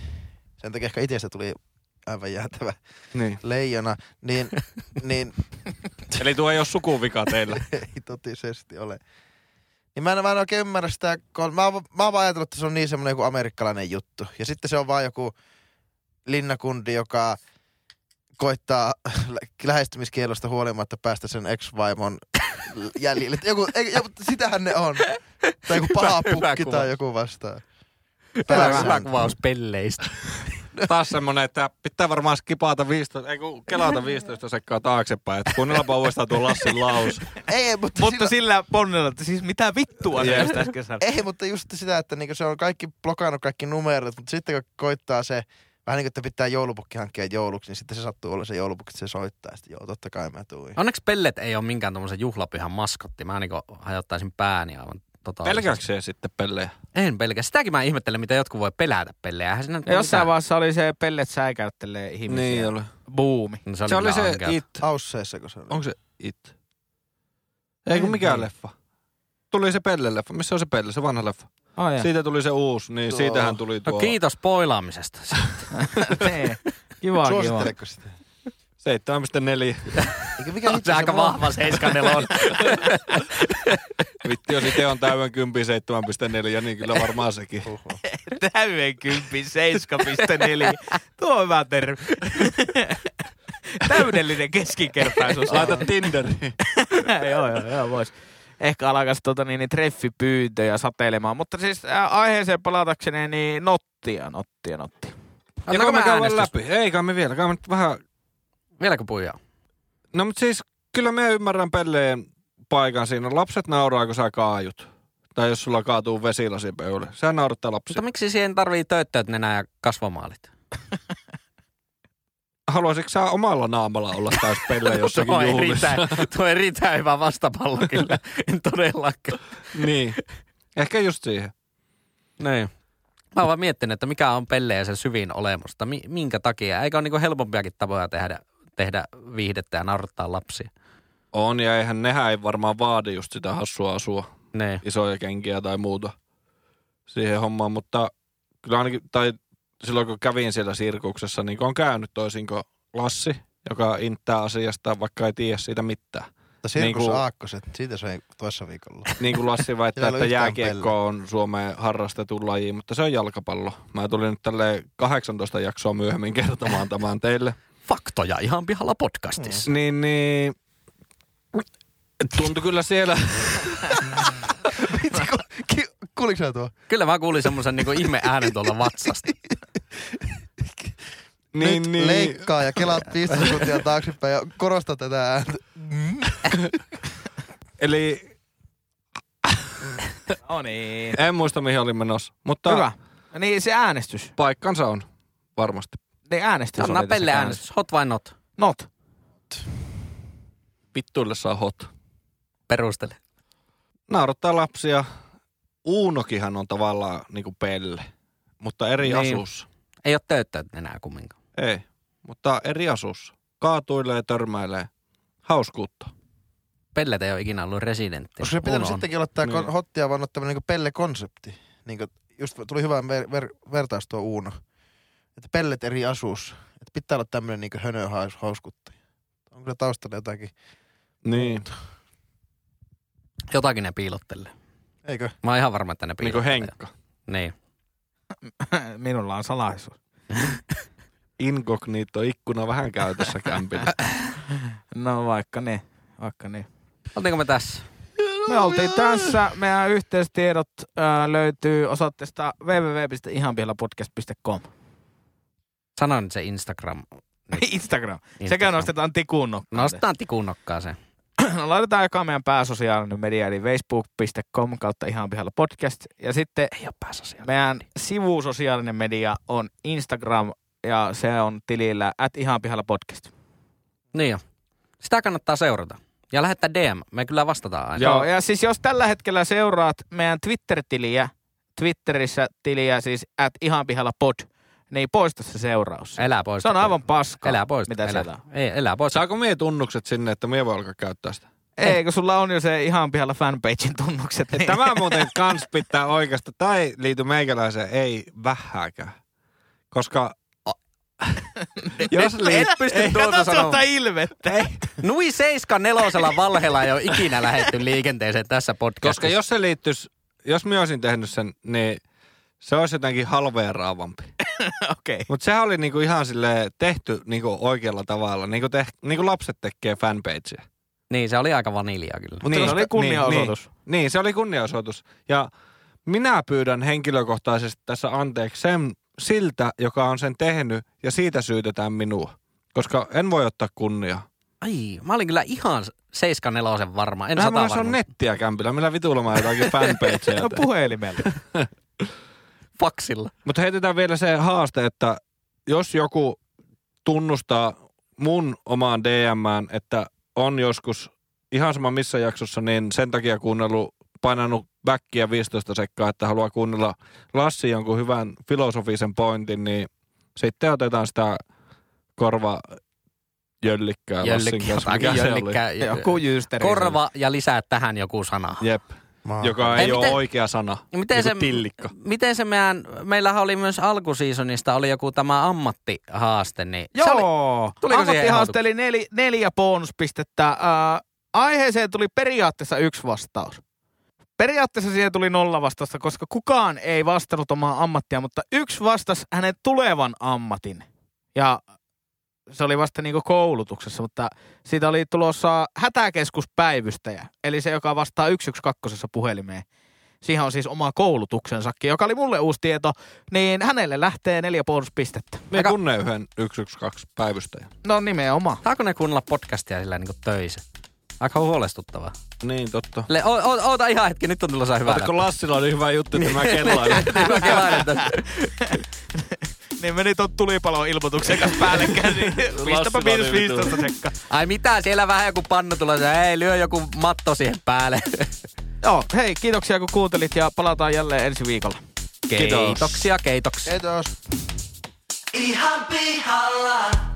Speaker 1: Sen takia ehkä itsestä tuli aivan jäätävä
Speaker 2: Niin.
Speaker 1: leijona, niin, niin
Speaker 2: Eli tuo ei ole sukuvika teillä.
Speaker 1: ei totisesti ole. Niin mä en, mä en oikein ymmärrä sitä, kun mä, oon- mä oon vaan ajatellut, että se on niin semmoinen joku amerikkalainen juttu. Ja sitten se on vaan joku linnakundi, joka koittaa lä- lähestymiskielosta huolimatta päästä sen ex-vaimon jäljille. Joku, ei, joku, sitähän ne on. Tai joku paha
Speaker 3: Hyvä- hyvä
Speaker 1: pukki
Speaker 3: kuvaus.
Speaker 1: tai joku vastaan.
Speaker 3: Hyvä,
Speaker 1: Pääsään.
Speaker 3: hyvä kuvaus pelleistä.
Speaker 2: Taas semmonen, että pitää varmaan skipaata 15, ei kun kelata 15 sekkaa taaksepäin. Että kuunnellaanpa uudestaan tuo Lassin laus.
Speaker 1: Ei, mutta,
Speaker 4: Mutta
Speaker 1: sillä,
Speaker 4: sillä ponnella, että siis mitä vittua se
Speaker 2: Jep.
Speaker 4: just äsken sanoi.
Speaker 1: ei, mutta just sitä, että niinku se on kaikki blokannut kaikki numerot, mutta sitten kun koittaa se, vähän niin kuin, että pitää joulupukki hankkia jouluksi, niin sitten se sattuu olla se joulupukki, että se soittaa. ja Sitten joo, totta kai mä tuin.
Speaker 3: Onneksi pellet ei ole minkään tommosen juhlapyhän maskotti. Mä niinku hajottaisin pääni aivan totaalisesti.
Speaker 2: Pelkääkseen sitten pellejä.
Speaker 3: En pelkää. Sitäkin mä ihmettelen, mitä jotkut voi pelätä pellejä. Eihän siinä nyt ole
Speaker 4: Jossain Niin
Speaker 3: mitään.
Speaker 4: vaiheessa oli se pellet säikäyttelee ihmisiä.
Speaker 2: Niin oli.
Speaker 4: Buumi.
Speaker 3: No, se oli,
Speaker 2: Se oli se
Speaker 3: it.
Speaker 2: It.
Speaker 1: Hausseissa, kun se oli.
Speaker 2: Onko se It? Ei kun
Speaker 4: Niin.
Speaker 2: mikä leffa? Tuli se pelle-leffa. Missä on se pelle, se vanha leffa?
Speaker 4: Oh, jaa.
Speaker 2: Siitä tuli se uusi, niin
Speaker 1: Tuo-
Speaker 2: siitähän tuli tuo
Speaker 3: No kiitos poilaamisesta.
Speaker 4: Nee. Niin. kiva, kiva.
Speaker 1: Suositteletko sitä?
Speaker 2: 7,4.
Speaker 1: Eikä mikä
Speaker 3: on
Speaker 1: hitto
Speaker 3: se
Speaker 1: se
Speaker 3: aika
Speaker 1: maa-
Speaker 3: vahva 74.
Speaker 2: Vittu, jos itse on täyden kympi 7,4, niin kyllä varmaan sekin.
Speaker 1: Huhhuh.
Speaker 4: Täyden kympin 7,4. Tuo on hyvä termi. Täydellinen keskikertaisuus.
Speaker 2: Laita Tinderiin.
Speaker 4: joo, joo, joo, vois. Ehkä alkaisi tota, niin, niin, treffipyyntöjä sateilemaan. Mutta siis ää, aiheeseen palatakseni, niin nottia, nottia, nottia.
Speaker 2: Ja
Speaker 3: Annanko
Speaker 2: kun
Speaker 3: mä
Speaker 2: me käydään
Speaker 3: äänestys?
Speaker 2: läpi. Ei kai me vielä, kai me nyt vähän
Speaker 3: Vieläkö puijaa?
Speaker 2: No mutta siis kyllä mä ymmärrän pelleen paikan siinä. Lapset nauraa, kun sä kaajut. Tai jos sulla kaatuu vesilasi pöydälle. Sä naurattaa lapsia.
Speaker 3: Mutta miksi siihen tarvii töyttäyt nenää ja kasvomaalit?
Speaker 2: Haluaisitko sä omalla naamalla olla taas pelle jossakin
Speaker 3: tuo, ei
Speaker 2: juhlissa?
Speaker 3: riitä, tuo ei riitä hyvä vastapallo kyllä. En todellakaan.
Speaker 2: niin. Ehkä just siihen.
Speaker 1: Niin.
Speaker 3: Näin. Mä oon vaan miettinyt, että mikä on pellejä sen syvin olemusta. Mi- minkä takia? Eikä ole niinku helpompiakin tapoja tehdä, tehdä viihdettä ja naurattaa lapsia.
Speaker 2: On ja eihän nehän ei varmaan vaadi just sitä hassua asua.
Speaker 3: Niin.
Speaker 2: Isoja kenkiä tai muuta siihen hommaan. Mutta kyllä ainakin, tai silloin kun kävin siellä sirkuksessa, niin kun on käynyt toisin kuin Lassi, joka inttää asiasta, vaikka ei tiedä siitä mitään.
Speaker 1: Mutta Sirkus
Speaker 2: Niinku-
Speaker 1: Aakkoset, siitä se toissa viikolla.
Speaker 2: niin kuin Lassi väittää,
Speaker 1: Siellä ei ole
Speaker 2: että
Speaker 1: yhtään
Speaker 2: jääkiekko on Suomeen harrastetun laji, mutta se on jalkapallo. Mä tulin nyt tälle 18 jaksoa myöhemmin kertomaan tämän teille.
Speaker 3: Faktoja ihan pihalla podcastissa.
Speaker 2: Niin, niin... Tuntui kyllä siellä...
Speaker 1: Vitsi, ku- ki- Kuuliko sä tuo?
Speaker 3: Kyllä mä kuulin semmoisen niinku ihme äänen tuolla vatsasta.
Speaker 2: Niin,
Speaker 1: Nyt
Speaker 2: niin,
Speaker 1: leikkaa ja kelaat 15 sekuntia taaksepäin ja korosta tätä ääntä.
Speaker 2: Eli
Speaker 4: No niin.
Speaker 2: en muista mihin olin menossa, mutta
Speaker 4: Hyvä. Niin se äänestys.
Speaker 2: paikkansa on varmasti.
Speaker 4: Niin äänestys
Speaker 3: Anna
Speaker 4: oli tässä
Speaker 3: pelle
Speaker 4: käynnissä.
Speaker 3: äänestys. Hot vai not?
Speaker 4: Not.
Speaker 2: Vittuille saa hot.
Speaker 3: Perustele.
Speaker 2: Naurattaa lapsia. Uunokihan on tavallaan niinku pelle, mutta eri
Speaker 3: Niin.
Speaker 2: asussa.
Speaker 3: Ei ole töyttäyt enää kumminkaan.
Speaker 2: Ei, mutta eri asussa. Kaatuilee, törmäilee. Hauskuutta.
Speaker 3: Pellet ei ole ikinä ollut residentti.
Speaker 1: Onko se pitänyt
Speaker 3: Uno on.
Speaker 1: sittenkin olla tää
Speaker 2: Niin.
Speaker 1: kon- hottia, vaan olla tämmönen niinku pelle-konsepti? Niinku, just tuli hyvä ver- ver- vertaus tuo Uuno. Että pellet eri asuus. Että pitää olla tämmönen niinku hönöhauskuttaja. Onko se taustalla jotakin?
Speaker 2: Niin.
Speaker 3: Jotakin ne piilottelee.
Speaker 1: Eikö?
Speaker 3: Mä oon ihan varma, että ne
Speaker 2: Niin kuin
Speaker 3: piilottelee.
Speaker 2: Henkka.
Speaker 3: Niin.
Speaker 4: Minulla on salaisuus.
Speaker 2: Inkognito ikkuna vähän käytössä kämpillä.
Speaker 4: No vaikka ne. Vaikka ne.
Speaker 3: Oltiinko me tässä?
Speaker 4: Me oltiin tässä. Meidän yhteystiedot ää, löytyy osoitteesta www.ihanpihlapodcast.com.
Speaker 3: Sanon se Instagram.
Speaker 4: Instagram. Sekä
Speaker 3: Instagram.
Speaker 4: nostetaan tikuun nokkaan. No,
Speaker 3: Nostetaan No, tikun nokkaa se.
Speaker 4: Laitetaan joka meidän pääsosiaalinen media, eli facebook.com kautta ihan pihalla podcast. Ja sitten
Speaker 3: Ei ole pääsosiaalinen.
Speaker 4: meidän sivusosiaalinen media on Instagram, ja se on tilillä at ihan pihalla podcast.
Speaker 3: Niin jo. Sitä kannattaa seurata. Ja lähettää DM. Me kyllä vastataan aina.
Speaker 4: Joo, ja siis jos tällä hetkellä seuraat meidän Twitter-tiliä, Twitterissä tiliä siis at ihan pihalla pod, niin poista se seuraus.
Speaker 3: Elää pois.
Speaker 4: Se on aivan paskaa.
Speaker 3: Elää pois.
Speaker 4: Mitä
Speaker 3: elää.
Speaker 4: siellä on?
Speaker 3: Ei, elää pois.
Speaker 2: Saako mie tunnukset sinne, että mie voi alkaa käyttää sitä?
Speaker 4: Ei, kun sulla on jo se ihan pihalla fanpagein tunnukset. Niin.
Speaker 2: Tämä muuten kans pitää oikeasta. Tai ei liity meikäläiseen, ei vähääkään. Koska... Jos
Speaker 3: en pysty tuota
Speaker 4: Kato tuota
Speaker 3: sanomaan.
Speaker 4: ilmettä.
Speaker 3: Nui 74 valhella ei ole ikinä lähetty liikenteeseen tässä podcastissa.
Speaker 2: Koska jos se liittyisi, jos minä olisin tehnyt sen, niin se olisi jotenkin halveeraavampi.
Speaker 4: Okei.
Speaker 2: Mutta sehän oli niinku ihan sille tehty niinku oikealla tavalla, niinku, te, niinku lapset tekee fanpagea.
Speaker 3: Niin, se oli aika vaniljaa kyllä.
Speaker 4: Mutta se oli kunniaosoitus.
Speaker 2: Niin, niin, se oli kunniaosoitus. Ja minä pyydän henkilökohtaisesti tässä anteeksi sen, siltä, joka on sen tehnyt, ja siitä syytetään minua. Koska en voi ottaa kunniaa.
Speaker 3: Ai, mä olin kyllä ihan 74 varma. En
Speaker 2: Mä
Speaker 3: sata
Speaker 2: en
Speaker 3: varma.
Speaker 2: se on nettiä kämpillä, millä vitulla mä jotakin fanpagea
Speaker 4: No
Speaker 2: teen.
Speaker 4: puhelimella.
Speaker 3: Faksilla.
Speaker 2: Mutta heitetään vielä se haaste, että jos joku tunnustaa mun omaan DMään, että on joskus ihan sama missä jaksossa, niin sen takia kuunnellut, painanut backia 15 sekkaa, että haluaa kuunnella Lassi jonkun hyvän filosofisen pointin, niin sitten otetaan sitä korva jöllikkää Lassin
Speaker 3: Jöllikkä,
Speaker 2: kanssa. Mikä
Speaker 3: jotakin
Speaker 2: se oli?
Speaker 3: jöllikkä.
Speaker 4: Joku jysteri.
Speaker 3: Korva ja lisää tähän joku sana.
Speaker 2: Jep,
Speaker 1: Mä oon-
Speaker 2: joka
Speaker 3: Ei,
Speaker 2: ei, ei ole
Speaker 3: miten-
Speaker 2: oikea sana.
Speaker 3: Ja Miten
Speaker 2: Joku
Speaker 3: se,
Speaker 2: tillikka.
Speaker 3: miten se meidän, meillähän oli myös alkuseasonista oli joku tämä ammattihaaste, niin se oli,
Speaker 4: Joo.
Speaker 3: tuliko siihen
Speaker 4: Ammattihaaste eli nel, neljä bonuspistettä. Äh, aiheeseen tuli periaatteessa yksi vastaus. Periaatteessa siihen tuli nolla vastausta, koska kukaan ei vastannut omaa ammattia, mutta yksi vastasi hänen tulevan ammatin. Ja se oli vasta niinku koulutuksessa, mutta siitä oli tulossa hätäkeskuspäivystäjä, eli se, joka vastaa 112 puhelimeen. Siihen on siis oma koulutuksensakin, joka oli mulle uusi tieto, niin hänelle lähtee neljä bonuspistettä.
Speaker 2: Me Aika... tunnen yhden 112 päivystäjän.
Speaker 4: No nimenomaan.
Speaker 3: saako ne kuunnella podcastia sillä niin töissä? Aika huolestuttavaa.
Speaker 2: Niin, totta.
Speaker 3: Le, o, o, oota ihan hetki, nyt on tulossa hyvä.
Speaker 2: Otatko Lassilla oli hyvä juttu, että mä kellaan.
Speaker 3: läppä. Hyvä kelainen tässä.
Speaker 4: Niin meni tuon tulipalon ilmoituksen kanssa päällekkäin, niin pistäpä
Speaker 2: Lassila
Speaker 4: miinus
Speaker 2: oli vitu.
Speaker 4: 15 sekka.
Speaker 3: Ai mitä, siellä vähän joku pannu tulee, se, ei lyö joku matto siihen päälle.
Speaker 4: Joo, hei, kiitoksia kun kuuntelit ja palataan jälleen ensi viikolla.
Speaker 3: Keitoksia, keitoksia.
Speaker 1: Kiitos.
Speaker 5: Ihan pihalla.